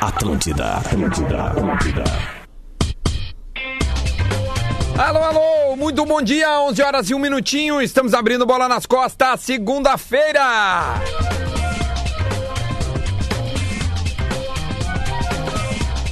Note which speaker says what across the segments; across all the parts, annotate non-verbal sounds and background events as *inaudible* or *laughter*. Speaker 1: Atlântida, Atlântida, Atlântida.
Speaker 2: Alô, alô, muito bom dia, 11 horas e 1 minutinho, estamos abrindo bola nas costas, segunda-feira.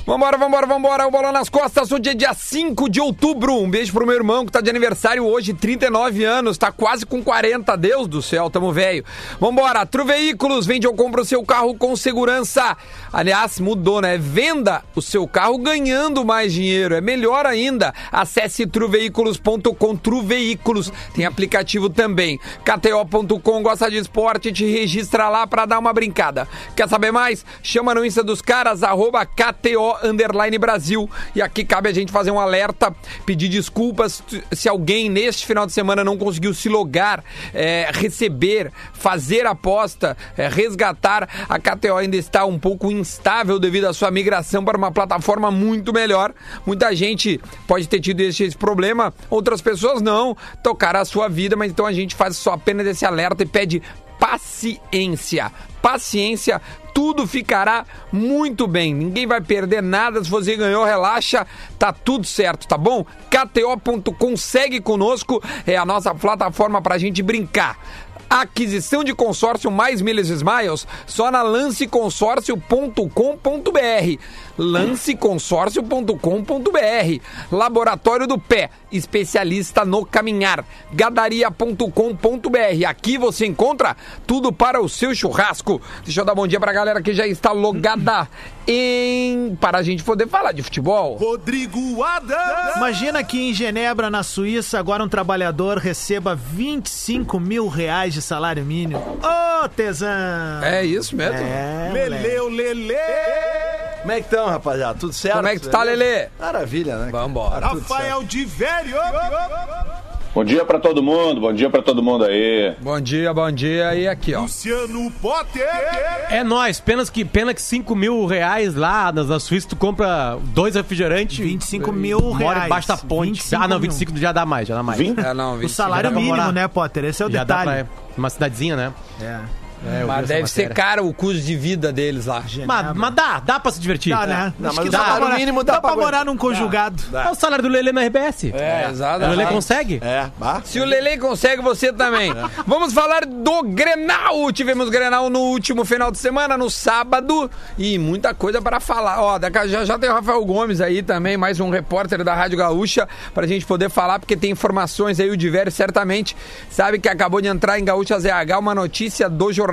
Speaker 2: Vambora, vambora, vambora, o Bola nas Costas, hoje é dia 5 de outubro. Um beijo pro meu irmão que tá de aniversário hoje, 39 anos, tá quase com 40, Deus do céu, tamo velho. Vambora, Tru Veículos, vende ou compra o seu carro com segurança. Aliás, mudou, né? Venda o seu carro ganhando mais dinheiro, é melhor ainda. Acesse truveículos.com, Truveículos, tem aplicativo também. KTO.com, gosta de esporte, te registra lá pra dar uma brincada. Quer saber mais? Chama no Insta dos caras, arroba KTO underline Brasil. E aqui cabe a gente fazer um alerta, pedir desculpas se alguém neste final de semana não conseguiu se logar, é, receber, fazer aposta, é, resgatar. A KTO ainda está um pouco instável devido à sua migração para uma plataforma muito melhor. Muita gente pode ter tido esse, esse problema, outras pessoas não, tocaram a sua vida, mas então a gente faz só apenas esse alerta e pede paciência. Paciência, tudo ficará muito bem. Ninguém vai perder nada. Se você ganhou, relaxa, tá tudo certo, tá bom? KTO.com segue conosco, é a nossa plataforma pra gente brincar. Aquisição de consórcio mais milhas Smiles só na lanceconsórcio.com.br. Lanceconsórcio.com.br. Laboratório do Pé, especialista no caminhar. Gadaria.com.br. Aqui você encontra tudo para o seu churrasco. Deixa eu dar bom dia pra galera que já está logada em. para a gente poder falar de futebol.
Speaker 3: Rodrigo Adams.
Speaker 4: Imagina que em Genebra, na Suíça, agora um trabalhador receba 25 mil reais de salário mínimo. Ô, tesão!
Speaker 2: É isso mesmo?
Speaker 4: É, moleque.
Speaker 3: Leleu, Lele.
Speaker 5: Como é que estão, rapaziada? Tudo certo?
Speaker 2: Como é que tu tá, Lelê?
Speaker 5: Maravilha, né?
Speaker 2: Vambora.
Speaker 5: Tudo certo.
Speaker 3: Rafael de Velho.
Speaker 6: Bom dia pra todo mundo, bom dia pra todo mundo aí.
Speaker 2: Bom dia, bom dia. E aqui, ó.
Speaker 3: Luciano Potter.
Speaker 7: É nóis, pena que, pena que 5 mil reais lá Ah, na, na Suíça tu compra dois refrigerantes.
Speaker 4: 25 mil reais.
Speaker 7: Mora embaixo da ponte.
Speaker 4: 25
Speaker 7: Ah, não,
Speaker 4: mil.
Speaker 7: 25 já dá mais, já dá mais.
Speaker 2: É, não,
Speaker 4: O
Speaker 2: 25.
Speaker 4: salário
Speaker 7: Já dá pra
Speaker 4: mínimo,
Speaker 7: morar.
Speaker 4: né, Potter? Esse é o
Speaker 7: Já dá pra.
Speaker 4: detalhe.
Speaker 7: é Uma cidadezinha, né?
Speaker 4: É.
Speaker 7: É, eu vi
Speaker 2: Mas
Speaker 7: essa
Speaker 2: deve ser
Speaker 7: matéria.
Speaker 2: caro o custo de vida deles lá.
Speaker 7: Mas, mas dá, dá pra se divertir.
Speaker 4: Dá, né?
Speaker 5: Não,
Speaker 4: Acho
Speaker 5: mas
Speaker 4: que
Speaker 5: o
Speaker 4: dá pra
Speaker 5: salário
Speaker 4: morar-
Speaker 5: mínimo dá
Speaker 4: dá
Speaker 5: pra
Speaker 4: pra morar
Speaker 5: aguentar.
Speaker 4: num conjugado.
Speaker 7: É o salário do Lele na RBS.
Speaker 2: É, exato.
Speaker 7: O Lele consegue?
Speaker 5: É, bah.
Speaker 2: Se o Lele consegue, você
Speaker 5: *laughs*
Speaker 2: também. Vamos falar do Grenal. Tivemos Grenal no último final de semana, no sábado, e muita coisa para falar. Ó, daqui a- já, já tem o Rafael Gomes aí também, mais um repórter da Rádio Gaúcha, pra gente poder falar, porque tem informações aí, o Diverio certamente sabe que acabou de entrar em Gaúcha ZH uma notícia do jornal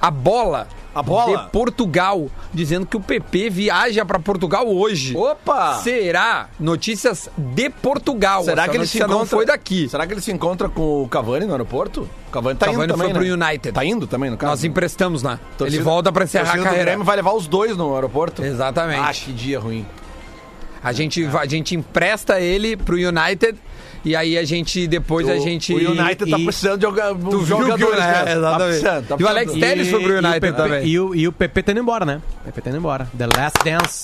Speaker 2: A Bola.
Speaker 5: A Bola?
Speaker 2: De Portugal, dizendo que o PP viaja para Portugal hoje.
Speaker 5: Opa!
Speaker 2: Será notícias de Portugal?
Speaker 5: Será
Speaker 2: Essa
Speaker 5: que ele se
Speaker 2: notícia
Speaker 5: encontra...
Speaker 2: não foi daqui?
Speaker 5: Será que ele se encontra com o Cavani no aeroporto? O Cavani tá
Speaker 2: Cavani
Speaker 5: indo também,
Speaker 2: foi pro
Speaker 5: né?
Speaker 2: United.
Speaker 5: Tá indo também, no caso?
Speaker 2: Nós emprestamos lá.
Speaker 5: Torcida-
Speaker 2: Ele volta pra encerrar a
Speaker 5: torcida do
Speaker 2: carreira.
Speaker 5: Grêmio vai levar os dois no aeroporto?
Speaker 2: Exatamente.
Speaker 5: Ah, que dia ruim.
Speaker 2: A gente va- a gente empresta ele pro United e aí a gente depois a
Speaker 5: O-
Speaker 2: gente
Speaker 5: O United tá
Speaker 7: e-
Speaker 5: precisando de jogar,
Speaker 2: Tu viu que o né?
Speaker 5: Tá
Speaker 2: Exatamente. E o Alex Telles foi pro
Speaker 7: e
Speaker 2: United
Speaker 7: o PP,
Speaker 2: também.
Speaker 7: E o, e o PP tá indo embora, né? O PP tá indo embora. The Last Dance.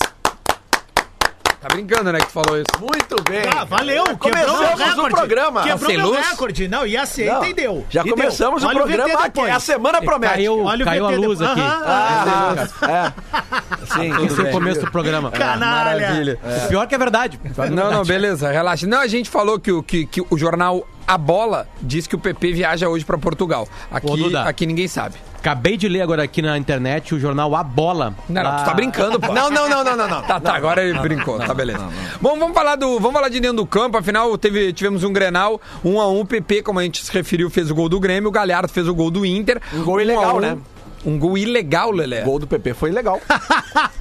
Speaker 2: Tá brincando, né, que tu falou isso.
Speaker 5: Muito bem.
Speaker 4: Ah, valeu! Quebrou meu
Speaker 5: Começamos o
Speaker 4: recorde.
Speaker 5: programa.
Speaker 4: Quebrou meu
Speaker 2: Sem luz?
Speaker 4: recorde. Não, e aceita
Speaker 5: Não,
Speaker 4: e deu.
Speaker 5: Já
Speaker 4: E deu.
Speaker 5: começamos o
Speaker 4: Olha
Speaker 5: programa.
Speaker 4: VT
Speaker 5: ah, que
Speaker 4: depois.
Speaker 5: a
Speaker 2: É,
Speaker 5: semana promete.
Speaker 7: Caiu,
Speaker 4: Olha o
Speaker 7: caiu a
Speaker 4: VT
Speaker 7: luz
Speaker 4: depois.
Speaker 7: aqui.
Speaker 4: Aham. Ah,
Speaker 5: É.
Speaker 2: Ah,
Speaker 5: Sim,
Speaker 7: Esse é o começo do programa.
Speaker 4: Canalha.
Speaker 2: Maravilha.
Speaker 7: O Pior que é verdade. O pior que é
Speaker 2: Não, não,
Speaker 7: verdade.
Speaker 2: beleza, relaxa. Não, a gente falou que o, que, que o jornal A Bola diz que o PP viaja hoje pra Portugal.
Speaker 7: Ô,
Speaker 2: Aqui,
Speaker 7: Duda.
Speaker 2: aqui ninguém sabe.
Speaker 7: Acabei de ler agora aqui na internet o jornal A Bola.
Speaker 2: Não, não,
Speaker 7: Lá-
Speaker 2: tu tá brincando, pô.
Speaker 5: Não, não, não, não, não, não.
Speaker 2: Tá, tá, agora ele brincou, tá beleza. Bom, vamos falar do, vamos falar de dentro do campo, afinal teve, tivemos um Grenal, 1 a 1 o PP, como a gente se referiu, fez o gol do Grêmio, o Galhardo fez o gol do Inter. Um
Speaker 5: gol
Speaker 2: a
Speaker 5: ilegal,
Speaker 2: um.
Speaker 5: né?
Speaker 2: Um gol ilegal, Lelé.
Speaker 5: O gol do PP foi
Speaker 2: *laughs*
Speaker 5: legal.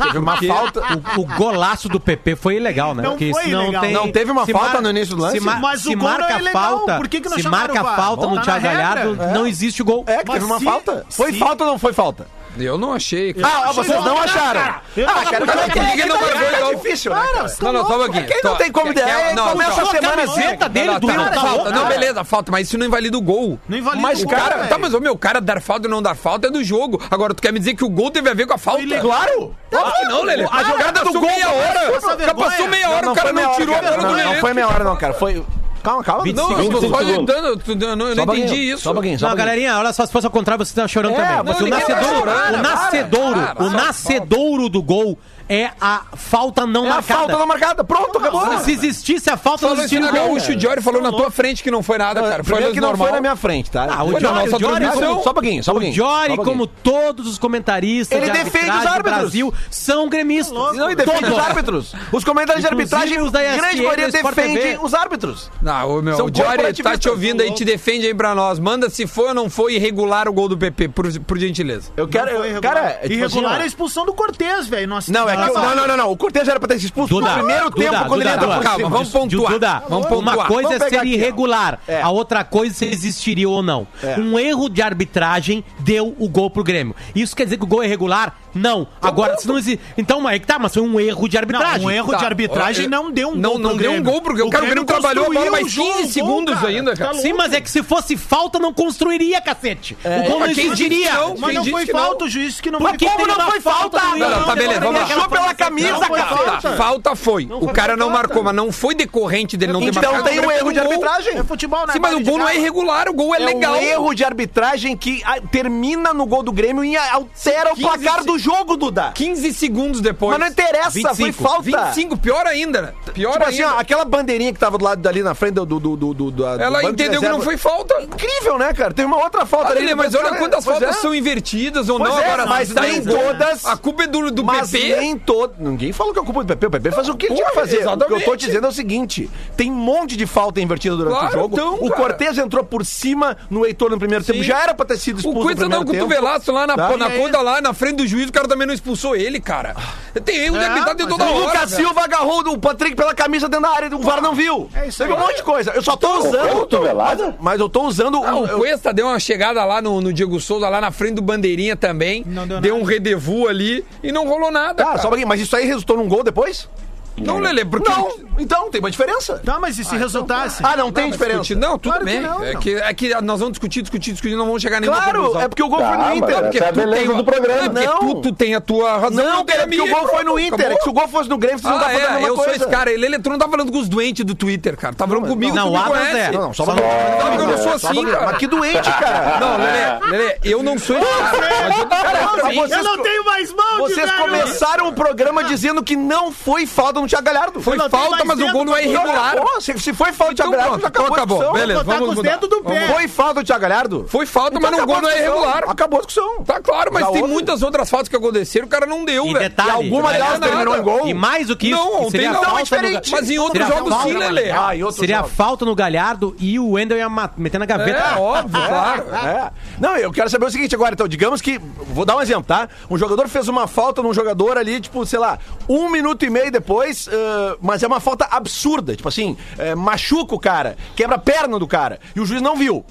Speaker 5: Teve uma falta.
Speaker 7: O, o golaço do PP foi ilegal, né?
Speaker 4: Não foi
Speaker 7: se
Speaker 4: ilegal.
Speaker 5: Não teve uma falta no início do lance?
Speaker 7: Se, mar-
Speaker 4: Mas o
Speaker 7: se
Speaker 4: gol
Speaker 7: marca
Speaker 4: não é
Speaker 7: a
Speaker 4: ilegal,
Speaker 7: falta,
Speaker 4: por que que não
Speaker 7: se
Speaker 4: chamaram
Speaker 7: marca
Speaker 4: o VAR?
Speaker 7: a falta
Speaker 4: Tá
Speaker 7: no
Speaker 4: na
Speaker 7: Thiago
Speaker 4: regra.
Speaker 7: Galhardo, não existe o gol.
Speaker 5: É, que
Speaker 4: Mas
Speaker 5: teve uma
Speaker 4: se-
Speaker 5: falta. Foi
Speaker 4: se-
Speaker 5: falta ou não foi falta?
Speaker 2: Eu não achei. cara.
Speaker 5: Ah, ah, vocês não acharam.
Speaker 4: Eu não-
Speaker 5: Ah, cara,
Speaker 4: Por
Speaker 5: como é
Speaker 2: que que não marcou,
Speaker 5: é
Speaker 2: então?
Speaker 5: difícil, né? cara?
Speaker 2: Não, não, só um pouquinho.
Speaker 5: Quem não
Speaker 2: Só-
Speaker 5: tem como
Speaker 2: Quer-
Speaker 5: ideia,
Speaker 2: quer-
Speaker 5: aí
Speaker 2: não,
Speaker 5: começa
Speaker 2: não.
Speaker 5: a semana
Speaker 4: Não, não,
Speaker 5: assim.
Speaker 4: não.
Speaker 7: Camiseta dele,
Speaker 2: Não,
Speaker 7: do
Speaker 2: tá, não, falta. Não,
Speaker 5: cara.
Speaker 2: beleza, falta, mas isso não invalida o gol.
Speaker 4: Não invalida
Speaker 5: Mas,
Speaker 4: o
Speaker 2: O
Speaker 4: gol,
Speaker 2: cara,
Speaker 5: velho.
Speaker 2: tá, mas o meu cara dar falta ou não dar falta é do jogo. Agora, tu quer me dizer que o gol teve a ver com a falta?
Speaker 5: Claro!
Speaker 2: Claro que não, Lelê.
Speaker 5: A jogada
Speaker 2: passou
Speaker 5: do gol
Speaker 2: meia hora.
Speaker 4: essa
Speaker 2: Já passou
Speaker 4: vergonha.
Speaker 2: meia hora, o cara
Speaker 5: foi meia
Speaker 2: não
Speaker 5: hora,
Speaker 2: tirou a
Speaker 5: cara.
Speaker 2: bola do
Speaker 5: Não, Não
Speaker 2: Lelê.
Speaker 5: foi meia hora, não, cara. Foi. Calma, calma.
Speaker 2: Não, eu tô só gritando, eu tô- eu não eu não
Speaker 5: Só um pouquinho,
Speaker 2: entendi isso.
Speaker 5: Só um pouquinho, só um
Speaker 7: não,
Speaker 5: pouquinho.
Speaker 7: galerinha, olha só, se fosse ao contrário, vocês estão chorando
Speaker 5: É,
Speaker 7: também.
Speaker 5: não,
Speaker 7: Porque o
Speaker 2: ninguém tá
Speaker 7: nascedouro,
Speaker 2: chorando,
Speaker 7: o
Speaker 2: para,
Speaker 7: nascedouro,
Speaker 2: para,
Speaker 7: o
Speaker 2: para,
Speaker 7: nascedouro do gol é a falta não
Speaker 5: É a
Speaker 7: marcada.
Speaker 5: falta não marcada. Pronto, acabou.
Speaker 7: Se existisse a falta, não
Speaker 2: Falou isso
Speaker 7: existiria
Speaker 2: na
Speaker 7: o gol.
Speaker 2: gaúcho, o Diori falou na tua frente que não foi nada, cara. Foi
Speaker 5: Primeiro
Speaker 2: lance
Speaker 5: que não
Speaker 2: normal.
Speaker 5: foi na minha frente, tá?
Speaker 7: Ah, o
Speaker 5: Foi na
Speaker 7: Diori-
Speaker 5: nossa
Speaker 7: o Diori-
Speaker 5: transmissão. Só um pouquinho, só um pouquinho.
Speaker 7: O Jory,
Speaker 5: só um pouquinho.
Speaker 7: como todos os comentaristas
Speaker 5: Ele
Speaker 7: de
Speaker 5: defende os
Speaker 7: arbitragem do
Speaker 5: árbitros.
Speaker 7: Brasil, são gremistas.
Speaker 5: Não, e defende os árbitros. Os comentários de
Speaker 7: Inclusive
Speaker 5: arbitragem,
Speaker 7: os da
Speaker 5: grande
Speaker 7: ESPN,
Speaker 5: maioria
Speaker 7: do Sport
Speaker 5: defende
Speaker 7: TV.
Speaker 5: os árbitros.
Speaker 2: Não, ô, meu,
Speaker 5: São
Speaker 2: o Diori tá
Speaker 5: corporativistas,
Speaker 2: te ouvindo aí,
Speaker 5: são
Speaker 2: te defende aí pra nós. Manda se foi ou não foi irregular o gol do PP, por, por gentileza.
Speaker 5: Eu quero.
Speaker 4: Não foi
Speaker 5: eu-
Speaker 4: irregular.
Speaker 5: cara, é tipo assim,
Speaker 4: irregular
Speaker 5: ó.
Speaker 4: é a expulsão do Cortez, velho. Nossa,
Speaker 5: Não, é que. eu-
Speaker 4: nossa,
Speaker 5: Não, não, não, não. O Cortez era pra ter se expulso
Speaker 7: Duda,
Speaker 5: no primeiro
Speaker 7: Duda,
Speaker 5: tempo quando ele
Speaker 7: Duda,
Speaker 5: entra
Speaker 7: Duda,
Speaker 5: por
Speaker 2: Calma,
Speaker 5: cima.
Speaker 2: vamos pontuar.
Speaker 7: Duda,
Speaker 2: Vamos pontuar.
Speaker 7: Uma coisa
Speaker 5: Vamos
Speaker 7: é
Speaker 5: pegar
Speaker 7: ser
Speaker 5: aqui, ó.
Speaker 7: irregular,
Speaker 5: É.
Speaker 7: a outra coisa é se existiria ou não.
Speaker 5: É.
Speaker 7: Um erro de arbitragem deu o gol pro Grêmio. Isso quer dizer que o gol é irregular? Não. Agora, se não existe. Então, aí que tá, mas foi um erro de arbitragem.
Speaker 4: um erro
Speaker 2: Tá.
Speaker 4: de arbitragem
Speaker 2: Olha,
Speaker 4: não deu um
Speaker 2: não-
Speaker 4: gol.
Speaker 2: não
Speaker 4: pro
Speaker 2: deu um
Speaker 4: Grêmio.
Speaker 2: gol pro Grêmio. Cara, o Grêmio trabalhou a bola
Speaker 4: construiu
Speaker 2: mais
Speaker 4: o jogo,
Speaker 2: 15 segundos
Speaker 4: cara.
Speaker 2: ainda, cara.
Speaker 4: Tá
Speaker 7: Sim,
Speaker 4: louco. É.
Speaker 7: mas é que se fosse falta, não construiria, cacete. o gol não
Speaker 2: mas quem disse
Speaker 7: existiria.
Speaker 2: é que não?
Speaker 4: Mas
Speaker 2: Quem
Speaker 4: não
Speaker 2: disse
Speaker 4: foi
Speaker 2: que não?
Speaker 4: falta, o juiz que não
Speaker 7: Por
Speaker 4: vai
Speaker 7: que
Speaker 4: ter
Speaker 7: que não
Speaker 4: uma
Speaker 7: foi falta?
Speaker 4: do
Speaker 2: Não, não,
Speaker 4: Igor,
Speaker 2: tá beleza,
Speaker 4: demorou
Speaker 2: vamos lá.
Speaker 4: aquela
Speaker 5: Achou pela
Speaker 4: falta.
Speaker 5: camisa,
Speaker 4: Não foi
Speaker 5: cara.
Speaker 4: falta.
Speaker 2: Tá, falta foi. o cara não marcou, mas não foi decorrente dele não ter marcado.
Speaker 5: Então tem um
Speaker 2: Grêmio
Speaker 5: erro de
Speaker 2: com gol.
Speaker 5: arbitragem.
Speaker 4: É futebol, né?
Speaker 2: Sim, mas o
Speaker 4: Bola
Speaker 2: gol
Speaker 4: de
Speaker 2: não é
Speaker 4: cara.
Speaker 2: irregular, o gol é,
Speaker 5: É
Speaker 2: legal.
Speaker 5: um erro de arbitragem que ah, termina no gol do Grêmio e altera o
Speaker 2: 15
Speaker 5: placar do jogo, Duda.
Speaker 2: 15 segundos depois.
Speaker 5: Mas não interessa, foi
Speaker 2: 25,
Speaker 5: falta.
Speaker 2: 25, pior ainda. né? Pior
Speaker 5: Tipo assim,
Speaker 2: ainda.
Speaker 5: ó, aquela bandeirinha que tava do lado dali na frente do. do, do, do, do- da- do
Speaker 2: Ela
Speaker 5: banco de
Speaker 2: entendeu que não
Speaker 5: reserva.
Speaker 2: foi falta.
Speaker 5: Incrível, né, cara? Teve uma outra falta
Speaker 2: Olha,
Speaker 5: ali.
Speaker 2: Lelê,
Speaker 5: no
Speaker 2: mas
Speaker 5: banco,
Speaker 2: olha
Speaker 5: cara.
Speaker 2: quantas
Speaker 5: Pois
Speaker 2: faltas
Speaker 5: é.
Speaker 2: são invertidas ou
Speaker 5: Pois
Speaker 2: não
Speaker 5: é,
Speaker 2: agora.
Speaker 5: mas
Speaker 2: saiu
Speaker 5: nem
Speaker 2: o gol.
Speaker 5: todas-
Speaker 2: A culpa é do, do
Speaker 5: Mas
Speaker 2: PP.
Speaker 5: nem todo. Ninguém falou que é culpa do PP. O PP faz o que ele
Speaker 2: Pô,
Speaker 5: tinha que fazer. O que eu tô
Speaker 2: exatamente.
Speaker 5: dizendo é o seguinte: tem um monte de falta invertida durante
Speaker 2: Claro,
Speaker 5: o jogo.
Speaker 2: então,
Speaker 5: o
Speaker 2: cara.
Speaker 5: Cortez entrou por cima no Heitor no primeiro tempo. Já era pra ter sido expulso
Speaker 2: O
Speaker 5: no
Speaker 2: Coisa dá
Speaker 5: primeiro
Speaker 2: um
Speaker 5: tempo.
Speaker 2: cotovelaço lá na,
Speaker 5: Tá?
Speaker 2: na
Speaker 5: E aí-
Speaker 2: conta, lá na frente do juiz, o cara também não expulsou ele, cara. Tem erro de arbitragem de
Speaker 4: mas
Speaker 2: toda
Speaker 5: É, O
Speaker 2: hora.
Speaker 5: Lucas
Speaker 2: velho.
Speaker 5: Silva agarrou o Patrick pela camisa dentro da área, o VAR não viu.
Speaker 4: É isso
Speaker 5: Teve
Speaker 4: aí.
Speaker 5: um monte de coisa. Eu só tô
Speaker 6: Foi
Speaker 5: usando.
Speaker 6: cotovelada?
Speaker 5: Mas eu tô usando. um-
Speaker 2: Ah,
Speaker 5: o-
Speaker 2: o
Speaker 5: eu-
Speaker 2: Cuesta deu uma chegada lá no, no Diego Souza, lá na frente do Bandeirinha também.
Speaker 4: Não deu
Speaker 2: deu
Speaker 4: nada.
Speaker 2: um redevu ali e não rolou nada.
Speaker 5: Tá,
Speaker 2: cara.
Speaker 5: só um pouquinho. Mas isso aí resultou num gol depois?
Speaker 2: Não, Lelê, porque.
Speaker 5: Não. Então, tem uma diferença.
Speaker 4: Tá, mas e se resultasse?
Speaker 5: Ah, não, tem diferença.
Speaker 2: Discutir- Não, tudo
Speaker 4: Claro que
Speaker 2: bem.
Speaker 4: não,
Speaker 2: é,
Speaker 4: não.
Speaker 2: que, é que nós vamos discutir, discutir, discutir, não vamos chegar nem
Speaker 5: Claro, é porque o gol
Speaker 6: Tá,
Speaker 5: foi no
Speaker 6: mas
Speaker 5: Inter.
Speaker 6: essa é a beleza
Speaker 2: tem,
Speaker 6: do programa.
Speaker 2: É porque
Speaker 5: Ah, Não.
Speaker 2: Tu, tu tem a tua razão.
Speaker 5: Não,
Speaker 2: eu tenho
Speaker 5: cara,
Speaker 2: a
Speaker 5: porque
Speaker 2: minha.
Speaker 5: o gol foi no Inter. É
Speaker 2: Acabou.
Speaker 5: que se o gol fosse no Grêmio, vocês não
Speaker 2: Ah,
Speaker 5: tá fazendo a
Speaker 2: é, eu
Speaker 5: mesma coisa.
Speaker 2: sou esse cara. Ele, ele, tu não tá falando com os doentes do Twitter, cara. Tá falando comigo,
Speaker 7: não,
Speaker 2: tu me
Speaker 7: Adams
Speaker 2: conhece.
Speaker 7: é.
Speaker 5: Não, não, só
Speaker 7: Só
Speaker 5: pra...
Speaker 2: Sabe que eu não sou
Speaker 5: só Ah, pra-
Speaker 2: assim, cara.
Speaker 5: Mas que doente, cara.
Speaker 2: Não, Lelê, Lelê, eu não sou esse cara. Mas eu tô falando
Speaker 5: mas
Speaker 2: assim.
Speaker 5: vocês
Speaker 4: Eu não
Speaker 5: co-
Speaker 4: tenho mais mão,
Speaker 5: Vocês
Speaker 4: Diego.
Speaker 5: começaram o programa dizendo que não foi falta no Thiago Galhardo.
Speaker 2: Foi
Speaker 4: não tenho
Speaker 2: falta,
Speaker 4: mais
Speaker 2: mas o
Speaker 4: dedo
Speaker 2: gol não é
Speaker 4: pra
Speaker 2: irregular.
Speaker 5: Pô, se, se foi falta do Thiago
Speaker 2: Então
Speaker 5: Galhardo,
Speaker 2: pronto,
Speaker 5: já acabou
Speaker 2: então
Speaker 5: a
Speaker 2: acabou.
Speaker 5: discussão.
Speaker 2: Beleza,
Speaker 4: Tá com
Speaker 2: vamos
Speaker 4: os
Speaker 2: mudar.
Speaker 4: dedos do pé.
Speaker 5: Foi falta do Thiago Galhardo?
Speaker 2: Foi falta, mas
Speaker 5: Então
Speaker 2: não, o
Speaker 5: acabou
Speaker 2: gol não
Speaker 5: a
Speaker 2: é
Speaker 5: discussão.
Speaker 2: irregular.
Speaker 5: Acabou a discussão.
Speaker 2: Tá claro, mas
Speaker 5: Já
Speaker 2: tem
Speaker 5: outra?
Speaker 2: muitas outras faltas que aconteceram, o cara não deu,
Speaker 7: E
Speaker 2: velho.
Speaker 7: detalhe,
Speaker 5: alguma delas
Speaker 2: nada.
Speaker 5: terminou em gol?
Speaker 7: E mais do que isso,
Speaker 2: Não,
Speaker 7: que
Speaker 2: não
Speaker 7: seria
Speaker 2: tem
Speaker 7: a
Speaker 2: não, é
Speaker 7: falta no
Speaker 2: diferente.
Speaker 7: Ga-
Speaker 2: Mas em outros
Speaker 7: Seria a
Speaker 2: jogos
Speaker 7: falta
Speaker 2: sim,
Speaker 7: no
Speaker 2: Lelê.
Speaker 7: Galhardo.
Speaker 5: Ah, em outros
Speaker 7: Seria a
Speaker 5: jogos.
Speaker 7: falta no Galhardo e o Wendel ia ma- meter na gaveta.
Speaker 2: É, óbvio, claro.
Speaker 5: É. Não, eu quero saber o seguinte agora, então, digamos que, vou dar um exemplo, tá? Um jogador fez uma falta num jogador ali, tipo, sei lá, um minuto e meio depois, eh, mas é uma falta absurda, tipo assim, eh, machuca o cara, quebra a perna do cara, e o juiz não viu.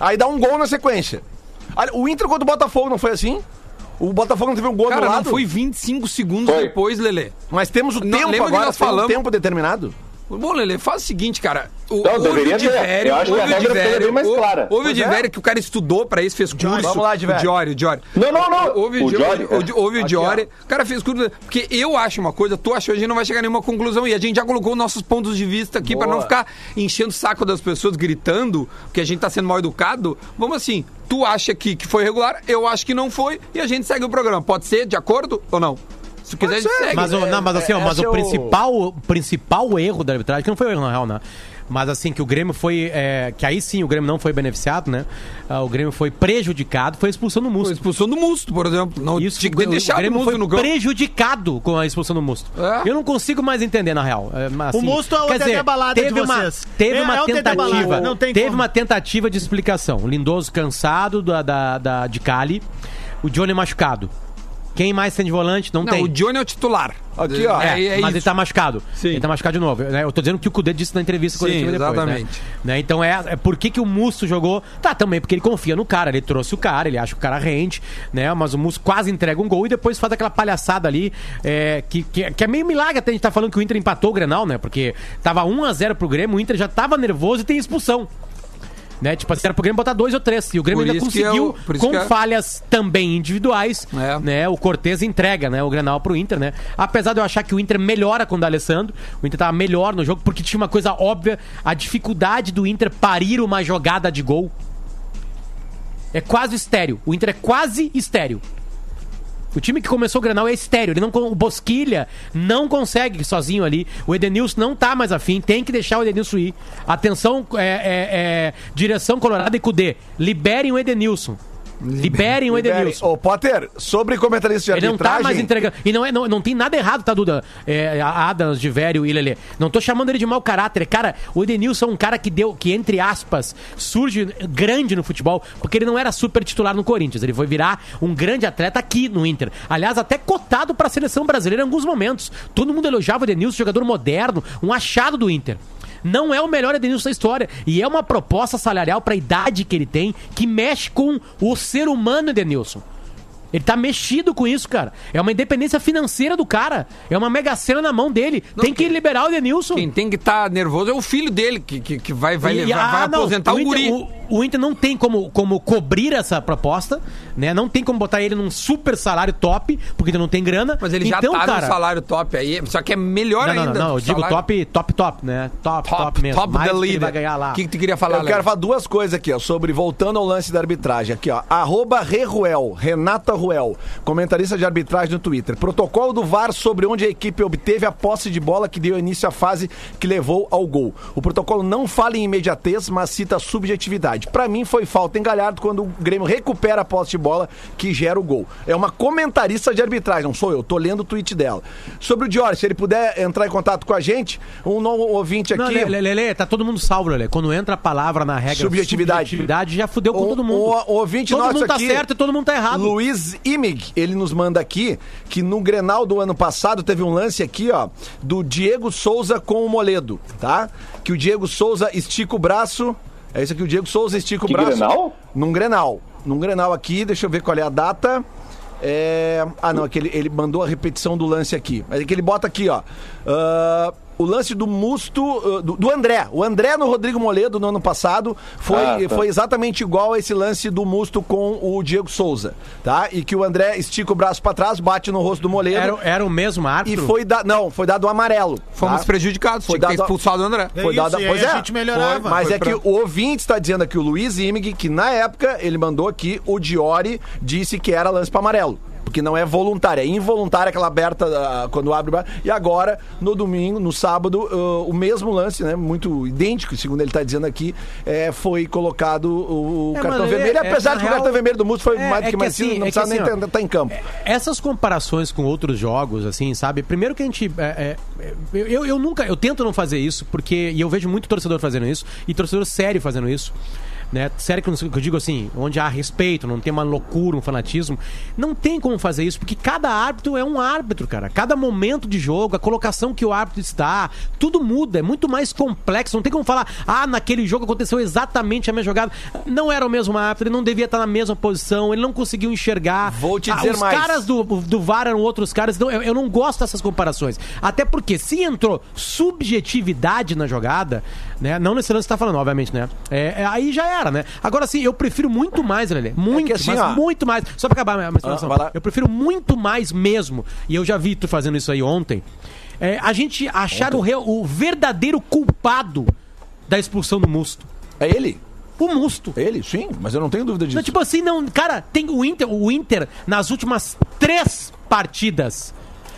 Speaker 5: Aí dá um gol na sequência. Olha, O Inter contra o Botafogo não foi assim? O Botafogo não teve um gol
Speaker 2: Cara,
Speaker 5: do
Speaker 2: não
Speaker 5: lado?
Speaker 2: foi 25 segundos
Speaker 6: Foi.
Speaker 2: depois, Lelê.
Speaker 5: Mas temos o
Speaker 2: Não,
Speaker 5: tempo
Speaker 2: lembra que
Speaker 5: agora,
Speaker 2: nós
Speaker 5: tem um
Speaker 2: falamos?
Speaker 5: tempo determinado?
Speaker 2: Bom, Lelê, faz o seguinte, cara. O,
Speaker 6: Não, deveria ter. Eu acho que a regra seria bem mais
Speaker 2: o-
Speaker 6: clara.
Speaker 2: Houve o
Speaker 5: Pois é.
Speaker 2: Diverio que o cara estudou pra isso, fez curso.
Speaker 5: Vamos lá, Diverio.
Speaker 2: O Diori, o Diori.
Speaker 6: Não, não, não.
Speaker 2: Houve
Speaker 6: O
Speaker 2: o Diori.
Speaker 6: Diori,
Speaker 2: o Di- Houve o
Speaker 5: Aqui,
Speaker 2: Diori. O cara fez curso. Porque eu acho uma coisa, tu achou, a gente não vai chegar a nenhuma conclusão. E a gente já colocou nossos pontos de vista aqui pra
Speaker 5: Boa.
Speaker 2: não ficar enchendo o saco das pessoas, gritando, porque a gente tá sendo mal educado. Vamos assim, tu acha que, que foi regular, eu acho que não foi, e a gente segue o programa. Pode ser, de acordo ou não? Se tu quiser, a gente segue.
Speaker 7: Mas, o- não, mas assim, ó,
Speaker 5: é,
Speaker 7: mas
Speaker 5: esse
Speaker 7: o
Speaker 5: é o-
Speaker 7: principal, o principal erro da arbitragem, que não foi o erro na real, né? Mas assim, que o Grêmio foi. é, que aí sim o Grêmio não foi beneficiado, né? Ah, o Grêmio foi prejudicado, foi expulsão do
Speaker 2: Foi
Speaker 7: Musto.
Speaker 2: expulsão do Musto, por exemplo. Não,
Speaker 7: Isso
Speaker 2: tinha que ter
Speaker 7: o
Speaker 2: deixado o
Speaker 7: Grêmio
Speaker 2: Musto
Speaker 7: foi
Speaker 2: no campo.
Speaker 7: prejudicado com a expulsão do Musto.
Speaker 2: É.
Speaker 7: Eu não consigo mais entender, na real. É, mas,
Speaker 4: O
Speaker 7: assim,
Speaker 4: Musto é o
Speaker 7: quer
Speaker 4: Dedé
Speaker 7: dizer,
Speaker 4: Balada
Speaker 7: teve
Speaker 4: de
Speaker 7: uma,
Speaker 4: vocês.
Speaker 7: Teve
Speaker 4: É,
Speaker 7: uma
Speaker 4: é o Dedé
Speaker 7: tentativa.
Speaker 4: Balada, não tem
Speaker 7: teve
Speaker 4: como.
Speaker 7: uma tentativa de explicação. O Lindoso cansado da, da, da- de Cali, o Johnny machucado. Quem mais tem de volante? Não,
Speaker 2: Não,
Speaker 7: tem.
Speaker 2: o Johnny é o titular.
Speaker 5: Aqui, ó.
Speaker 2: É,
Speaker 7: É,
Speaker 2: é
Speaker 7: mas
Speaker 2: isso.
Speaker 7: ele tá machucado.
Speaker 2: Sim.
Speaker 7: Ele tá machucado de novo. né? Eu tô dizendo o que o Cudê disse na entrevista coletiva
Speaker 2: Sim,
Speaker 7: depois,
Speaker 2: exatamente.
Speaker 7: né? Né? Então é, é por que, que o Musso jogou? Tá, também porque ele confia no cara, ele trouxe o cara, ele acha que o cara rende, né? Mas o Musso quase entrega um gol e depois faz aquela palhaçada ali, é, que, que, que é meio milagre até a gente tá falando que o Inter empatou o Grenal, né? Porque tava 1x0 pro Grêmio, o Inter já tava nervoso e tem expulsão. Né? Tipo, assim, era pro Grêmio botar dois ou três. E o Grêmio
Speaker 2: Por
Speaker 7: ainda
Speaker 2: isso que
Speaker 7: conseguiu,
Speaker 2: eu- por isso
Speaker 7: com
Speaker 2: que é eu-
Speaker 7: falhas também individuais,
Speaker 2: É.
Speaker 7: né? né? O Cortez entrega, né? O Grenal pro Inter, né? Apesar de eu achar que o Inter melhora com o D'Alessandro, o Inter tava melhor no jogo, porque tinha uma coisa óbvia, a dificuldade do Inter parir uma jogada de gol. É quase estéreo. O Inter é quase estéreo. O time que começou o Grenal é estéreo. Ele não, con- o Bosquilha não consegue sozinho ali. O Edenilson não tá mais afim. Tem que deixar o Edenilson ir. Atenção, é, é, é, direção Colorado e Cudê. Liberem o Edenilson. Liberem o
Speaker 5: Libere.
Speaker 7: Edenilson.
Speaker 5: Ô, Potter, sobre comentarista de
Speaker 7: Ele não tá
Speaker 5: arbitragem...
Speaker 7: mais entregando. E não, é, não, não tem nada errado, tá, Duda? É, a- Adams, de velho e Lelê. Não tô chamando ele de mau caráter. Cara, o Edenilson é um cara que deu, que, entre aspas, surge grande no futebol, porque ele não era super titular no Corinthians. Ele foi virar um grande atleta aqui no Inter. Aliás, até cotado pra seleção brasileira em alguns momentos. Todo mundo elogiava o Edenilson, jogador moderno, um achado do Inter. Não é o melhor Edenilson da história. E é uma proposta salarial pra idade que ele tem que mexe com o ser humano Edenilson. Ele tá mexido com isso, cara. É uma independência financeira do cara. É uma mega cena na mão dele. tem que liberar o Denilson.
Speaker 2: Quem tem que estar nervoso é o filho dele, que, que, que vai, vai, levar, vai aposentar o,
Speaker 7: Inter,
Speaker 2: guri.
Speaker 7: ah, O, o Inter não tem como, como cobrir essa proposta, né? Não tem como botar ele num super salário top, porque ele não tem grana.
Speaker 2: Mas ele já
Speaker 7: então,
Speaker 2: tá
Speaker 7: cara,
Speaker 2: no salário top aí, só que é melhor
Speaker 7: Não, não,
Speaker 2: ainda.
Speaker 7: não, não, eu
Speaker 2: do que
Speaker 7: digo
Speaker 2: salário.
Speaker 7: top, top, top, né? Top, top,
Speaker 2: Top,
Speaker 7: mesmo.
Speaker 2: top
Speaker 7: Mais
Speaker 2: the
Speaker 7: do que
Speaker 2: leader.
Speaker 7: ele vai ganhar lá.
Speaker 2: O que, que tu queria falar,
Speaker 5: Eu quero
Speaker 2: Léo?
Speaker 5: falar duas coisas aqui, ó, sobre voltando ao lance da arbitragem. Aqui, ó. Arroba Reruel, Renata Ruel, comentarista de arbitragem no Twitter. Protocolo do VAR sobre onde a equipe obteve a posse de bola que deu início à fase que levou ao gol. O protocolo não fala em imediatez, mas cita subjetividade. Pra mim foi falta em Galhardo quando o Grêmio recupera a posse de bola que gera o gol. É uma comentarista de arbitragem, não sou eu, tô lendo o tweet dela. Sobre o Dior, se ele puder entrar em contato com a gente, um novo ouvinte aqui.
Speaker 7: Não,
Speaker 2: né,
Speaker 7: Le- Le- Lele, tá todo mundo salvo, Lele. Quando entra a palavra na regra
Speaker 5: Subjetividade.
Speaker 7: subjetividade, já fudeu com
Speaker 5: O-
Speaker 7: todo mundo.
Speaker 5: o- o ouvinte
Speaker 7: todo
Speaker 5: nosso
Speaker 7: mundo tá
Speaker 5: aqui-
Speaker 7: certo e todo mundo tá errado.
Speaker 5: Luiz Imig, ele nos manda aqui que no Grenal do ano passado teve um lance aqui, ó, do Diego Souza com o Moledo, tá? Que o Diego Souza estica o braço. É isso aqui, o Diego Souza estica o
Speaker 6: Que
Speaker 5: braço.
Speaker 6: Grenal?
Speaker 5: Num Grenal. Num Grenal aqui, deixa eu ver qual é a data. É... Ah, não, é que ele, ele mandou a repetição do lance aqui. Mas é que ele bota aqui, ó. Ah, o lance do Musto, ah, do, do André. O André no Rodrigo Moledo no ano passado foi,
Speaker 6: Ah, tá.
Speaker 5: foi exatamente igual a esse lance do Musto com o Diego Souza, tá? E que o André estica o braço pra trás, bate no rosto do Moledo
Speaker 7: Era, um era o mesmo
Speaker 5: e
Speaker 7: árbitro.
Speaker 5: foi dado, não, foi dado um amarelo.
Speaker 2: Fomos
Speaker 5: tá?
Speaker 2: prejudicados,
Speaker 5: Foi
Speaker 2: tinha que ter
Speaker 5: dado-
Speaker 2: expulsado o André.
Speaker 4: É
Speaker 5: Foi
Speaker 4: isso,
Speaker 5: dada,
Speaker 4: e aí
Speaker 5: pois
Speaker 4: a
Speaker 5: é.
Speaker 4: gente melhorava.
Speaker 5: Foi, mas
Speaker 2: Foi
Speaker 5: é que o ouvinte está dizendo aqui, o Luiz Imig, que na época ele mandou aqui, o Diori disse que era lance para amarelo. Porque não é voluntário, é involuntário aquela aberta ah, quando abre. o bar. E agora, no domingo, no sábado, ah, o mesmo lance, né? Muito idêntico, segundo ele está dizendo aqui, eh, foi colocado o, o
Speaker 7: É,
Speaker 5: cartão
Speaker 7: mas ele-
Speaker 5: vermelho.
Speaker 7: é,
Speaker 5: apesar
Speaker 7: na
Speaker 5: de que o
Speaker 7: real-
Speaker 5: cartão vermelho do Musto foi
Speaker 7: É,
Speaker 5: mais do que,
Speaker 7: é que
Speaker 5: merecido,
Speaker 7: assim,
Speaker 5: não
Speaker 7: é que
Speaker 5: precisava nem
Speaker 7: assim, ó,
Speaker 5: estar em campo.
Speaker 7: Essas comparações com outros jogos, assim, sabe? Primeiro que a gente. é, é, é, eu, eu nunca. Eu tento não fazer isso, porque. E eu vejo muito torcedor fazendo isso, e torcedor sério fazendo isso. Né? Sério que eu, não- que eu digo assim, onde há respeito, não tem uma loucura, um fanatismo. Não tem como fazer isso, porque cada árbitro é um árbitro, cara. Cada momento de jogo, a colocação que o árbitro está, tudo muda, é muito mais complexo. Não tem como falar, ah, naquele jogo aconteceu exatamente a mesma jogada. Não era o mesmo árbitro, ele não devia estar na mesma posição, ele não conseguiu enxergar.
Speaker 5: Vou te dizer
Speaker 7: Ah, os
Speaker 5: mais.
Speaker 7: caras do, do VAR eram outros caras. Então, eu, eu não gosto dessas comparações. Até porque se entrou subjetividade na jogada, né? Não nesse lance que tá falando, obviamente, né? É, é, aí já era, né? Agora sim, eu prefiro muito mais, Lelê. Muito,
Speaker 5: assim,
Speaker 7: mas
Speaker 5: ó- Ah,
Speaker 7: muito mais. Só pra acabar a minha explicação.
Speaker 5: vai lá.
Speaker 7: eu prefiro muito mais mesmo. E eu já vi tu fazendo isso aí ontem. É, a gente achar o, re- o verdadeiro culpado da expulsão do Musto.
Speaker 5: É ele? É
Speaker 7: O Musto.
Speaker 5: Ele, sim, mas eu não tenho dúvida disso.
Speaker 7: Não, tipo assim, não, cara, tem o Inter, o Inter nas últimas três partidas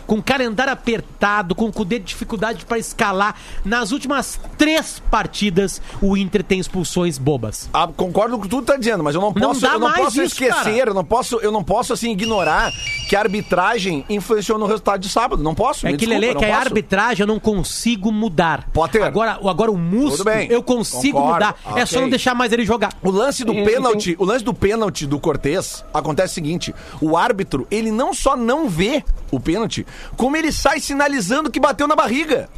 Speaker 7: com calendário apertado, com o Cudê de dificuldade pra escalar, nas últimas três partidas o Inter tem expulsões bobas.
Speaker 5: Ah, concordo com tudo que tá dizendo, mas eu não
Speaker 7: Não
Speaker 5: posso,
Speaker 7: dá
Speaker 5: eu não
Speaker 7: mais
Speaker 5: posso
Speaker 7: isso,
Speaker 5: esquecer,
Speaker 7: cara.
Speaker 5: eu não posso, eu não posso assim ignorar que a arbitragem influenciou no resultado de sábado. Não posso.
Speaker 7: É
Speaker 5: me
Speaker 7: que
Speaker 5: desculpa,
Speaker 7: Lele,
Speaker 5: não
Speaker 7: que a
Speaker 5: posso.
Speaker 7: arbitragem eu não consigo mudar.
Speaker 5: Potter.
Speaker 7: Agora, o- agora o Musto
Speaker 5: Tudo bem.
Speaker 7: eu consigo
Speaker 5: Concordo.
Speaker 7: mudar. É só
Speaker 5: Ok.
Speaker 7: não deixar mais ele jogar.
Speaker 5: O lance do pênalti, o lance do pênalti do Cortez acontece o seguinte: o árbitro, ele não só não vê o pênalti, como ele sai sinalizando que bateu na barriga.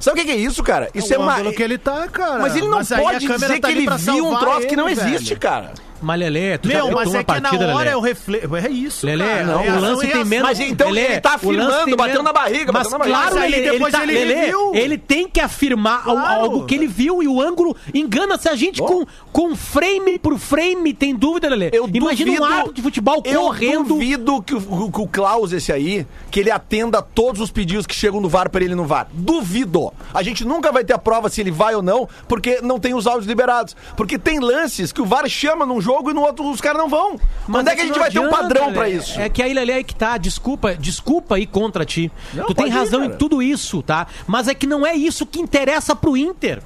Speaker 5: Sabe o que que é isso, cara? Isso é
Speaker 4: o
Speaker 5: uma
Speaker 4: ângulo que ele tá, cara.
Speaker 5: Mas ele não
Speaker 4: aí a
Speaker 5: pode
Speaker 4: câmera
Speaker 5: dizer
Speaker 4: tá
Speaker 5: que
Speaker 4: ali
Speaker 5: ele
Speaker 4: pra
Speaker 5: viu um
Speaker 4: salvar
Speaker 5: troço que não
Speaker 4: ele,
Speaker 5: existe,
Speaker 4: velho.
Speaker 5: cara.
Speaker 7: Mas Lelê, tu
Speaker 4: Meu,
Speaker 7: já
Speaker 4: mas
Speaker 7: uma
Speaker 4: é que na
Speaker 7: partida,
Speaker 5: né?
Speaker 4: hora
Speaker 7: Lelê.
Speaker 4: é o reflexo. É isso,
Speaker 7: Lelê,
Speaker 4: cara.
Speaker 7: não,
Speaker 4: É
Speaker 7: o
Speaker 4: ação
Speaker 7: lance
Speaker 4: e
Speaker 7: tem
Speaker 4: ação.
Speaker 7: menos.
Speaker 5: Mas então
Speaker 7: Lelê,
Speaker 5: ele tá
Speaker 7: o lance
Speaker 5: afirmando,
Speaker 7: tem
Speaker 5: bateu
Speaker 7: menos-
Speaker 5: na barriga,
Speaker 7: Mas
Speaker 5: bateu na barriga.
Speaker 7: claro,
Speaker 4: Mas aí
Speaker 7: ele, ele,
Speaker 4: depois
Speaker 7: tá,
Speaker 4: ele
Speaker 7: Lelê,
Speaker 4: reviu.
Speaker 7: ele tem que afirmar al-
Speaker 4: Claro.
Speaker 7: algo que ele viu e o ângulo engana-se a gente com, com frame por frame, tem dúvida, Lelê.
Speaker 5: Eu
Speaker 7: Imagina
Speaker 5: duvido,
Speaker 7: um árbitro de futebol
Speaker 5: eu
Speaker 7: correndo.
Speaker 5: duvido que o, que o Klaus, esse aí, que ele atenda a todos os pedidos que chegam do VAR pra ele no VAR. Duvido. A gente nunca vai ter a prova se ele vai ou não, porque não tem os áudios liberados. Porque tem lances que o VAR chama num jogo jogo e no outro os caras não vão.
Speaker 7: Mas
Speaker 5: Quando é que a gente
Speaker 7: isso não
Speaker 5: vai ter um
Speaker 7: adianta,
Speaker 5: padrão pra
Speaker 7: velho.
Speaker 5: isso?
Speaker 7: É que aí, Lelê, aí que tá. Desculpa, desculpa ir contra ti.
Speaker 5: Não,
Speaker 7: tu tem
Speaker 5: pode ir,
Speaker 7: razão
Speaker 5: cara.
Speaker 7: em tudo isso, tá? Mas é que não é isso que interessa pro Inter.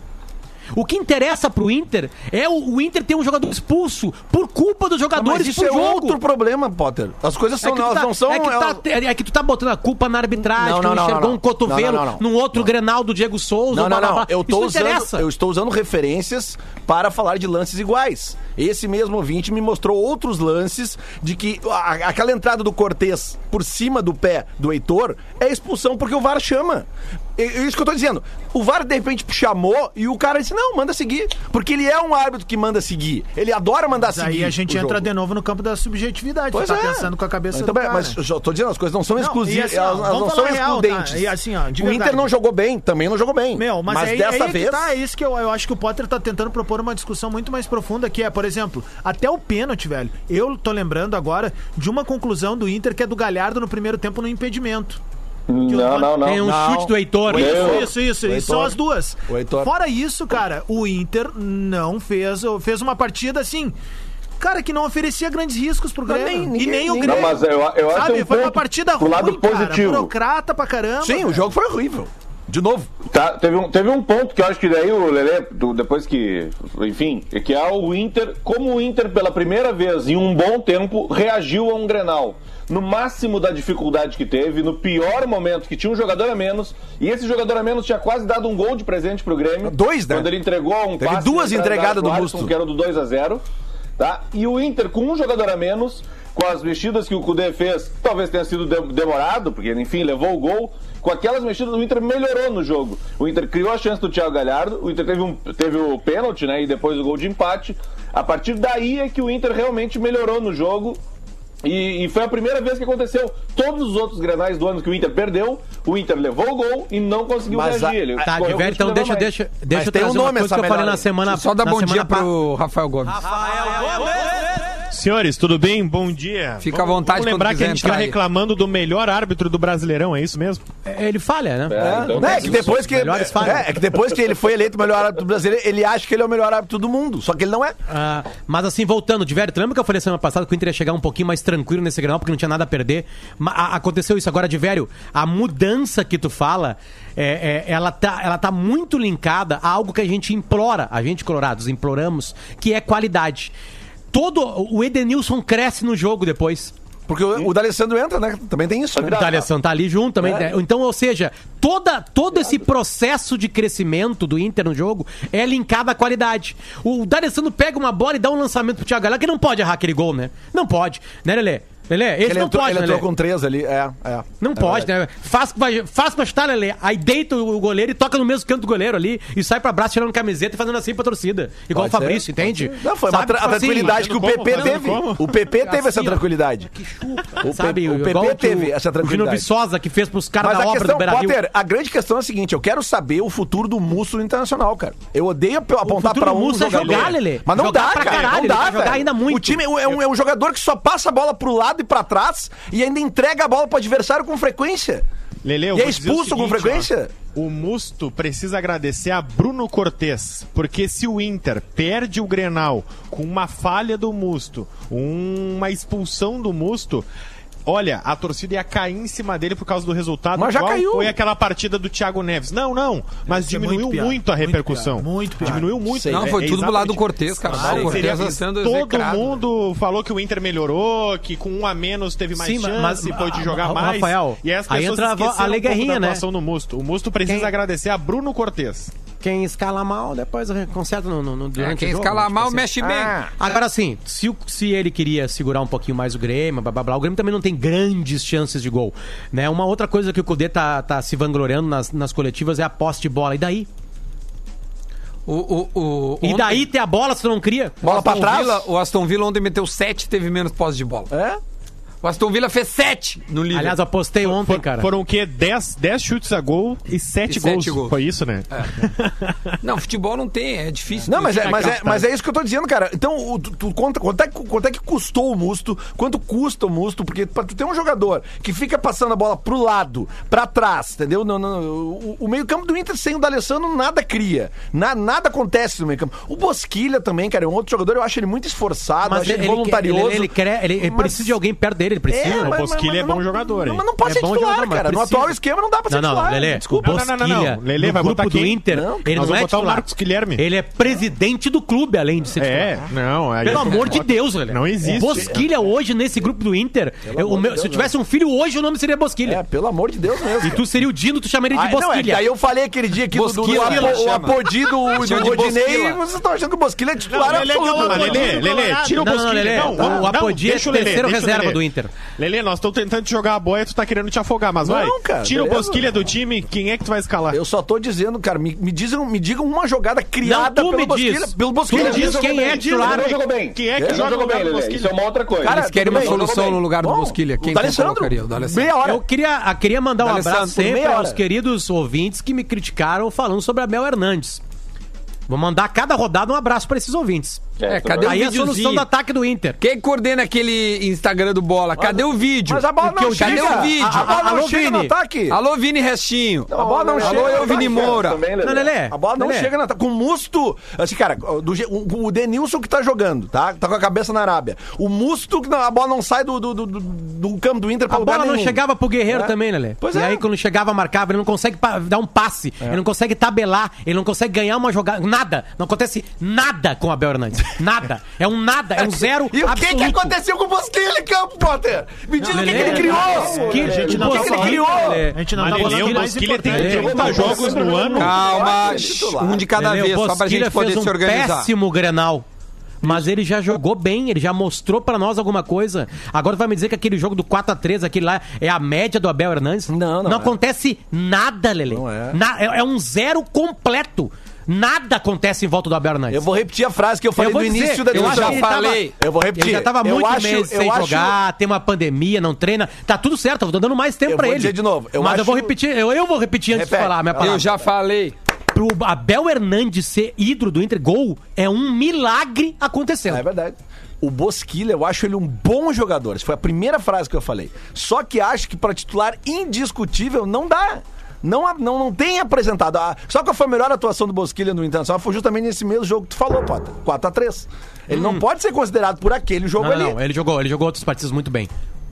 Speaker 7: O que interessa pro Inter é o, o Inter ter um jogador expulso por culpa dos jogadores
Speaker 5: Mas isso
Speaker 7: pro
Speaker 5: é
Speaker 7: jogo.
Speaker 5: outro problema, Potter. As coisas são,
Speaker 7: que tu
Speaker 5: elas
Speaker 7: tá-
Speaker 5: não são.
Speaker 7: é que, tu tá,
Speaker 5: elas-
Speaker 7: é que tu tá botando a culpa na arbitragem,
Speaker 5: Não,
Speaker 7: que
Speaker 5: não, não,
Speaker 7: enxergou
Speaker 5: não,
Speaker 7: um
Speaker 5: não.
Speaker 7: cotovelo
Speaker 5: Não, não, não, não.
Speaker 7: num outro grenal do Diego Souza.
Speaker 5: Não, não,
Speaker 7: blá, blá,
Speaker 5: não.
Speaker 7: blá.
Speaker 5: Eu tô,
Speaker 7: isso não interessa.
Speaker 5: usando, eu estou usando referências para falar de lances iguais. Esse mesmo ouvinte me mostrou outros lances de que a- aquela entrada do Cortez por cima do pé do Heitor é expulsão porque o VAR chama. É é isso que eu tô dizendo. O VAR, de repente, chamou e o cara disse, não, manda seguir. Porque ele é um árbitro que manda seguir. Ele adora mandar
Speaker 4: Mas
Speaker 5: seguir.
Speaker 4: aí a
Speaker 5: o
Speaker 4: gente entra
Speaker 5: jogo.
Speaker 4: de novo no campo da subjetividade.
Speaker 5: Pois
Speaker 4: tu tá
Speaker 5: é.
Speaker 4: pensando com a cabeça
Speaker 5: Então,
Speaker 4: do
Speaker 5: bem,
Speaker 4: cara.
Speaker 5: Mas eu já tô dizendo, as coisas não são
Speaker 4: e
Speaker 5: exclusivas,
Speaker 4: assim, ó,
Speaker 5: elas, elas
Speaker 4: vamos
Speaker 5: não são
Speaker 4: falar real, tá?
Speaker 5: excludentes.
Speaker 4: E assim, ó, de
Speaker 5: o Inter
Speaker 4: verdade.
Speaker 5: não jogou bem, também não jogou bem.
Speaker 4: Meu, mas, aí,
Speaker 5: dessa
Speaker 4: aí é
Speaker 5: vez...
Speaker 4: Que tá, é isso que eu, eu acho que o Potter tá tentando propor uma discussão muito mais profunda, que é, por exemplo, até o pênalti, velho. Eu tô lembrando agora de uma conclusão do Inter que é do Galhardo no primeiro tempo no impedimento.
Speaker 6: Não, não,
Speaker 7: Tem um
Speaker 6: não.
Speaker 5: Não.
Speaker 7: chute do Heitor.
Speaker 6: Meu.
Speaker 7: Isso.
Speaker 4: Isso, isso,
Speaker 5: O
Speaker 4: isso. São
Speaker 5: Heitor.
Speaker 4: as duas.
Speaker 5: O Heitor.
Speaker 4: Fora isso, cara, o Inter não fez, fez uma partida assim. Cara, que não oferecia grandes riscos pro Grêmio.
Speaker 5: nem-
Speaker 4: e
Speaker 5: ninguém-
Speaker 4: nem o
Speaker 5: ninguém-
Speaker 4: Grêmio.
Speaker 6: Não, mas eu- eu acho
Speaker 4: Sabe,
Speaker 6: um
Speaker 4: foi uma
Speaker 6: ponto
Speaker 4: partida
Speaker 6: pro
Speaker 4: ruim,
Speaker 6: lado positivo.
Speaker 4: cara. Burocrata pra caramba.
Speaker 5: Sim, o jogo foi horrível. De novo.
Speaker 6: Tá, teve, um, teve um ponto que eu acho que daí o Lelê, do- depois que. Enfim, é que há o Inter, como o Inter pela primeira vez em um bom tempo reagiu a um grenal. No máximo da dificuldade que teve, no pior momento que tinha um jogador a menos, e esse jogador a menos tinha quase dado um gol de presente pro Grêmio.
Speaker 5: Dois, né?
Speaker 6: Quando ele entregou um
Speaker 5: Teve
Speaker 6: passe
Speaker 5: duas
Speaker 6: na entrada
Speaker 5: entregadas
Speaker 6: da área
Speaker 5: do
Speaker 6: pro
Speaker 5: Musto.
Speaker 6: Alisson, que era o do 2 a 0 tá? E o Inter com um jogador a menos, com as mexidas que o Cudê fez, talvez tenha sido de- demorado, porque enfim, levou o gol. Com aquelas mexidas, o Inter melhorou no jogo. O Inter criou a chance do Thiago Galhardo, o Inter teve, um, teve o pênalti, né? E depois o gol de empate. A partir daí é que o Inter realmente melhorou no jogo. E, e foi a primeira vez que aconteceu. Todos os outros granais do ano que o Inter perdeu, o Inter levou o gol e não conseguiu
Speaker 5: Mas a-
Speaker 6: reagir. Ele
Speaker 7: Tá,
Speaker 6: correu o
Speaker 7: Diverto,
Speaker 6: risco de
Speaker 7: então
Speaker 6: levar
Speaker 7: deixa,
Speaker 6: mais.
Speaker 7: deixa, deixa eu
Speaker 5: tem um
Speaker 7: trazer uma
Speaker 5: nome essa
Speaker 7: coisa que eu falei
Speaker 5: melhora
Speaker 7: na
Speaker 5: aí.
Speaker 7: semana
Speaker 2: Só dá
Speaker 7: na
Speaker 2: bom
Speaker 7: semana
Speaker 2: dia
Speaker 7: pa-
Speaker 2: pro Rafael Gomes.
Speaker 8: Senhores, tudo bem? Bom dia.
Speaker 2: Fica à vontade
Speaker 8: Vamos
Speaker 2: quando
Speaker 8: lembrar que
Speaker 2: quiser
Speaker 8: a gente tá
Speaker 2: entrar aí.
Speaker 8: reclamando do melhor árbitro do Brasileirão, é isso mesmo?
Speaker 7: Ele falha, né?
Speaker 6: É, então,
Speaker 5: Não, é, que depois que,
Speaker 7: melhores falham.
Speaker 5: é, é que depois que ele foi eleito o melhor árbitro brasileiro, ele acha que ele é o melhor árbitro do mundo. Só que ele não é.
Speaker 7: Ah, mas assim, voltando, Diverto, lembra que eu falei semana passada que o Inter ia chegar um pouquinho mais tranquilo nesse granal porque não tinha nada a perder? Ma- a- aconteceu isso agora, Diverio. A mudança que tu fala, é- é- ela, tá, ela tá muito linkada a algo que a gente implora, a gente, Colorados, imploramos, que é qualidade. Todo o Edenilson cresce no jogo depois.
Speaker 5: Porque o, o D'Alessandro entra, né? Também tem isso.
Speaker 7: O D'Alessandro tá ali junto
Speaker 5: É.
Speaker 7: também. né? Então, ou seja, toda, todo esse processo de crescimento do Inter no jogo é linkado à qualidade. O D'Alessandro pega uma bola e dá um lançamento pro Thiago Galhardo, que não pode errar aquele gol, né? Não pode. Né, Lelê? Lelê, esse
Speaker 5: Ele
Speaker 7: não
Speaker 5: entrou,
Speaker 7: pode, né,
Speaker 5: ele
Speaker 7: Lelê.
Speaker 5: entrou com três ali. É, é.
Speaker 7: Não
Speaker 5: É
Speaker 7: pode,
Speaker 5: verdade.
Speaker 7: né? Faz, vai- faz pra chutar, Lelê. Aí deita o goleiro e toca no mesmo canto do goleiro ali e sai pra braço tirando camiseta e fazendo assim pra torcida. Igual
Speaker 5: Pode
Speaker 7: o Fabrício,
Speaker 5: ser,
Speaker 7: entende?
Speaker 5: Não, foi uma
Speaker 7: Sabe,
Speaker 5: tra- a
Speaker 7: tipo assim,
Speaker 5: tranquilidade que o
Speaker 8: fazendo
Speaker 5: PP
Speaker 8: como,
Speaker 5: teve.
Speaker 8: fazendo
Speaker 5: O PP teve essa
Speaker 7: Assim, ó.
Speaker 5: tranquilidade.
Speaker 7: Que chupa.
Speaker 5: O
Speaker 7: sabe?
Speaker 5: P- o
Speaker 7: igual
Speaker 5: PP
Speaker 7: que
Speaker 5: teve essa
Speaker 7: O Gino
Speaker 5: tranquilidade.
Speaker 7: Viçosa que fez pros caras
Speaker 5: Mas
Speaker 7: da
Speaker 5: a
Speaker 7: obra
Speaker 5: questão,
Speaker 7: do Beira-Rio.
Speaker 5: Potter, a grande questão é a seguinte: eu quero saber o futuro do Musso no internacional, cara. Eu odeio ap- apontar
Speaker 7: futuro
Speaker 5: pra
Speaker 7: do
Speaker 5: um
Speaker 7: Musso é
Speaker 5: jogador.
Speaker 7: jogar, Lelê.
Speaker 5: Mas não
Speaker 7: Jogar
Speaker 5: dá,
Speaker 7: pra
Speaker 5: cara.
Speaker 7: caralho,
Speaker 5: não
Speaker 7: ele
Speaker 5: dá,
Speaker 7: vai jogar
Speaker 5: velho.
Speaker 7: ainda muito.
Speaker 5: O time é um, é um jogador que só passa a bola pro lado e pra trás e ainda entrega a bola pro adversário com frequência.
Speaker 8: Lele, eu
Speaker 5: E é
Speaker 8: vou dizer o
Speaker 5: expulso com
Speaker 8: seguinte,
Speaker 5: frequência?
Speaker 8: ó. o Musto precisa agradecer a Bruno Cortes, porque se o Inter perde o Grenal com uma falha do Musto, um- uma expulsão do Musto, olha, a torcida ia cair em cima dele por causa do resultado.
Speaker 5: Mas já
Speaker 8: igual
Speaker 5: caiu.
Speaker 8: Foi aquela partida do Thiago Neves. Não, não, mas
Speaker 4: Isso é
Speaker 8: diminuiu
Speaker 4: muito
Speaker 8: muito,
Speaker 4: piada,
Speaker 8: a
Speaker 4: muito
Speaker 8: repercussão.
Speaker 4: piada, muito piada.
Speaker 8: Diminuiu muito.
Speaker 5: Sei.
Speaker 2: Não,
Speaker 8: É-
Speaker 2: foi
Speaker 8: é
Speaker 2: tudo pro lado do
Speaker 8: exatamente-
Speaker 2: Cortez, cara.
Speaker 8: Ah,
Speaker 2: o
Speaker 8: seria-
Speaker 2: Cortez tá sendo
Speaker 8: todo
Speaker 2: execrado.
Speaker 8: mundo falou que o Inter melhorou, que com um a menos teve mais
Speaker 7: Sim,
Speaker 8: chance,
Speaker 7: mas-
Speaker 8: pôde jogar
Speaker 7: Ra-
Speaker 8: mais.
Speaker 7: Rafael,
Speaker 8: e aí as
Speaker 7: aí
Speaker 8: pessoas
Speaker 7: entra a vo- a
Speaker 8: esqueceram
Speaker 7: lei
Speaker 8: um pouco
Speaker 7: guerrinha,
Speaker 8: da
Speaker 7: né?
Speaker 8: atuação do Musto. O Musto precisa
Speaker 7: Quem-
Speaker 8: agradecer a Bruno Cortes.
Speaker 7: Quem escala mal, depois conserta no, no, no durante
Speaker 2: É,
Speaker 8: Ah,
Speaker 2: quem
Speaker 7: o jogo,
Speaker 2: escala
Speaker 7: né? Tipo
Speaker 2: mal
Speaker 7: assim.
Speaker 2: mexe bem.
Speaker 5: Ah.
Speaker 7: Agora sim, se, o- se ele queria segurar um pouquinho mais o Grêmio, blá, blá, blá, o Grêmio também não tem grandes chances de gol. Né? Uma outra coisa que o Cudê tá, tá se vangloriando nas, nas coletivas é a posse de bola. E daí?
Speaker 2: O, o, o,
Speaker 7: E
Speaker 2: ontem-
Speaker 7: daí ter a bola se tu não cria?
Speaker 5: Bola pra
Speaker 2: Aston
Speaker 5: trás?
Speaker 2: Villa- o Aston Villa ontem meteu 7 teve menos posse de bola.
Speaker 5: É?
Speaker 2: O Aston Villa fez 7 no Liverpool.
Speaker 7: Aliás, apostei ontem,
Speaker 8: For-
Speaker 7: cara.
Speaker 8: Foram o quê? 10 chutes a gol e 7
Speaker 2: E sete
Speaker 8: gols.
Speaker 2: gols.
Speaker 8: Foi isso, né?
Speaker 2: Não, futebol não tem, é difícil.
Speaker 5: Não, mas é, mas, é, mas é isso que eu tô dizendo, cara. Então, o- tu, tu conta, quanto, é, que- quanto é que custou o Musto? Quanto custa o Musto? Porque pra tu ter um jogador que fica passando a bola pro lado, pra trás, entendeu? Não, não, o o meio-campo do Inter sem o D'Alessandro nada cria. Na- nada acontece no meio-campo. O Bosquilha também, cara, é um outro jogador, eu acho ele muito esforçado, acho ele, voluntarioso.
Speaker 7: Ele, ele, quer- ele- ele
Speaker 5: mas-
Speaker 7: precisa de alguém perto dele, ele precisa.
Speaker 5: mas-
Speaker 7: né?
Speaker 5: mas-
Speaker 8: Bosquilha
Speaker 5: mas
Speaker 8: é bom
Speaker 5: não-
Speaker 8: jogador,
Speaker 5: não-
Speaker 8: hein?
Speaker 5: Mas não pode
Speaker 7: É
Speaker 5: ser
Speaker 7: bom
Speaker 5: titular,
Speaker 7: jogador, mas
Speaker 5: cara. No
Speaker 7: precisa.
Speaker 5: atual esquema não dá pra ser
Speaker 7: Não, não,
Speaker 5: titular.
Speaker 7: Lelê.
Speaker 5: Desculpa.
Speaker 7: O
Speaker 8: Não, não, não,
Speaker 7: Bosquilha,
Speaker 8: não. Lelê,
Speaker 7: no
Speaker 8: vai
Speaker 7: grupo
Speaker 8: botar
Speaker 7: do
Speaker 8: quem?
Speaker 7: Inter,
Speaker 5: Não,
Speaker 7: ele
Speaker 8: nós
Speaker 7: não
Speaker 8: vamos
Speaker 7: é
Speaker 8: botar o
Speaker 7: titular.
Speaker 8: Marcos Guilherme.
Speaker 7: Ele é presidente do clube, além de ser
Speaker 8: É,
Speaker 7: titular.
Speaker 8: não. aí-
Speaker 7: Pelo amor de Deus, Lelê.
Speaker 8: Não existe.
Speaker 7: Bosquilha hoje nesse grupo do Inter. eu- o meu- se eu tivesse um filho hoje, o nome seria
Speaker 5: É,
Speaker 7: Bosquilha.
Speaker 5: pelo amor de Deus mesmo.
Speaker 7: E tu seria o Dino, tu chamaria de
Speaker 5: Ah, não, é que
Speaker 7: Bosquilha.
Speaker 5: aí eu falei aquele dia aqui do, do, do
Speaker 2: Bosquila,
Speaker 5: apo, o
Speaker 2: chama.
Speaker 5: apodi do, do
Speaker 2: Chama de
Speaker 5: Rodinei,
Speaker 2: Bosquila.
Speaker 5: vocês estão achando que o Bosquilha é titular
Speaker 8: Não, Lelê,
Speaker 5: absoluto.
Speaker 8: não,
Speaker 5: né?
Speaker 8: Lelê,
Speaker 4: do
Speaker 8: Lelê,
Speaker 4: Colorado.
Speaker 8: tira o
Speaker 7: Não, não,
Speaker 8: Bosquilha.
Speaker 7: Lelê,
Speaker 8: Não,
Speaker 7: o
Speaker 8: vamos-
Speaker 7: Apodi é
Speaker 8: deixa o Lelê,
Speaker 7: terceiro
Speaker 8: deixa o
Speaker 7: reserva
Speaker 8: Lelê.
Speaker 7: do Inter.
Speaker 8: Lelê, nós estamos tentando te jogar a boia, tu tá querendo te afogar, mas
Speaker 5: Não,
Speaker 8: vai.
Speaker 5: cara,
Speaker 8: tira o
Speaker 5: beleza?
Speaker 8: Bosquilha do time, quem é que tu vai escalar?
Speaker 5: Eu só tô dizendo, cara, me, me, dizem, me digam uma jogada criada
Speaker 7: tu
Speaker 5: pelo
Speaker 7: me
Speaker 5: Bosquilha.
Speaker 7: diz.
Speaker 5: Pelo Bosquilha.
Speaker 7: Tu diz
Speaker 6: Ele
Speaker 7: quem
Speaker 6: jogou
Speaker 7: é
Speaker 6: bem,
Speaker 7: titular,
Speaker 6: hein? Ele não jogou bem.
Speaker 8: Quem é que
Speaker 6: Ele não
Speaker 8: joga no
Speaker 6: jogou
Speaker 8: lugar
Speaker 6: bem,
Speaker 8: do
Speaker 6: Lelê.
Speaker 8: Bosquilha?
Speaker 6: Isso é uma outra coisa.
Speaker 5: Cara,
Speaker 2: Eles querem
Speaker 5: tudo
Speaker 2: uma
Speaker 5: bem,
Speaker 2: solução
Speaker 6: jogou
Speaker 2: no
Speaker 6: bem.
Speaker 2: lugar do
Speaker 5: Bom,
Speaker 2: Bosquilha. Quem
Speaker 5: o
Speaker 2: que
Speaker 5: D'Alessandro.
Speaker 2: colocaria? O D'Alessandro.
Speaker 5: Meia hora.
Speaker 7: Eu queria, ah, queria mandar um
Speaker 5: D'Alessandro,
Speaker 7: abraço sempre
Speaker 5: meia hora.
Speaker 7: aos queridos ouvintes que me criticaram falando sobre Abel Hernandes. Vou mandar a cada rodada um abraço pra esses ouvintes.
Speaker 2: É, cadê
Speaker 5: um
Speaker 2: o
Speaker 7: Aí a
Speaker 2: videozinho?
Speaker 7: solução do ataque do Inter.
Speaker 2: Quem coordena aquele Instagram do Bola? Cadê o vídeo?
Speaker 5: Mas a bola
Speaker 2: Porque
Speaker 5: não
Speaker 2: eu- Cadê
Speaker 5: chega.
Speaker 2: o vídeo?
Speaker 5: A, a bola não
Speaker 7: é Alô,
Speaker 5: chega no
Speaker 7: Vini.
Speaker 5: ataque.
Speaker 2: Alô, Vini Restinho.
Speaker 5: a bola não
Speaker 6: Lelê,
Speaker 5: chega.
Speaker 2: Alô,
Speaker 5: no
Speaker 2: eu,
Speaker 5: ataque,
Speaker 2: Vini
Speaker 5: cara.
Speaker 2: Moura.
Speaker 6: Também, Lelê.
Speaker 7: Não, Lelê.
Speaker 5: A bola não
Speaker 7: é. Lelê.
Speaker 5: chega na. Com o Musto. Assim, cara, do je- o, o Denilson que tá jogando, tá? Tá com a cabeça na Arábia. O Musto, que não- a bola não sai do, do, do, do- do campo do Inter pra
Speaker 7: A
Speaker 5: lugar
Speaker 7: bola não
Speaker 5: nenhum.
Speaker 7: chegava pro Guerreiro
Speaker 5: É.
Speaker 7: também, Lelê.
Speaker 5: Pois
Speaker 7: e
Speaker 5: é.
Speaker 7: aí quando chegava, marcava, ele não consegue pa- dar um passe, ele não consegue tabelar, ele não consegue ganhar uma jogada, nada. Não acontece nada com o Abel Hernandes. Nada. É um nada, é um zero
Speaker 5: *laughs* E o que, que
Speaker 7: absoluto.
Speaker 5: aconteceu com o Bosquilha em campo, Potter? Me diz o que, que ele
Speaker 7: Lelê,
Speaker 5: criou!
Speaker 7: Que-
Speaker 4: A gente não
Speaker 7: o
Speaker 4: tá
Speaker 7: que que ele
Speaker 4: falando,
Speaker 7: criou?
Speaker 4: Lelê. A gente não
Speaker 8: Mas
Speaker 4: tá
Speaker 8: Lelê,
Speaker 4: falando
Speaker 8: Ah, o
Speaker 4: do mais
Speaker 8: Bosquilha tem
Speaker 4: importante.
Speaker 7: Lelê,
Speaker 8: 30 jogos no ano.
Speaker 5: é
Speaker 2: Calma, um de cada
Speaker 7: Entendeu?
Speaker 2: vez, só pra
Speaker 7: Bosquilha
Speaker 2: gente poder
Speaker 7: fez um
Speaker 2: se organizar.
Speaker 7: péssimo Grenal. Mas ele já jogou bem, ele já mostrou pra nós alguma coisa. Agora tu vai me dizer que aquele jogo do 4 a 3 aquele lá, é a média do Abel Hernandes?
Speaker 5: Não, não é.
Speaker 7: Não acontece nada, Lele.
Speaker 5: Não é.
Speaker 7: é um zero completo. Nada acontece em volta do Abel Hernandes.
Speaker 5: Eu vou repetir a frase que eu falei
Speaker 7: Eu vou
Speaker 5: no
Speaker 7: dizer,
Speaker 5: início da
Speaker 7: eu acho
Speaker 5: discussão.
Speaker 7: que ele tava-
Speaker 5: eu vou repetir.
Speaker 7: Ele já tava
Speaker 5: Eu
Speaker 7: muito
Speaker 5: acho-
Speaker 7: meses
Speaker 5: eu
Speaker 7: sem
Speaker 5: acho-
Speaker 7: jogar, tem uma pandemia, não treina. Tá tudo certo, eu tô dando mais tempo
Speaker 5: Eu
Speaker 7: pra
Speaker 5: vou
Speaker 7: ele.
Speaker 5: dizer de novo, eu
Speaker 7: Mas
Speaker 5: acho-
Speaker 7: eu vou repetir, eu, eu vou repetir antes
Speaker 5: Repete.
Speaker 7: de falar a minha palavra.
Speaker 2: Eu já falei.
Speaker 7: Pro Abel Hernandes ser ídolo do Inter, gol, é um milagre acontecendo.
Speaker 5: É verdade. O Bosquilha, eu acho ele um bom jogador. Essa foi a primeira frase que eu falei. Só que acho que pra titular indiscutível não dá. Não, a- não, não tem apresentado. A, só que foi a melhor atuação do Bosquilha no Internacional foi justamente nesse mesmo jogo que tu falou, Pota. 4x3. Ele não pode ser considerado por aquele jogo
Speaker 7: Hum. não,
Speaker 5: ali.
Speaker 7: Ah, não, não, ele jogou, ele jogou outros partidos muito bem.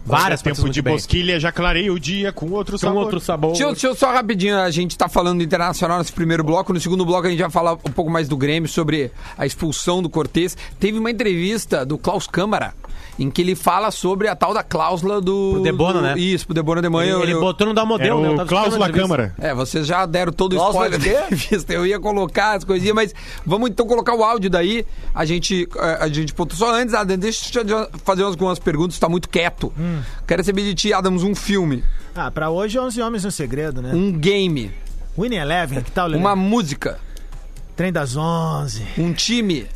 Speaker 7: Várias partidas
Speaker 8: tempo
Speaker 7: muito
Speaker 8: de
Speaker 7: bem.
Speaker 8: Bosquilha, já clarei o dia com outro
Speaker 7: Com
Speaker 8: sabor.
Speaker 7: outro sabor.
Speaker 2: Deixa eu, deixa eu só rapidinho, a gente tá falando do Internacional nesse primeiro bloco. No segundo bloco a gente vai falar um pouco mais do Grêmio, sobre a expulsão do Cortez. Teve uma entrevista do Klaus Câmara, em que ele fala sobre a tal da cláusula do...
Speaker 7: Pro De Bono,
Speaker 2: do-
Speaker 7: né?
Speaker 2: Isso, pro De Bono de manhã.
Speaker 7: Ele
Speaker 2: eu-
Speaker 7: botou no dar
Speaker 8: É
Speaker 7: modelo, né? Eu
Speaker 8: o
Speaker 7: tava
Speaker 8: Cláusula
Speaker 7: escutando a entrevista.
Speaker 8: Câmara.
Speaker 2: É, vocês já deram todo o
Speaker 5: Cláusula
Speaker 2: spoiler
Speaker 5: de quê?
Speaker 2: da entrevista. Eu ia colocar as coisinhas, mas vamos então colocar o áudio daí. A gente, eh, a gente pontua. Só antes, Adam, deixa eu te fazer algumas perguntas, tá muito quieto.
Speaker 7: Hum.
Speaker 2: Quero saber de ti, Adams, um filme,
Speaker 4: Ah, pra hoje 11 homens no segredo, né?
Speaker 2: um game,
Speaker 4: Winning Eleven, que
Speaker 7: É.
Speaker 4: tal, Lelê?
Speaker 2: uma música,
Speaker 4: Trem das 11.
Speaker 2: um time.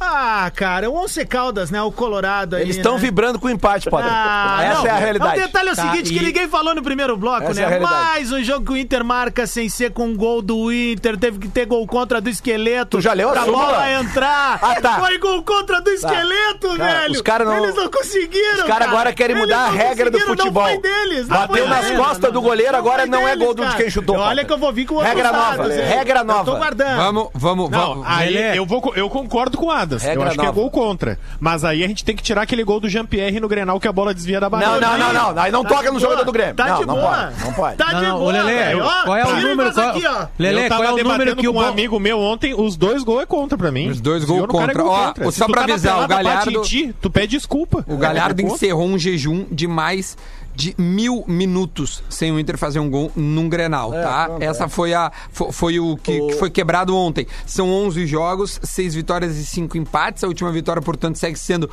Speaker 4: Ah, cara, o Once Caldas, né? O Colorado aí,
Speaker 5: Eles estão
Speaker 7: é-
Speaker 4: né?
Speaker 5: vibrando com o empate, Potter.
Speaker 4: Ah,
Speaker 5: Essa
Speaker 4: não.
Speaker 5: é a realidade.
Speaker 4: O detalhe é o
Speaker 7: Tá,
Speaker 4: seguinte, que
Speaker 7: e-
Speaker 4: ninguém falou no primeiro bloco,
Speaker 5: Essa é a
Speaker 4: né?
Speaker 5: realidade.
Speaker 4: Mais um jogo que o Inter marca sem ser com um gol do Inter, teve que ter gol contra do esqueleto.
Speaker 5: Tu já leu a
Speaker 4: pra
Speaker 5: súmula?
Speaker 4: bola entrar.
Speaker 5: Ah, tá.
Speaker 4: Foi gol contra do esqueleto,
Speaker 5: Cara,
Speaker 4: velho.
Speaker 5: os cara não-
Speaker 4: Eles não conseguiram,
Speaker 5: Os caras agora querem
Speaker 4: Eles
Speaker 5: mudar a
Speaker 4: não
Speaker 5: regra do
Speaker 4: conseguiram,
Speaker 5: futebol.
Speaker 4: Não foi deles, não
Speaker 5: Bateu
Speaker 4: foi
Speaker 5: nas
Speaker 4: deles.
Speaker 5: costas do goleiro, agora
Speaker 4: foi
Speaker 5: não é
Speaker 4: deles,
Speaker 5: gol do de
Speaker 4: cara.
Speaker 5: quem chutou,
Speaker 4: Olha
Speaker 5: Potter.
Speaker 4: que eu vou vir com outros
Speaker 5: Regra nova,
Speaker 4: dados, hein?
Speaker 5: regra
Speaker 4: Eu
Speaker 5: nova.
Speaker 4: tô guardando.
Speaker 2: Vamos, vamos,
Speaker 8: Não,
Speaker 2: vamos.
Speaker 8: aí
Speaker 7: Lelê.
Speaker 8: eu, vou, co- eu concordo com o Adas.
Speaker 5: Regra
Speaker 8: eu acho que é
Speaker 5: nova.
Speaker 8: gol contra. Mas aí a gente tem que tirar aquele gol do Jean-Pierre no Grenal que a bola desvia da barreira.
Speaker 5: Não, não, não, não. Aí não
Speaker 4: Tá
Speaker 5: toca
Speaker 4: de
Speaker 5: no
Speaker 4: boa,
Speaker 5: jogador do Grêmio.
Speaker 4: Tá
Speaker 5: não,
Speaker 4: de
Speaker 5: não
Speaker 4: boa.
Speaker 5: pode. Não pode.
Speaker 4: Tá
Speaker 7: Não,
Speaker 4: de
Speaker 7: não,
Speaker 4: boa,
Speaker 7: ô, Lelê,
Speaker 4: velho. Ó,
Speaker 7: qual é o
Speaker 4: tira e
Speaker 7: número?
Speaker 4: passa
Speaker 7: Qual-
Speaker 4: aqui, ó.
Speaker 7: Lelê, qual
Speaker 8: eu tava
Speaker 7: é o
Speaker 8: debatendo
Speaker 7: número que
Speaker 8: com
Speaker 7: o
Speaker 8: um
Speaker 7: Bo-
Speaker 8: amigo meu ontem, os dois gols é contra pra mim.
Speaker 2: Os dois
Speaker 8: Se
Speaker 2: gol
Speaker 8: eu não cara, é
Speaker 2: contra.
Speaker 8: gol
Speaker 2: Ó,
Speaker 8: contra.
Speaker 2: só
Speaker 8: Se tu
Speaker 2: pra
Speaker 8: tá na
Speaker 2: avisar, o
Speaker 8: pelada, bate
Speaker 2: Galhardo-
Speaker 8: em ti, tu pede desculpa.
Speaker 2: O Galhardo
Speaker 8: É, é contra.
Speaker 2: encerrou um jejum de mais de mil minutos sem o Inter fazer um gol num Grenal, tá? Essa foi a fo- foi o que, que foi quebrado ontem. São 11 jogos, 6 vitórias e 5 empates. A última vitória, portanto, segue sendo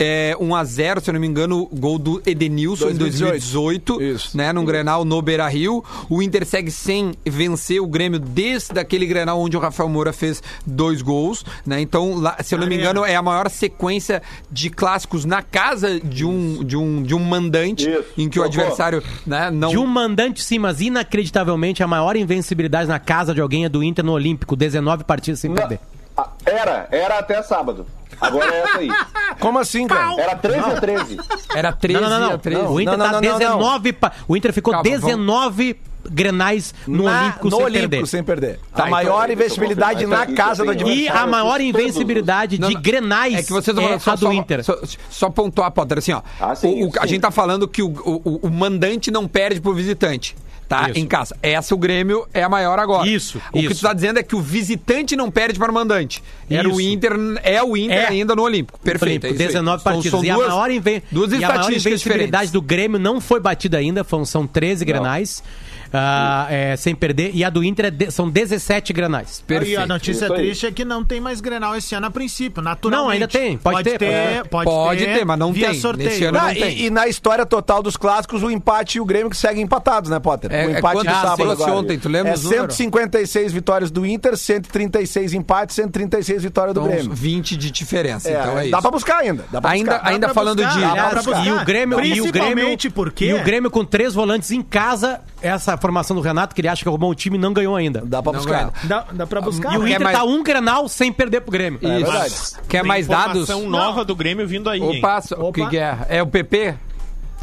Speaker 2: é, 1 a 0, se eu não me engano, gol do Edenilson em
Speaker 5: 2018.
Speaker 2: 2018,
Speaker 5: Isso.
Speaker 2: né, num Grenal no Beira-Rio. O Inter segue sem vencer o Grêmio desde aquele Grenal onde o Rafael Moura fez dois gols, né? Então, lá, se eu não me engano, é a maior sequência de clássicos na casa de um de um de um mandante
Speaker 6: Isso.
Speaker 2: em que o
Speaker 6: Jogou.
Speaker 2: adversário, né, não
Speaker 7: De um mandante sim, mas inacreditavelmente a maior invencibilidade na casa de alguém é do Inter no Olímpico, 19 partidas sem
Speaker 6: Na-
Speaker 7: perder.
Speaker 6: Ah, Era, era até sábado. Agora é essa aí.
Speaker 5: Como assim, cara?
Speaker 6: Era 13 a 13.
Speaker 2: era 13
Speaker 7: Não, não, não,
Speaker 2: a
Speaker 7: não.
Speaker 2: 13.
Speaker 7: O Inter
Speaker 5: Não,
Speaker 7: tá
Speaker 5: não, não, não,
Speaker 7: 19, pa- o Inter ficou
Speaker 2: Calma,
Speaker 7: 19 grenais no
Speaker 5: Na-
Speaker 7: Olímpico
Speaker 5: no
Speaker 7: sem
Speaker 5: Olímpico
Speaker 7: perder.
Speaker 5: sem perder.
Speaker 6: então,
Speaker 5: a maior
Speaker 6: deixa eu
Speaker 5: invencibilidade
Speaker 6: confirmar,
Speaker 5: na
Speaker 6: tá aqui,
Speaker 5: casa do
Speaker 6: eu tenho.
Speaker 5: adversário.
Speaker 7: E a maior
Speaker 6: todos os-
Speaker 7: invencibilidade
Speaker 2: Não,
Speaker 7: de
Speaker 2: não.
Speaker 7: grenais
Speaker 2: É que vocês estão
Speaker 7: é
Speaker 2: falando só,
Speaker 7: a do
Speaker 2: só-
Speaker 7: Inter.
Speaker 2: Só, só pontuar, Potter, assim, ó.
Speaker 6: Ah, sim,
Speaker 2: O- o- a
Speaker 6: sim.
Speaker 2: gente tá falando que o, o- o mandante não perde pro visitante. Tá?
Speaker 7: Isso.
Speaker 2: Em casa. Essa o Grêmio é a maior agora.
Speaker 7: Isso,
Speaker 2: O que
Speaker 7: isso.
Speaker 2: tu tá dizendo é que o visitante não perde para o mandante. Era o
Speaker 7: Isso.
Speaker 2: Inter, é o Inter
Speaker 7: É.
Speaker 2: ainda no Olímpico. Perfeito.
Speaker 7: Olímpico,
Speaker 2: é isso aí.
Speaker 7: 19
Speaker 2: São-
Speaker 7: partidas.
Speaker 2: São
Speaker 7: e,
Speaker 2: duas,
Speaker 7: a maior inven...
Speaker 2: duas
Speaker 7: e a maior
Speaker 2: estatísticas
Speaker 7: invencibilidade
Speaker 2: diferentes.
Speaker 7: do Grêmio não foi batida ainda, foram- são 13 granais ah, é, sem perder. E a do Inter é de- são 17 granais.
Speaker 4: E a
Speaker 7: tipo,
Speaker 2: Perfeito.
Speaker 4: notícia
Speaker 6: Isso aí.
Speaker 4: triste é que não tem mais Grenal esse ano a princípio, naturalmente.
Speaker 7: Não, ainda tem, pode ter,
Speaker 4: Pode,
Speaker 2: Pode ter, mas não
Speaker 4: via
Speaker 2: tem.
Speaker 4: sorteio.
Speaker 2: Nesse ano
Speaker 5: Ah,
Speaker 2: não
Speaker 5: e-
Speaker 2: tem.
Speaker 5: e, na história total dos clássicos, o empate e o Grêmio que seguem empatados, né, Potter?
Speaker 2: É,
Speaker 5: o
Speaker 2: é
Speaker 5: empate
Speaker 2: quanto
Speaker 5: de
Speaker 2: que
Speaker 5: sábado
Speaker 2: trouxe
Speaker 5: agora.
Speaker 2: ontem, tu lembra
Speaker 5: é
Speaker 2: os números?
Speaker 5: 156 vitórias do Inter, 136 empates, 136 vitórias do
Speaker 2: Então, uns
Speaker 5: Grêmio.
Speaker 2: 20 de diferença.
Speaker 5: É,
Speaker 2: então é isso.
Speaker 5: dá pra buscar ainda. Dá pra
Speaker 2: Ainda,
Speaker 5: buscar.
Speaker 2: ainda
Speaker 4: pra
Speaker 2: falando
Speaker 4: buscar,
Speaker 2: de.
Speaker 4: dá pra
Speaker 7: Aliás,
Speaker 4: buscar.
Speaker 7: e o Grêmio, e o Grêmio,
Speaker 4: Principalmente porque-
Speaker 7: e o Grêmio com três volantes em casa, essa formação do Renato que ele acha que arrumou o time não ganhou ainda.
Speaker 5: Dá pra
Speaker 2: Não,
Speaker 5: buscar.
Speaker 2: cara.
Speaker 4: Dá, dá pra buscar.
Speaker 7: E o
Speaker 2: Quer
Speaker 7: Inter
Speaker 2: mais- É.
Speaker 7: tá um granal sem perder pro Grêmio.
Speaker 2: Isso.
Speaker 5: verdade.
Speaker 2: Quer
Speaker 8: Tem
Speaker 2: mais dados?
Speaker 8: Formação nova do Grêmio vindo aí, hein?
Speaker 2: Opa, o que
Speaker 4: Opa.
Speaker 2: que é? É o PP?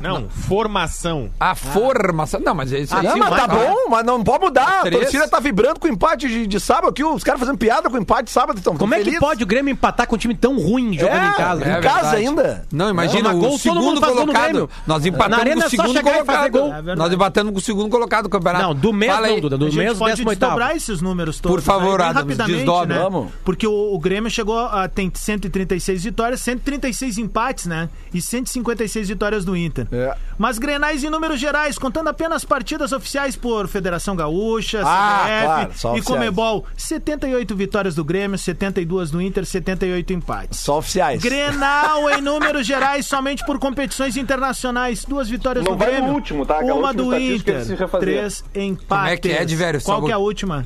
Speaker 8: Não, formação.
Speaker 2: A formação. Não, mas
Speaker 7: Ah,
Speaker 2: isso aí
Speaker 5: Não,
Speaker 2: sim,
Speaker 5: mas
Speaker 2: vai
Speaker 5: tá
Speaker 2: falar.
Speaker 5: bom, mas não pode mudar. A
Speaker 2: Três.
Speaker 5: torcida tá vibrando com o empate de, de sábado aqui. Os caras fazendo piada com o empate de sábado. Tão, tão
Speaker 7: Como é que
Speaker 5: felizes.
Speaker 7: pode o Grêmio empatar com um time tão ruim jogando em casa?
Speaker 5: Em
Speaker 2: É
Speaker 5: casa
Speaker 2: verdade.
Speaker 5: ainda?
Speaker 2: Não,
Speaker 7: Não,
Speaker 2: imagina,
Speaker 7: mas
Speaker 2: o
Speaker 7: gol, todo
Speaker 2: segundo
Speaker 7: mundo faz gol no
Speaker 2: colocado.
Speaker 7: Grêmio.
Speaker 2: Nós
Speaker 7: Na
Speaker 2: empatamos
Speaker 7: arena
Speaker 2: com o
Speaker 7: é só
Speaker 2: segundo
Speaker 7: chegar e fazer
Speaker 2: colocado.
Speaker 7: gol. É
Speaker 4: verdade.
Speaker 2: Nós empatamos com o segundo colocado do campeonato.
Speaker 7: Não, do mesmo,
Speaker 2: Fala aí.
Speaker 7: Duda,
Speaker 4: A
Speaker 7: do
Speaker 4: gente
Speaker 7: mesmo
Speaker 4: pode
Speaker 7: décimo oitavo.
Speaker 4: desdobrar esses números todos.
Speaker 2: Por favor,
Speaker 4: né? Bem
Speaker 2: Adams, desdobra.
Speaker 5: Vamos.
Speaker 4: Porque o, o Grêmio chegou a tem 136 vitórias, 136 empates, né? E 156 vitórias do Inter.
Speaker 5: É.
Speaker 4: Mas grenais em números gerais, contando apenas partidas oficiais por Federação Gaúcha, CBF
Speaker 5: Ah, claro, só
Speaker 4: e
Speaker 5: oficiais.
Speaker 4: Comebol. 78 vitórias do Grêmio, 72 do Inter, 78 empates.
Speaker 5: Só oficiais.
Speaker 4: Grenal em números gerais somente por competições internacionais. Duas vitórias
Speaker 6: Não
Speaker 4: do
Speaker 6: vai no
Speaker 4: Grêmio.
Speaker 6: último, tá? Que a
Speaker 4: Uma
Speaker 6: última
Speaker 4: do
Speaker 6: estatística é
Speaker 4: Inter.
Speaker 6: se refazer.
Speaker 4: Três empates. Como
Speaker 2: é que é, de velho? Só
Speaker 4: Qual que é a
Speaker 2: vou-
Speaker 4: última?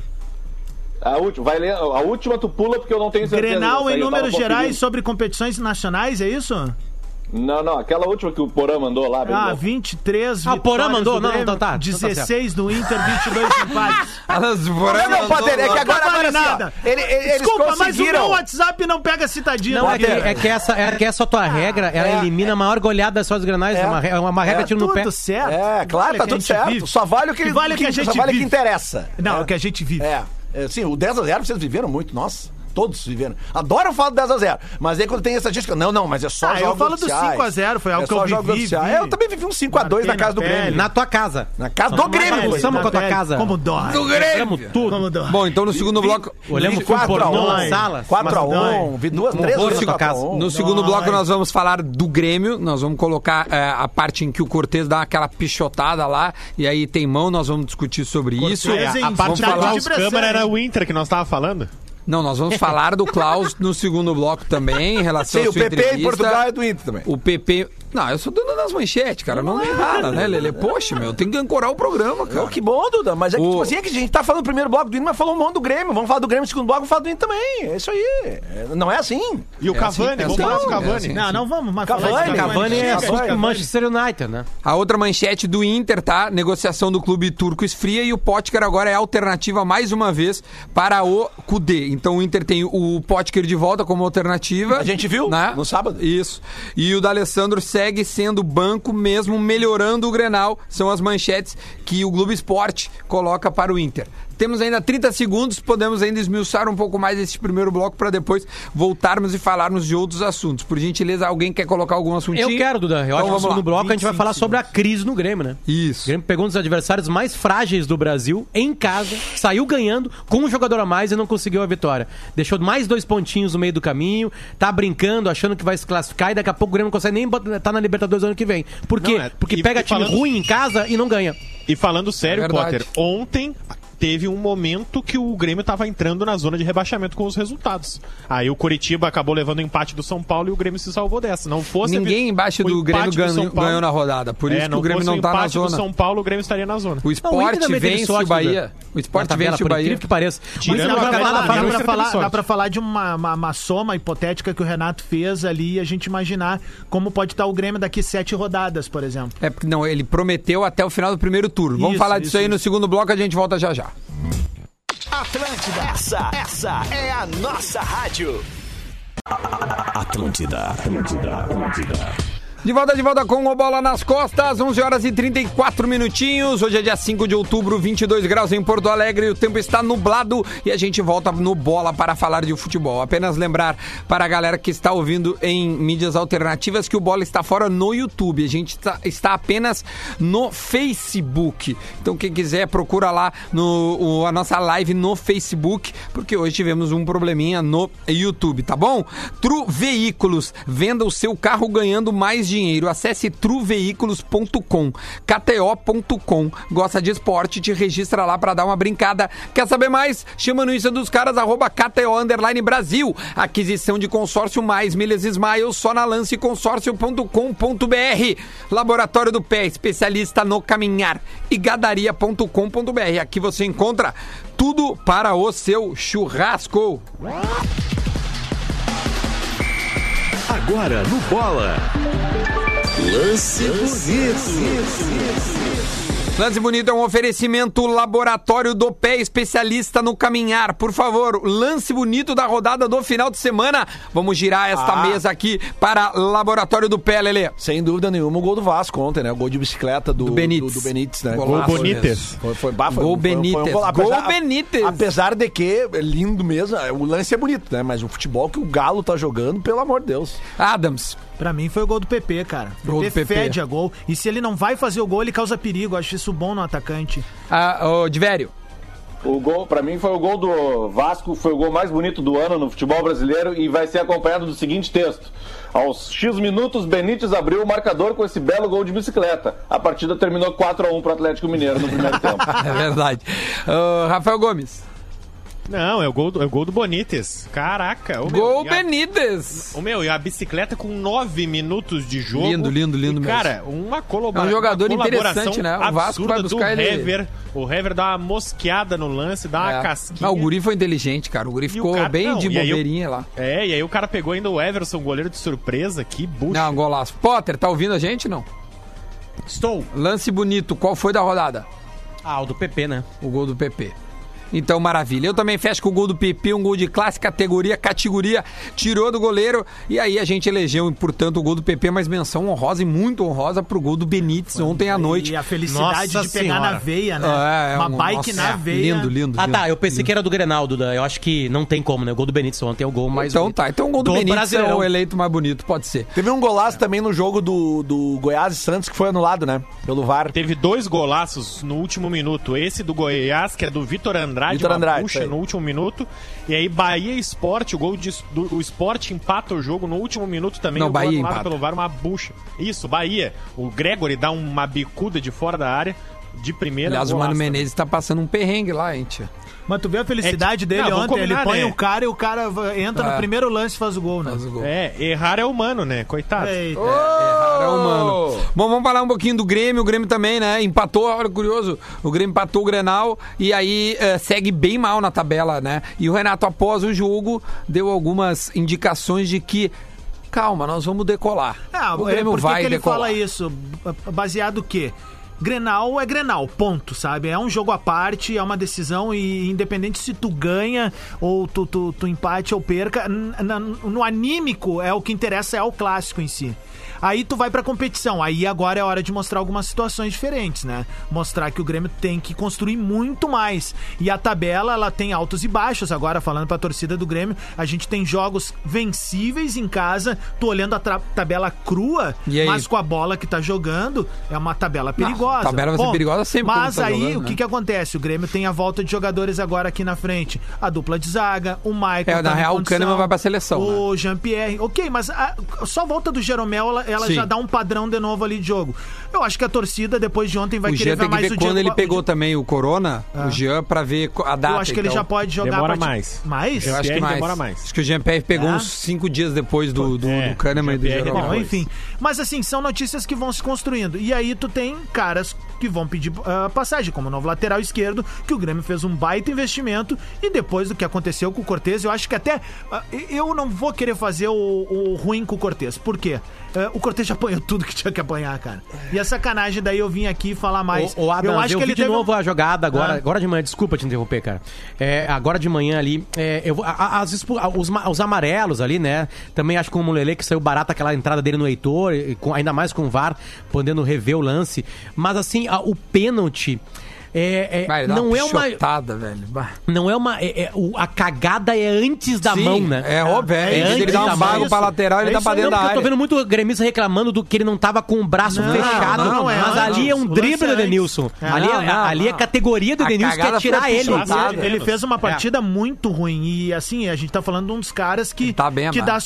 Speaker 6: A última, vai ler, a última tu pula porque eu não
Speaker 5: é
Speaker 6: tenho certeza.
Speaker 4: Grenal
Speaker 6: dessa aí,
Speaker 4: em
Speaker 6: eu tava
Speaker 4: números gerais
Speaker 6: conferindo.
Speaker 4: sobre competições nacionais, é isso?
Speaker 6: Não, não, aquela última que o Porã mandou
Speaker 5: É
Speaker 6: lá. bem
Speaker 4: Ah,
Speaker 6: louco.
Speaker 4: 23
Speaker 7: Ah,
Speaker 4: vitórias
Speaker 7: Porã mandou?
Speaker 4: do
Speaker 7: Não,
Speaker 4: Grêmio,
Speaker 7: não, tá, tá.
Speaker 4: 16 do Inter, 22
Speaker 7: *laughs*
Speaker 4: empates.
Speaker 2: Alas
Speaker 5: Não, não, Potter, é que agora,
Speaker 4: Não vale
Speaker 5: agora assim,
Speaker 4: nada.
Speaker 5: ó, ele- ele- eles
Speaker 4: Desculpa, mas o meu
Speaker 5: conseguiram...
Speaker 4: WhatsApp não pega citadinha.
Speaker 7: Não, é que,
Speaker 5: Potter.
Speaker 7: é que essa, é que essa
Speaker 4: Ah,
Speaker 7: tua regra, ela
Speaker 5: é,
Speaker 7: elimina a maior goleada só dos granais.
Speaker 5: É.
Speaker 7: É uma, re- é uma regra tiro no pé.
Speaker 4: tá tudo certo.
Speaker 5: É, claro,
Speaker 4: Vale
Speaker 5: tá
Speaker 4: que a
Speaker 5: tudo
Speaker 4: gente
Speaker 5: certo.
Speaker 4: vive.
Speaker 5: Só vale o que,
Speaker 4: Que vale o que a
Speaker 5: só
Speaker 4: gente
Speaker 5: vale o que
Speaker 4: vive.
Speaker 5: interessa.
Speaker 4: Não, é o que a gente vive.
Speaker 5: É. É, Sim, o 10 a 0 vocês viveram muito, nossa. Todos viveram. Adoro falar do 10 a 0 Mas aí quando tem estatística, não, não, mas é só
Speaker 4: Ah, eu
Speaker 5: jogos
Speaker 4: falo do
Speaker 5: oficiais.
Speaker 4: 5 a 0, foi algo
Speaker 5: é
Speaker 4: que
Speaker 5: só
Speaker 4: eu
Speaker 5: jogos
Speaker 4: vivi,
Speaker 5: oficiais.
Speaker 4: vi.
Speaker 5: Eu também vivi um 5 a 2 na
Speaker 4: Marquei
Speaker 5: casa do
Speaker 4: na pele.
Speaker 5: Grêmio.
Speaker 7: Na tua casa.
Speaker 5: Na casa do
Speaker 4: Mas
Speaker 5: Grêmio.
Speaker 7: Almoçamos com a tua
Speaker 4: velho,
Speaker 7: casa.
Speaker 4: né? Como dói.
Speaker 2: Do Grêmio.
Speaker 7: Fizemos tudo.
Speaker 4: Como dói.
Speaker 2: Bom, então no segundo bloco.
Speaker 7: Olhamos
Speaker 5: Vivi
Speaker 7: com
Speaker 5: quatro a
Speaker 7: pornô
Speaker 5: um,
Speaker 7: nas salas.
Speaker 5: 4 a
Speaker 4: Mas dói.
Speaker 5: 1 vi duas, três
Speaker 7: horror
Speaker 5: vezes
Speaker 7: fica
Speaker 5: 4 a
Speaker 7: casa.
Speaker 5: 1
Speaker 2: No segundo
Speaker 4: Nós.
Speaker 2: bloco nós vamos falar do Grêmio, nós vamos colocar eh, a parte em que o Cortez dá aquela pichotada lá, e aí tem mão, nós vamos discutir sobre isso.
Speaker 8: É,
Speaker 4: em
Speaker 8: a parte
Speaker 4: cidade
Speaker 8: do
Speaker 4: de
Speaker 8: Klaus
Speaker 4: Brasília,
Speaker 8: Câmara
Speaker 4: hein?
Speaker 8: era o Inter que nós tava falando.
Speaker 2: Não, nós vamos falar do Klaus no segundo bloco também, em relação
Speaker 5: Sim,
Speaker 2: à
Speaker 5: o
Speaker 2: sua
Speaker 5: PP em
Speaker 2: entrevista.
Speaker 5: Portugal é do Inter também.
Speaker 2: O PP. Não, eu sou dono das manchetes, cara. Não tem nada, né, Lele? Poxa, meu, tem que ancorar o programa, cara.
Speaker 5: Ô, que bom, Duda. Mas é que,
Speaker 2: O-
Speaker 5: tipo assim, é que a gente tá falando do primeiro bloco do Inter, mas falou um monte do Grêmio. Vamos falar do Grêmio no segundo bloco, vamos falar do Inter também. É isso aí. É, Não é assim.
Speaker 8: E o
Speaker 2: É assim,
Speaker 8: Cavani,
Speaker 2: é
Speaker 8: vamos
Speaker 2: assim.
Speaker 8: falar do
Speaker 2: Então,
Speaker 8: Cavani.
Speaker 2: é assim.
Speaker 4: Não, não vamos mais
Speaker 5: Cavani, assim,
Speaker 4: falar de
Speaker 7: Cavani é
Speaker 5: Chega,
Speaker 7: assunto
Speaker 5: Cavani.
Speaker 7: com Manchester United, né?
Speaker 2: A outra manchete do Inter, tá? Negociação do clube turco esfria e o Potker agora é a alternativa mais uma vez para o Kudê. Então o Inter tem o Potker de volta como alternativa.
Speaker 5: A gente viu
Speaker 2: né?
Speaker 5: no sábado.
Speaker 2: Isso. E o D'Alessandro segue sendo banco mesmo, melhorando o Grenal. São as manchetes que o Globo Esporte coloca para o Inter. Temos ainda 30 segundos, podemos ainda esmiuçar um pouco mais esse primeiro bloco para depois voltarmos e falarmos de outros assuntos. Por gentileza, alguém quer colocar algum assuntinho?
Speaker 7: Eu quero, Duda. Eu
Speaker 2: Então
Speaker 7: acho que no
Speaker 2: vamos lá.
Speaker 7: segundo bloco a gente vai
Speaker 4: 25
Speaker 7: falar sobre a crise no Grêmio, né? O
Speaker 2: Isso.
Speaker 7: Grêmio pegou um dos adversários mais frágeis do Brasil, em casa, saiu ganhando, com um jogador a mais e não conseguiu a vitória. Deixou mais dois pontinhos no meio do caminho, tá brincando, achando que vai se classificar e daqui a pouco o Grêmio não consegue nem bot- tá na Libertadores ano que vem. Por quê?
Speaker 8: Não, é-
Speaker 7: Porque
Speaker 8: e-
Speaker 7: pega
Speaker 8: e
Speaker 7: time
Speaker 8: falando-
Speaker 7: ruim em casa e não ganha.
Speaker 8: E falando sério,
Speaker 2: É verdade.
Speaker 8: Potter, ontem teve um momento que o Grêmio estava entrando na zona de rebaixamento com os resultados. Aí o Coritiba acabou levando o empate do São Paulo e o Grêmio se salvou dessa. Não fosse
Speaker 2: Ninguém embaixo
Speaker 8: o
Speaker 2: do
Speaker 8: empate
Speaker 2: Grêmio ganhou,
Speaker 8: São Paulo-
Speaker 2: ganhou na rodada. Por
Speaker 8: É,
Speaker 2: isso que o Grêmio
Speaker 8: fosse
Speaker 2: não tá na
Speaker 8: empate do
Speaker 2: zona.
Speaker 8: São Paulo, o Grêmio estaria na zona.
Speaker 2: O
Speaker 7: Não, o Inter
Speaker 2: esporte
Speaker 7: também teve
Speaker 2: vence
Speaker 7: sorte,
Speaker 2: o Bahia.
Speaker 7: Duda.
Speaker 2: O
Speaker 7: Na
Speaker 2: esporte
Speaker 7: tabela,
Speaker 2: vence o
Speaker 7: por
Speaker 2: Bahia.
Speaker 7: incrível que pareça.
Speaker 4: Mas
Speaker 8: Tirando
Speaker 4: não,
Speaker 8: a
Speaker 4: dá, pra
Speaker 8: tabela,
Speaker 4: falar,
Speaker 8: tirando
Speaker 4: dá,
Speaker 8: o
Speaker 4: pra
Speaker 8: Inter teve
Speaker 4: falar, dá
Speaker 8: sorte.
Speaker 4: pra falar de uma, uma- uma soma hipotética que o Renato fez ali e a gente imaginar como pode estar o Grêmio daqui sete rodadas, por exemplo.
Speaker 2: É porque não, ele prometeu até o final do primeiro turno. Vamos
Speaker 4: Isso,
Speaker 2: falar disso
Speaker 4: isso,
Speaker 2: aí no
Speaker 4: isso.
Speaker 2: segundo bloco, a gente volta já já.
Speaker 9: Essa, essa é a nossa rádio.
Speaker 1: Atlântida, Atlântida, Atlântida.
Speaker 2: De volta, de volta com o Bola nas Costas, 11 horas e 34 minutinhos. Hoje é dia 5 de outubro, 22 graus em Porto Alegre. O tempo está nublado e a gente volta no Bola para falar de futebol. Apenas lembrar para a galera que está ouvindo em mídias alternativas que o Bola está fora no YouTube. A gente tá- está apenas no Facebook. Então, quem quiser, procura lá no, o- a nossa live no Facebook, porque hoje tivemos um probleminha no YouTube, tá bom? Tru Veículos, venda o seu carro ganhando mais dinheiro. Acesse truveículos.com, kto.com. Gosta de esporte? Te registra lá pra dar uma brincada. Quer saber mais? Chama no Insta dos caras, arroba KTO Underline Brasil. Aquisição de consórcio mais milhas Smiles só na lanceconsórcio.com.br. Laboratório do Pé, especialista no caminhar. E gadaria.com.br. Aqui você encontra tudo para o seu churrasco.
Speaker 1: Agora no Bola. Lance bonito.
Speaker 2: Lance Bonito é um oferecimento Laboratório do Pé, especialista no caminhar. Por favor, lance bonito da rodada do final de semana. Vamos girar esta
Speaker 8: Ah.
Speaker 2: mesa aqui para Laboratório do Pé, Lelê.
Speaker 5: Sem dúvida nenhuma, o gol do Vasco ontem, né? O gol de bicicleta do, do
Speaker 2: Benítez.
Speaker 5: Do, do Benítez, né?
Speaker 2: Golaço
Speaker 8: Gol Benítez.
Speaker 2: mesmo.
Speaker 5: Foi, foi, bah, foi, um-
Speaker 2: Gol
Speaker 5: foi- foi
Speaker 2: Benítez.
Speaker 5: Apesar,
Speaker 2: Gol Benítez.
Speaker 5: Apesar de que, é lindo mesmo, é, o lance é bonito, né? Mas o futebol que o Galo tá jogando, pelo amor de Deus.
Speaker 2: Adams.
Speaker 4: Pra mim foi o gol do PP, cara. O
Speaker 2: Gol do PP.
Speaker 4: fede a gol. E se ele não vai fazer o gol, ele causa perigo. Eu Acho isso bom no atacante.
Speaker 2: Ah,
Speaker 8: *laughs*
Speaker 2: ô, Divério.
Speaker 6: O gol, pra mim, foi o gol do Vasco, foi o gol mais bonito do ano no futebol brasileiro e vai ser acompanhado do seguinte texto. Aos X minutos, Benítez abriu o marcador com esse belo gol de bicicleta. A partida terminou 4 a 1 pro Atlético Mineiro no primeiro tempo.
Speaker 2: É verdade. Ô, Rafael Gomes.
Speaker 8: Não, é o gol do, é o gol do Bonites. Caraca. o
Speaker 2: Gol
Speaker 8: e a-
Speaker 2: Benítez.
Speaker 8: O meu, e a bicicleta com 9 minutos de jogo.
Speaker 2: Lindo, lindo, lindo
Speaker 8: E,
Speaker 2: mesmo.
Speaker 8: Cara, uma, colabora...
Speaker 2: É um jogador
Speaker 8: uma colaboração
Speaker 2: interessante, né? O Vasco
Speaker 8: absurda
Speaker 2: vai buscar
Speaker 8: do
Speaker 2: ele-
Speaker 8: Hever. O Hever dá uma mosqueada no lance, dá uma
Speaker 2: É.
Speaker 8: casquinha.
Speaker 2: Ah, o Guri foi inteligente, cara. O Guri
Speaker 8: E o
Speaker 2: ficou
Speaker 8: cara-
Speaker 2: bem
Speaker 8: não,
Speaker 2: de
Speaker 8: e aí o-
Speaker 2: bobeirinha lá.
Speaker 8: É, e aí o cara pegou ainda o Everson, goleiro de surpresa. Que bucha.
Speaker 2: Não, golaço. Potter, tá ouvindo a gente não?
Speaker 7: Estou.
Speaker 2: Lance bonito, qual foi da rodada?
Speaker 7: Ah, o do PP, né?
Speaker 2: O gol do PP. Então, maravilha. Eu também fecho com o gol do PP, um gol de classe, categoria, categoria, tirou do goleiro. E aí a gente elegeu, portanto, o gol do PP, mas menção honrosa e muito honrosa pro gol do Benítez ontem à noite.
Speaker 4: E a felicidade
Speaker 7: Nossa
Speaker 4: de pegar
Speaker 7: Senhora.
Speaker 4: na veia, né?
Speaker 2: É, é
Speaker 4: Uma
Speaker 2: um-
Speaker 4: bike
Speaker 2: nossa,
Speaker 4: na
Speaker 2: é,
Speaker 4: veia.
Speaker 2: Lindo, lindo.
Speaker 7: Ah
Speaker 2: lindo.
Speaker 7: tá, eu pensei que era do Grenal, Duda. Eu acho que não tem como, né? O gol do Benítez ontem é o gol mais
Speaker 2: Então
Speaker 7: bonito
Speaker 2: tá, então o gol do, Benítez é
Speaker 7: Brasileirão.
Speaker 2: o eleito mais bonito, pode ser.
Speaker 5: Teve um golaço também no jogo do, do Goiás e Santos que foi anulado, né? Pelo VAR.
Speaker 8: Teve dois golaços no último minuto. Esse do Goiás, que é do Vitor Andrade,
Speaker 5: Vitor
Speaker 8: uma
Speaker 5: Andrade, isso
Speaker 8: puxa
Speaker 5: aí.
Speaker 8: no último minuto. E aí Bahia e Sport, o gol de, do, o Sport empata o jogo no último minuto também.
Speaker 2: Não,
Speaker 8: o gol
Speaker 2: Bahia
Speaker 8: anulado
Speaker 2: empata.
Speaker 8: pelo VAR, uma bucha. Isso, Bahia. O Gregory dá uma bicuda de fora da área, de primeira.
Speaker 2: Aliás, o
Speaker 8: golaço
Speaker 2: Mano
Speaker 8: também.
Speaker 2: Menezes tá passando um perrengue lá, hein, tia.
Speaker 4: Mas tu vê a felicidade
Speaker 2: tipo-
Speaker 8: É que-
Speaker 4: dele
Speaker 8: Não, vamos
Speaker 4: ontem. Ele
Speaker 8: combinar,
Speaker 4: põe
Speaker 8: né?
Speaker 4: o cara e o cara va- entra
Speaker 2: Tá.
Speaker 4: no primeiro lance e faz o gol, né?
Speaker 2: Faz o gol. É.
Speaker 8: É, errar é humano, né? Coitado.
Speaker 7: É,
Speaker 4: Eita.
Speaker 2: Cara, humano. Bom, vamos falar um pouquinho do Grêmio. O Grêmio também, né? Empatou, olha, curioso. O Grêmio empatou o Grenal e aí eh, segue bem mal na tabela, né? E o Renato, após o jogo, deu algumas indicações de que. Calma, nós vamos decolar.
Speaker 4: Ah,
Speaker 2: o
Speaker 4: é,
Speaker 2: Grêmio
Speaker 4: por que
Speaker 2: vai
Speaker 4: que ele
Speaker 2: decolar.
Speaker 4: fala isso? B- Baseado o quê? Grenal é Grenal, ponto, sabe? É um jogo à parte, é uma decisão e independente se tu ganha ou tu, tu, tu empate ou perca, n- na- no anímico é o que interessa, é o clássico em si. Aí tu vai pra competição, aí agora é hora de mostrar algumas situações diferentes, né? Mostrar que o Grêmio tem que construir muito mais. E a tabela, ela tem altos e baixos. Agora, falando pra torcida do Grêmio, a gente tem jogos vencíveis em casa. Tô olhando a tra- tabela crua,
Speaker 2: E aí?
Speaker 4: mas com a bola que tá jogando, é uma tabela perigosa.
Speaker 2: tabela vai ser
Speaker 4: Ponto.
Speaker 2: perigosa sempre quando
Speaker 4: Mas
Speaker 2: tá
Speaker 4: aí,
Speaker 2: jogando,
Speaker 4: o
Speaker 2: né?
Speaker 4: que, que acontece? O Grêmio tem a volta de jogadores agora aqui na frente. A dupla de zaga, o Michael. tá
Speaker 2: É, na
Speaker 4: em
Speaker 2: real, o
Speaker 4: condição,
Speaker 2: Kahneman vai pra seleção, né?
Speaker 4: O Jean-Pierre. Ok, mas a- só a volta do Jeromel, ela, ela
Speaker 2: Sim.
Speaker 4: já dá um padrão de novo ali de jogo. Eu acho que a torcida, depois de ontem, vai
Speaker 2: O
Speaker 4: querer
Speaker 2: Jean tem que
Speaker 4: mais
Speaker 2: ver
Speaker 4: o
Speaker 2: quando
Speaker 4: Diego-
Speaker 2: ele pegou
Speaker 4: o Diego-
Speaker 2: também o Corona, o Jean, pra ver co- a data.
Speaker 4: Ah. Eu acho que ele
Speaker 2: então.
Speaker 4: já pode jogar
Speaker 8: Demora
Speaker 4: a partir-
Speaker 8: mais.
Speaker 4: Mais?
Speaker 2: Eu acho que
Speaker 8: Pierre
Speaker 2: mais.
Speaker 8: demora mais.
Speaker 2: Acho que o Jean Pierre pegou
Speaker 4: É?
Speaker 2: uns cinco dias depois do, do,
Speaker 8: É,
Speaker 2: do Kahneman e do
Speaker 8: Jean-Pierre
Speaker 2: Jeromel.
Speaker 4: Bom,
Speaker 8: Depois.
Speaker 4: enfim. Mas assim, são notícias que vão se construindo. E aí tu tem caras que vão pedir ah, passagem, como o novo lateral esquerdo, que o Grêmio fez um baita investimento. E depois do que aconteceu com o Cortez, eu acho que até. ah, eu não vou querer fazer o, o ruim com o Cortez. Por quê? Ah, o Cortez já *laughs* apanhou tudo que tinha que apanhar, cara. E a sacanagem daí eu vim aqui falar mais.
Speaker 7: O, Adam, eu,
Speaker 4: eu acho que
Speaker 7: vi
Speaker 4: ele
Speaker 7: de
Speaker 4: teve um-
Speaker 7: novo a jogada agora,
Speaker 4: Ah.
Speaker 7: agora de manhã. Desculpa te interromper, cara. É, agora de manhã ali, é, eu vou- a- a- as expu- a- os, ma- os amarelos ali, né? Também acho que o Mulele que saiu barato aquela entrada dele no Heitor, e com- ainda mais com o VAR, podendo rever o lance. Mas assim, a- o pênalti. é, é,
Speaker 2: Vai, ele dá
Speaker 7: não,
Speaker 2: uma
Speaker 7: é uma,
Speaker 2: pichotada, velho. Bah.
Speaker 7: não é uma. é- é- o- a cagada é antes da
Speaker 4: Tá
Speaker 2: Sim,
Speaker 7: mão, né?
Speaker 2: É óbvio, é,
Speaker 7: É
Speaker 2: antes ele
Speaker 7: antes
Speaker 2: dá
Speaker 7: da
Speaker 2: um
Speaker 7: mão,
Speaker 2: bago pra
Speaker 7: isso.
Speaker 2: lateral, ele
Speaker 4: É
Speaker 2: dá
Speaker 4: isso
Speaker 2: pra
Speaker 4: aí,
Speaker 2: dentro
Speaker 7: Não,
Speaker 2: da
Speaker 7: porque eu
Speaker 2: área.
Speaker 7: tô vendo muito gremista reclamando do que ele não tava com o braço
Speaker 4: Não,
Speaker 7: fechado.
Speaker 4: não, não, é
Speaker 7: mas ali é um
Speaker 4: antes,
Speaker 7: drible
Speaker 4: lance
Speaker 7: do
Speaker 4: é
Speaker 7: Edenilson.
Speaker 4: antes.
Speaker 7: ali, é,
Speaker 2: Não, não,
Speaker 7: ali é
Speaker 2: não.
Speaker 7: categoria do
Speaker 2: A
Speaker 7: Edenilso que é
Speaker 2: cagada foi
Speaker 7: tirar ele.
Speaker 2: puxada.
Speaker 4: Ele,
Speaker 7: É.
Speaker 4: ele fez uma partida muito ruim. E assim, a gente tá falando de um dos caras que,
Speaker 2: Tá bem
Speaker 4: que
Speaker 2: amado.
Speaker 4: dá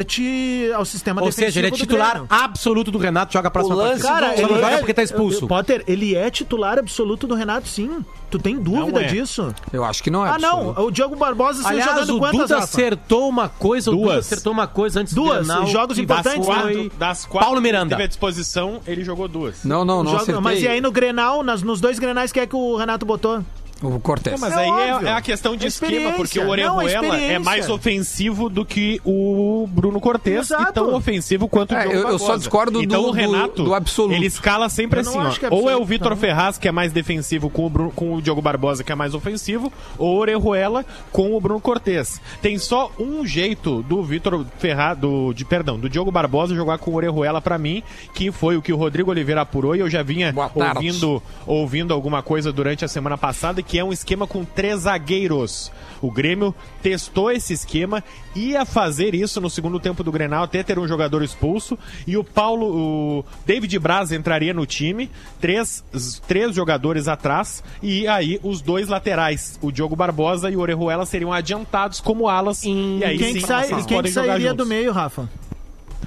Speaker 4: suporte ao sistema
Speaker 7: Ou
Speaker 4: defensivo.
Speaker 7: seja, ele é
Speaker 4: do
Speaker 7: titular
Speaker 4: Grêmio.
Speaker 7: absoluto do Renato, joga a próxima
Speaker 5: O lance-
Speaker 7: partida.
Speaker 5: Cara,
Speaker 7: Só não
Speaker 5: ele
Speaker 7: joga
Speaker 5: é-
Speaker 7: porque tá expulso.
Speaker 4: Potter, ele é titular absoluto do Renato, sim. Tu tem dúvida
Speaker 8: Não é.
Speaker 4: disso?
Speaker 2: Eu acho que não é.
Speaker 4: ah, não.
Speaker 2: absoluto.
Speaker 4: O Diogo Barbosa saiu
Speaker 7: Aliás,
Speaker 4: jogando
Speaker 7: o
Speaker 4: quantas,
Speaker 7: Duda
Speaker 4: Rafa?
Speaker 7: acertou uma coisa, o Duda
Speaker 8: Duas.
Speaker 7: acertou uma coisa antes do
Speaker 4: Duas,
Speaker 7: Grenal,
Speaker 4: jogos
Speaker 7: e
Speaker 4: importantes,
Speaker 7: foi-
Speaker 4: né?
Speaker 8: Das quatro
Speaker 7: Paulo
Speaker 8: que
Speaker 7: Miranda.
Speaker 8: teve à disposição, ele jogou duas.
Speaker 2: Não, não, não
Speaker 4: Joga-
Speaker 2: acertei.
Speaker 4: mas e aí no Grenal, nas- nos dois Grenais, quem é que o Renato botou?
Speaker 2: O Cortez.
Speaker 8: Não, mas
Speaker 4: É
Speaker 8: aí
Speaker 4: óbvio.
Speaker 8: é, é a questão de
Speaker 4: É
Speaker 8: esquema, porque
Speaker 4: experiência.
Speaker 8: o
Speaker 4: Não, é
Speaker 8: Orejuela é
Speaker 4: experiência.
Speaker 8: mais ofensivo do que o Bruno Cortes,
Speaker 4: Exato.
Speaker 8: e tão ofensivo quanto o
Speaker 2: É,
Speaker 8: Diogo
Speaker 2: eu- eu só
Speaker 8: Barbosa.
Speaker 2: discordo do-
Speaker 8: então, o
Speaker 2: do-
Speaker 8: Renato,
Speaker 2: do absoluto.
Speaker 8: Ele escala sempre
Speaker 4: Eu não
Speaker 8: assim,
Speaker 4: acho que é
Speaker 8: ó. Ou é o
Speaker 4: absoluto,
Speaker 8: Vitor
Speaker 4: não.
Speaker 8: Ferraz, que é mais defensivo com o, Bruno- com o Diogo Barbosa, que é mais ofensivo, ou o Orejuela com o Bruno Cortes. Tem só um jeito do Vitor Ferraz, do, de, perdão, do Diogo Barbosa jogar com o Orejuela pra mim, que foi o que o Rodrigo Oliveira apurou, e eu já vinha
Speaker 2: Boa tarde.
Speaker 8: ouvindo, ouvindo alguma coisa durante a semana passada, que é um esquema com três zagueiros. O Grêmio testou esse esquema, ia fazer isso no segundo tempo do Grenal, até ter um jogador expulso, e o Paulo, o David Braz entraria no time, três, três jogadores atrás, e aí os dois laterais, o Diogo Barbosa e o Orejuela, seriam adiantados como alas, e aí
Speaker 4: Quem
Speaker 8: sim,
Speaker 4: que, sai,
Speaker 8: eles
Speaker 4: quem que
Speaker 8: podem jogar
Speaker 4: sairia
Speaker 8: juntos.
Speaker 4: do meio, Rafa?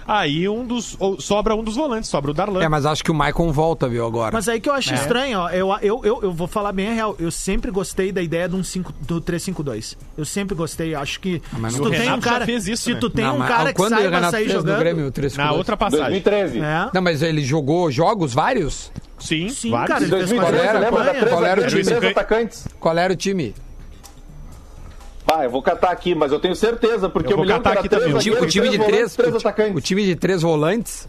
Speaker 8: Aí um dos, ou- sobra um dos volantes, sobra o Darlan.
Speaker 2: É, mas acho que o Maicon volta, viu, agora.
Speaker 4: Mas aí que eu acho estranho, ó. Eu, eu, eu, eu vou falar bem a real. Eu sempre gostei da ideia de um cinco, do 352. Eu sempre gostei. Acho que
Speaker 2: mas
Speaker 4: se
Speaker 2: o
Speaker 4: tu tem um
Speaker 8: Renato já
Speaker 4: cara,
Speaker 8: fez isso,
Speaker 4: se
Speaker 8: né?
Speaker 4: tu tem
Speaker 2: Não,
Speaker 4: um
Speaker 2: mas
Speaker 4: cara que
Speaker 2: quando
Speaker 4: sai
Speaker 2: o
Speaker 4: vai
Speaker 2: Renato
Speaker 4: sair
Speaker 2: fez no
Speaker 4: jogando.
Speaker 2: Grêmio, o 3
Speaker 8: Na outra passagem.
Speaker 6: 2013.
Speaker 4: É.
Speaker 2: Não, mas ele jogou jogos, vários?
Speaker 8: Sim,
Speaker 4: Sim,
Speaker 8: vários.
Speaker 4: cara, ele fez
Speaker 6: 2013,
Speaker 2: Qual era?
Speaker 6: lembra? Da três,
Speaker 2: Qual era o
Speaker 6: atacantes,
Speaker 2: time?
Speaker 6: três atacantes.
Speaker 2: Qual era o time?
Speaker 6: Ah, eu vou catar aqui, mas eu tenho certeza, porque
Speaker 8: Eu
Speaker 6: eu,
Speaker 8: vou
Speaker 6: me lembro que
Speaker 8: catar
Speaker 6: era
Speaker 8: aqui
Speaker 6: três
Speaker 8: também.
Speaker 2: O ti- o
Speaker 6: zagueiros,
Speaker 2: time de
Speaker 6: volantes,
Speaker 2: três.
Speaker 6: três
Speaker 2: o- O
Speaker 6: atacantes.
Speaker 2: time de três volantes?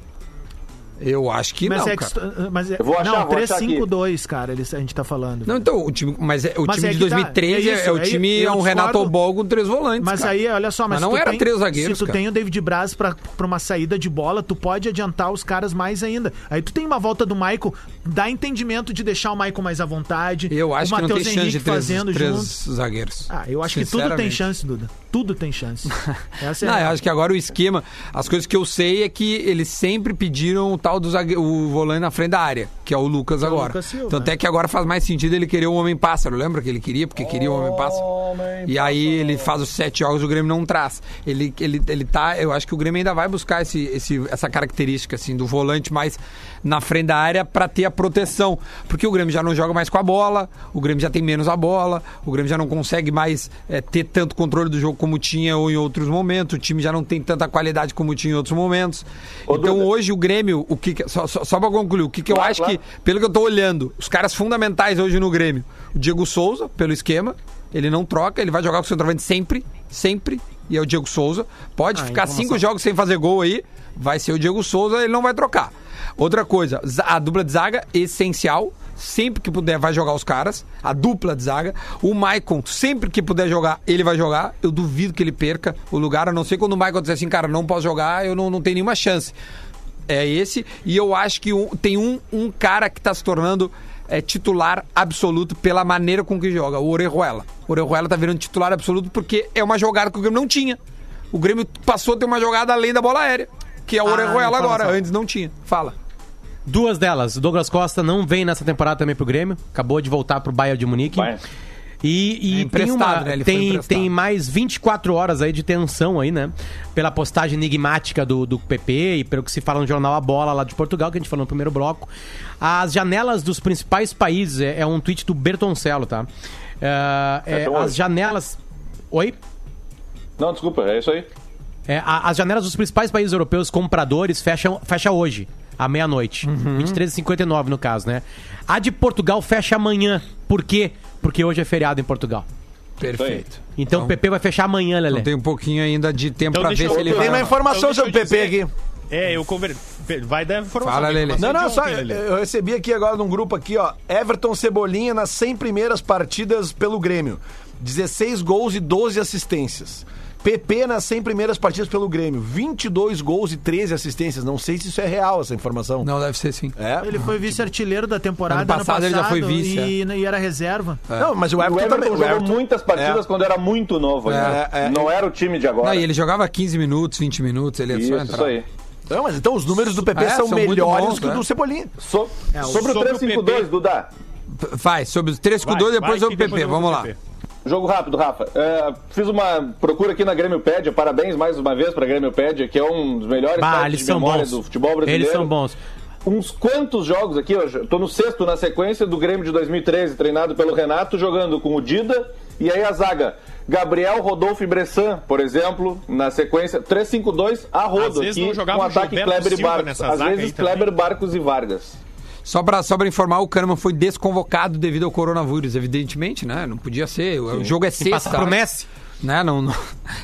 Speaker 2: Eu acho que
Speaker 4: Mas
Speaker 2: não.
Speaker 4: é que.
Speaker 2: cara.
Speaker 4: tu- Mas é,
Speaker 6: Eu vou achar,
Speaker 4: não,
Speaker 6: vou achar aqui.
Speaker 4: 352, cara, eles, a gente tá falando.
Speaker 2: Não, então, o time, mas é, o
Speaker 4: Mas
Speaker 2: time
Speaker 4: é
Speaker 2: de
Speaker 4: que tá,
Speaker 2: 2013 é,
Speaker 4: é isso,
Speaker 2: o
Speaker 4: é-
Speaker 2: time, é,
Speaker 4: eu
Speaker 2: um Renato
Speaker 4: discordo.
Speaker 2: Albol com três volantes.
Speaker 4: Mas
Speaker 2: cara.
Speaker 4: aí, olha só, mas,
Speaker 2: Mas não
Speaker 4: tu
Speaker 2: era
Speaker 4: tem-
Speaker 2: três zagueiros,
Speaker 4: Se tu
Speaker 2: cara.
Speaker 4: tem o David Braz pra, pra uma saída de bola, tu pode adiantar os caras mais ainda. Aí tu tem uma volta do Maicon, dá entendimento de deixar o Maicon mais à vontade.
Speaker 2: Eu acho
Speaker 4: o
Speaker 2: que não tem
Speaker 4: Matheus
Speaker 2: chance
Speaker 4: Henrique
Speaker 2: de três,
Speaker 4: fazendo
Speaker 2: três
Speaker 4: junto.
Speaker 2: zagueiros.
Speaker 4: Ah, eu acho que tudo tem
Speaker 2: Sinceramente.
Speaker 4: chance, Duda. Tudo tem
Speaker 2: *laughs*
Speaker 4: chance. Essa é a
Speaker 2: Não, eu
Speaker 4: real.
Speaker 2: acho que agora o esquema, as coisas que eu sei é que eles sempre pediram o tal do zague- o volante na frente da área, que é o Lucas agora.
Speaker 4: Lucas Silva, né?
Speaker 2: Tanto é que agora faz mais sentido ele querer o homem pássaro, lembra que ele queria porque queria o homem pássaro. e aí ele faz os sete jogos, o Grêmio não traz. Ele ele ele tá, eu acho que o Grêmio ainda vai buscar esse, esse essa característica assim do volante mais na frente da área pra ter a proteção, porque o Grêmio já não joga mais com a bola, o Grêmio já tem menos a bola, o Grêmio já não consegue mais eh, ter tanto controle do jogo como tinha ou em outros momentos, o time já não tem tanta qualidade como tinha em outros momentos. então
Speaker 6: Duda.
Speaker 2: hoje o Grêmio, o que que- só, só, só para concluir, o que, que eu
Speaker 6: Claro,
Speaker 2: acho
Speaker 6: claro.
Speaker 2: que, pelo que eu tô olhando, os caras fundamentais hoje no Grêmio, o Diego Souza, pelo esquema, ele não troca, ele vai jogar com o centroavante sempre, sempre, e é o Diego Souza. Pode ficar cinco jogos sem fazer gol aí, vai ser o Diego Souza, ele não vai trocar. Outra coisa, za- a dupla de zaga, essencial, sempre que puder vai jogar os caras, a dupla de zaga. O Maicon, sempre que puder jogar, ele vai jogar. Eu duvido que ele perca o lugar, a não ser quando o Maicon disser assim, cara, não posso jogar, eu não, não tenho nenhuma chance. É esse. E eu acho que um- tem um, um cara que tá se tornando é, titular absoluto pela maneira com que joga, o Orejuela. O Orejuela tá virando titular absoluto porque é uma jogada que o Grêmio não tinha. O Grêmio passou a ter uma jogada além da bola aérea, que é o Orejuela agora. Antes não tinha. Fala.
Speaker 7: Duas delas. O Douglas Costa não vem nessa temporada também pro Grêmio. Acabou de voltar pro Bayern de Munique.
Speaker 6: Bayern.
Speaker 7: E, e
Speaker 2: É
Speaker 7: tem,
Speaker 2: emprestado,
Speaker 7: uma,
Speaker 2: né? Ele foi
Speaker 7: tem,
Speaker 2: emprestado.
Speaker 7: tem mais 24 horas aí de tensão aí, né? Pela postagem enigmática do, do PP e pelo que se fala no jornal A Bola lá de Portugal, que a gente falou no primeiro bloco. As janelas dos principais países, é, é um tweet do Bertoncello, tá? É, é,
Speaker 6: Até hoje.
Speaker 7: as janelas... Oi?
Speaker 6: Não, desculpa, é isso aí.
Speaker 7: É, a- as janelas dos principais países europeus compradores fecham fecha hoje, à meia-noite. 23h59, no caso, né? A de Portugal fecha amanhã. Por quê? Porque hoje é feriado em Portugal.
Speaker 2: Perfeito.
Speaker 7: Então o PP vai fechar amanhã, Lelê.
Speaker 2: Então tem um pouquinho ainda de tempo
Speaker 8: Então
Speaker 2: pra
Speaker 8: deixa
Speaker 2: ver
Speaker 8: eu-
Speaker 2: se ele
Speaker 5: Tem
Speaker 2: vai.
Speaker 5: uma informação
Speaker 8: Então
Speaker 5: sobre o
Speaker 8: deixa eu
Speaker 5: PP
Speaker 8: dizer-
Speaker 5: aqui.
Speaker 8: É, eu conver... Vai dar informação.
Speaker 2: Fala,
Speaker 8: tem
Speaker 2: Lelê.
Speaker 8: informação
Speaker 5: Não, não,
Speaker 8: de
Speaker 5: só
Speaker 8: ontem,
Speaker 5: eu
Speaker 8: Lelê.
Speaker 5: eu recebi aqui agora num grupo aqui, ó. Everton Cebolinha nas 100 primeiras partidas pelo Grêmio. 16 gols e 12 assistências. PP nas 100 primeiras partidas pelo Grêmio. 22 gols e 13 assistências. Não sei se isso é real, essa informação.
Speaker 2: Não, deve ser sim.
Speaker 5: É?
Speaker 4: Ele foi vice-artilheiro da temporada
Speaker 2: Ano passado ele já foi vice, é.
Speaker 4: e, e era reserva.
Speaker 5: É. Não, mas o
Speaker 6: O
Speaker 5: Everton,
Speaker 6: Everton
Speaker 5: também.
Speaker 6: jogou
Speaker 5: O Everton...
Speaker 6: muitas partidas
Speaker 5: É.
Speaker 6: quando era muito novo. ainda.
Speaker 5: É, é.
Speaker 6: Não era o time de agora.
Speaker 2: Não, e ele jogava 15 minutos, 20 minutos, ele é
Speaker 6: Isso,
Speaker 2: só
Speaker 6: isso
Speaker 2: entrar.
Speaker 6: aí.
Speaker 5: Não, mas então os números do PP
Speaker 2: É,
Speaker 5: são,
Speaker 2: são muito
Speaker 5: melhores
Speaker 2: bons,
Speaker 5: que o
Speaker 2: né?
Speaker 5: do Cebolinha.
Speaker 6: So-
Speaker 4: É, o-
Speaker 6: sobre o
Speaker 8: sobre o
Speaker 6: 352,
Speaker 8: PP.
Speaker 6: Dudá.
Speaker 2: P- Vai, sobre os 3 com
Speaker 8: Vai,
Speaker 2: 2,
Speaker 8: vai,
Speaker 2: depois
Speaker 8: que
Speaker 2: sobre o PP.
Speaker 8: depois eu
Speaker 2: Vamos
Speaker 8: vou
Speaker 2: lá.
Speaker 8: pro PP.
Speaker 6: Jogo rápido, Rafa. É, fiz uma procura aqui na Grêmiopédia. Parabéns mais uma vez para a Grêmiopédia, que é um dos melhores
Speaker 7: Bah,
Speaker 6: sites
Speaker 7: eles
Speaker 6: de
Speaker 7: são
Speaker 6: memória
Speaker 7: bons.
Speaker 6: do futebol brasileiro.
Speaker 7: Eles são bons.
Speaker 6: Uns quantos jogos aqui, ó, tô no sexto na sequência do Grêmio de 2013, treinado pelo Renato, jogando com o Dida. E aí a zaga, Gabriel Rodolfo e Bressan, por exemplo, na sequência, 3-5-2, a
Speaker 8: Às
Speaker 6: rodo
Speaker 8: vezes
Speaker 6: aqui,
Speaker 8: não jogava
Speaker 6: com
Speaker 8: o
Speaker 6: ataque
Speaker 8: Gilberto
Speaker 6: Kleber e
Speaker 8: Silva
Speaker 6: Barcos.
Speaker 8: nessa
Speaker 6: Às
Speaker 8: zaga
Speaker 6: vezes
Speaker 8: aí também.
Speaker 6: Kleber, Barcos e Vargas.
Speaker 2: Só pra, só pra informar, o Kahneman foi desconvocado devido ao coronavírus, evidentemente, né? Não podia ser. O o jogo é sexta.
Speaker 7: Passa pro Messi.
Speaker 2: Né? Não, *laughs* não,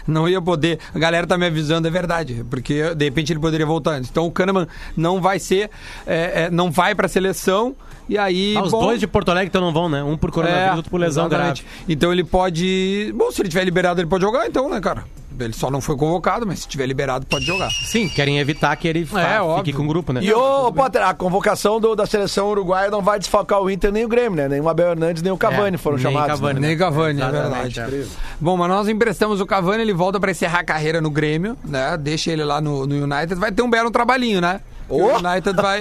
Speaker 2: não ia poder. A galera tá me avisando, é verdade. Porque de repente ele poderia voltar antes. Então o Kahneman não vai ser. é, é, não vai pra seleção. E aí.
Speaker 7: Ah, os
Speaker 2: bom,
Speaker 7: dois de Porto Alegre então não vão, né? Um por coronavírus,
Speaker 2: é,
Speaker 7: outro por lesão
Speaker 2: exatamente.
Speaker 7: grave.
Speaker 2: Então ele pode. Bom, se ele tiver liberado, ele pode jogar, então, né, cara? Ele só não foi convocado, mas se tiver liberado, pode jogar.
Speaker 7: Sim, querem evitar que ele fa- fique
Speaker 2: óbvio.
Speaker 7: com o grupo, né?
Speaker 5: E ô, Potter, a convocação do- da seleção uruguaia não vai desfalcar o Inter nem o Grêmio, né? Nem o Abel Hernandes, nem o Cavani
Speaker 7: É,
Speaker 5: foram
Speaker 7: nem
Speaker 5: chamados.
Speaker 7: Cavani.
Speaker 5: né?
Speaker 7: né?
Speaker 2: Nem Cavani, é
Speaker 7: Exatamente,
Speaker 2: verdade. Bom, mas nós emprestamos o Cavani, ele volta pra encerrar a carreira no Grêmio, né? Deixa ele lá no, no United, vai ter um belo trabalhinho, né? O United vai,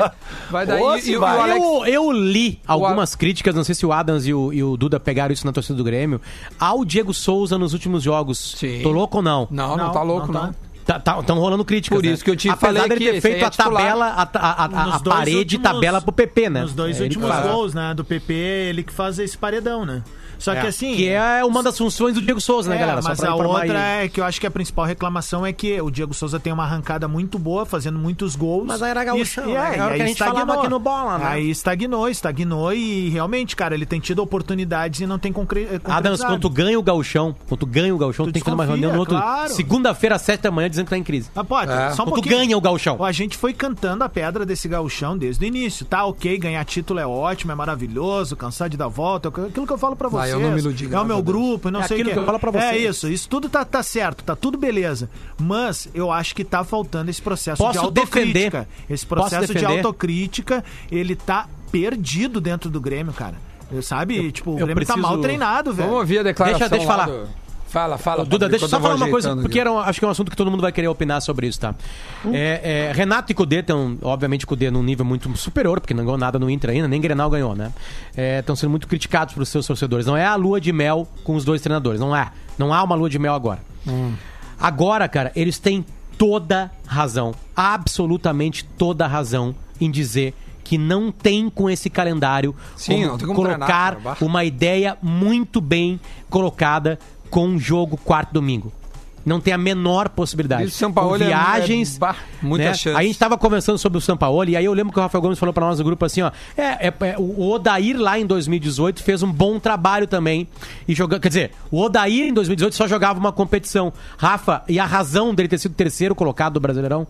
Speaker 2: vai dar.
Speaker 5: Oh,
Speaker 2: e,
Speaker 5: se
Speaker 2: e o
Speaker 5: vai.
Speaker 2: Alex
Speaker 7: Eu, eu li algumas críticas, não sei se o Adams e o, e o Duda pegaram isso na torcida do Grêmio, ao Diego Souza nos últimos jogos.
Speaker 2: Sim.
Speaker 7: Tô louco ou não?
Speaker 2: Não, não,
Speaker 4: Não,
Speaker 2: tá louco,
Speaker 4: não
Speaker 2: não.
Speaker 4: tá.
Speaker 7: Estão rolando críticas.
Speaker 2: Por
Speaker 7: né?
Speaker 2: isso que eu te
Speaker 7: Apesar
Speaker 2: falei
Speaker 7: dele
Speaker 2: que
Speaker 7: ter
Speaker 2: esse aí
Speaker 7: feito
Speaker 2: é
Speaker 7: a
Speaker 2: titular.
Speaker 7: tabela, a, ta- a- a-
Speaker 4: Nos
Speaker 7: a
Speaker 4: Um dois
Speaker 7: parede
Speaker 4: últimos-
Speaker 7: tabela pro PP, né?
Speaker 4: Nos
Speaker 7: É,
Speaker 4: dois
Speaker 7: ele
Speaker 4: últimos
Speaker 7: faz.
Speaker 4: gols, né, do PP, ele que faz esse paredão, né? Só que assim...
Speaker 7: Que é uma das funções do Diego Souza, né,
Speaker 4: É,
Speaker 7: galera? Só
Speaker 4: mas
Speaker 7: pra
Speaker 4: a
Speaker 7: informar
Speaker 4: outra
Speaker 7: aí.
Speaker 4: é que eu acho que a principal reclamação é que o Diego Souza tem uma arrancada muito boa, fazendo muitos gols.
Speaker 7: Mas aí era gauchão,
Speaker 4: E-
Speaker 7: né?
Speaker 4: e é,
Speaker 7: Era o
Speaker 4: e
Speaker 7: que
Speaker 4: aí
Speaker 7: a gente falava
Speaker 4: estagnou.
Speaker 7: aqui no Bola, né?
Speaker 4: Aí estagnou, estagnou e realmente, cara, ele tem tido oportunidades e não tem concre...
Speaker 7: Adams,
Speaker 4: concretizado.
Speaker 7: quando tu ganha o gauchão, quando tu ganha o gauchão,
Speaker 4: Tu
Speaker 7: tu tem que fazer uma
Speaker 4: desconfia,
Speaker 7: reunião no outro...
Speaker 4: claro.
Speaker 7: Segunda-feira, às sete da manhã, dizendo que tá em crise.
Speaker 4: Ah, pode, só um
Speaker 7: Quando tu
Speaker 4: pouquinho.
Speaker 7: ganha o gauchão.
Speaker 4: A gente foi cantando a pedra desse gauchão desde o início, tá? Ok, ganhar título é ótimo, é maravilhoso, cansar de dar volta, é aquilo que eu falo pra vocês.
Speaker 2: eu não me iludi,
Speaker 4: é o
Speaker 2: graças a
Speaker 4: meu
Speaker 2: Deus.
Speaker 4: grupo, e não
Speaker 7: É
Speaker 4: sei o
Speaker 7: aquilo que eu falo pra
Speaker 4: É
Speaker 7: vocês.
Speaker 4: isso, isso tudo tá, tá certo, tá tudo beleza. Mas eu acho que tá faltando esse processo de
Speaker 7: Posso
Speaker 4: autocrítica.
Speaker 7: defender.
Speaker 4: Esse processo
Speaker 7: Posso
Speaker 4: de
Speaker 7: defender.
Speaker 4: autocrítica, ele tá perdido dentro do Grêmio, cara. Eu- Sabe, tipo, o
Speaker 7: eu
Speaker 4: Grêmio tá
Speaker 7: preciso-
Speaker 4: mal treinado, velho.
Speaker 2: Vamos ouvir a declaração.
Speaker 7: Deixa- deixa eu
Speaker 2: lá
Speaker 7: falar.
Speaker 2: do- Fala, fala.
Speaker 7: Ô, Duda,
Speaker 2: Pablo,
Speaker 7: deixa eu
Speaker 2: enquanto
Speaker 7: só falar uma
Speaker 2: vou
Speaker 7: coisa,
Speaker 2: ajeitando
Speaker 7: porque
Speaker 2: aqui. Hum?
Speaker 7: era um- acho que é um assunto que todo mundo vai querer opinar sobre isso, tá? É, é, Renato e Cudê estão, obviamente, Cudê num nível muito superior, porque não ganhou nada no Inter ainda, nem Grenal ganhou, né? Estão sendo muito criticados pelos seus torcedores. Não é a lua de mel com os dois treinadores, não é. Não há uma lua de mel agora.
Speaker 2: Hum.
Speaker 7: Agora, cara, eles têm toda razão, absolutamente toda razão em dizer que não tem com esse calendário
Speaker 2: Sim, não tem como treinar,
Speaker 7: colocar
Speaker 2: cara, bah.
Speaker 7: uma ideia muito bem colocada com um jogo quarto domingo. Não tem a menor possibilidade.
Speaker 2: E o Sampaoli
Speaker 7: Com
Speaker 2: é-
Speaker 7: viagens, né?
Speaker 2: é- bah, muita chance.
Speaker 7: A gente tá tava conversando sobre o Sampaoli, e aí eu lembro que o Rafael Gomes falou pra nós no grupo assim, ó, é, é- é, o Odair lá em 2018 fez um bom trabalho também e jogando, quer dizer, o Odair em 2018 só jogava uma competição. Rafa, e a razão dele ter sido terceiro colocado do Brasileirão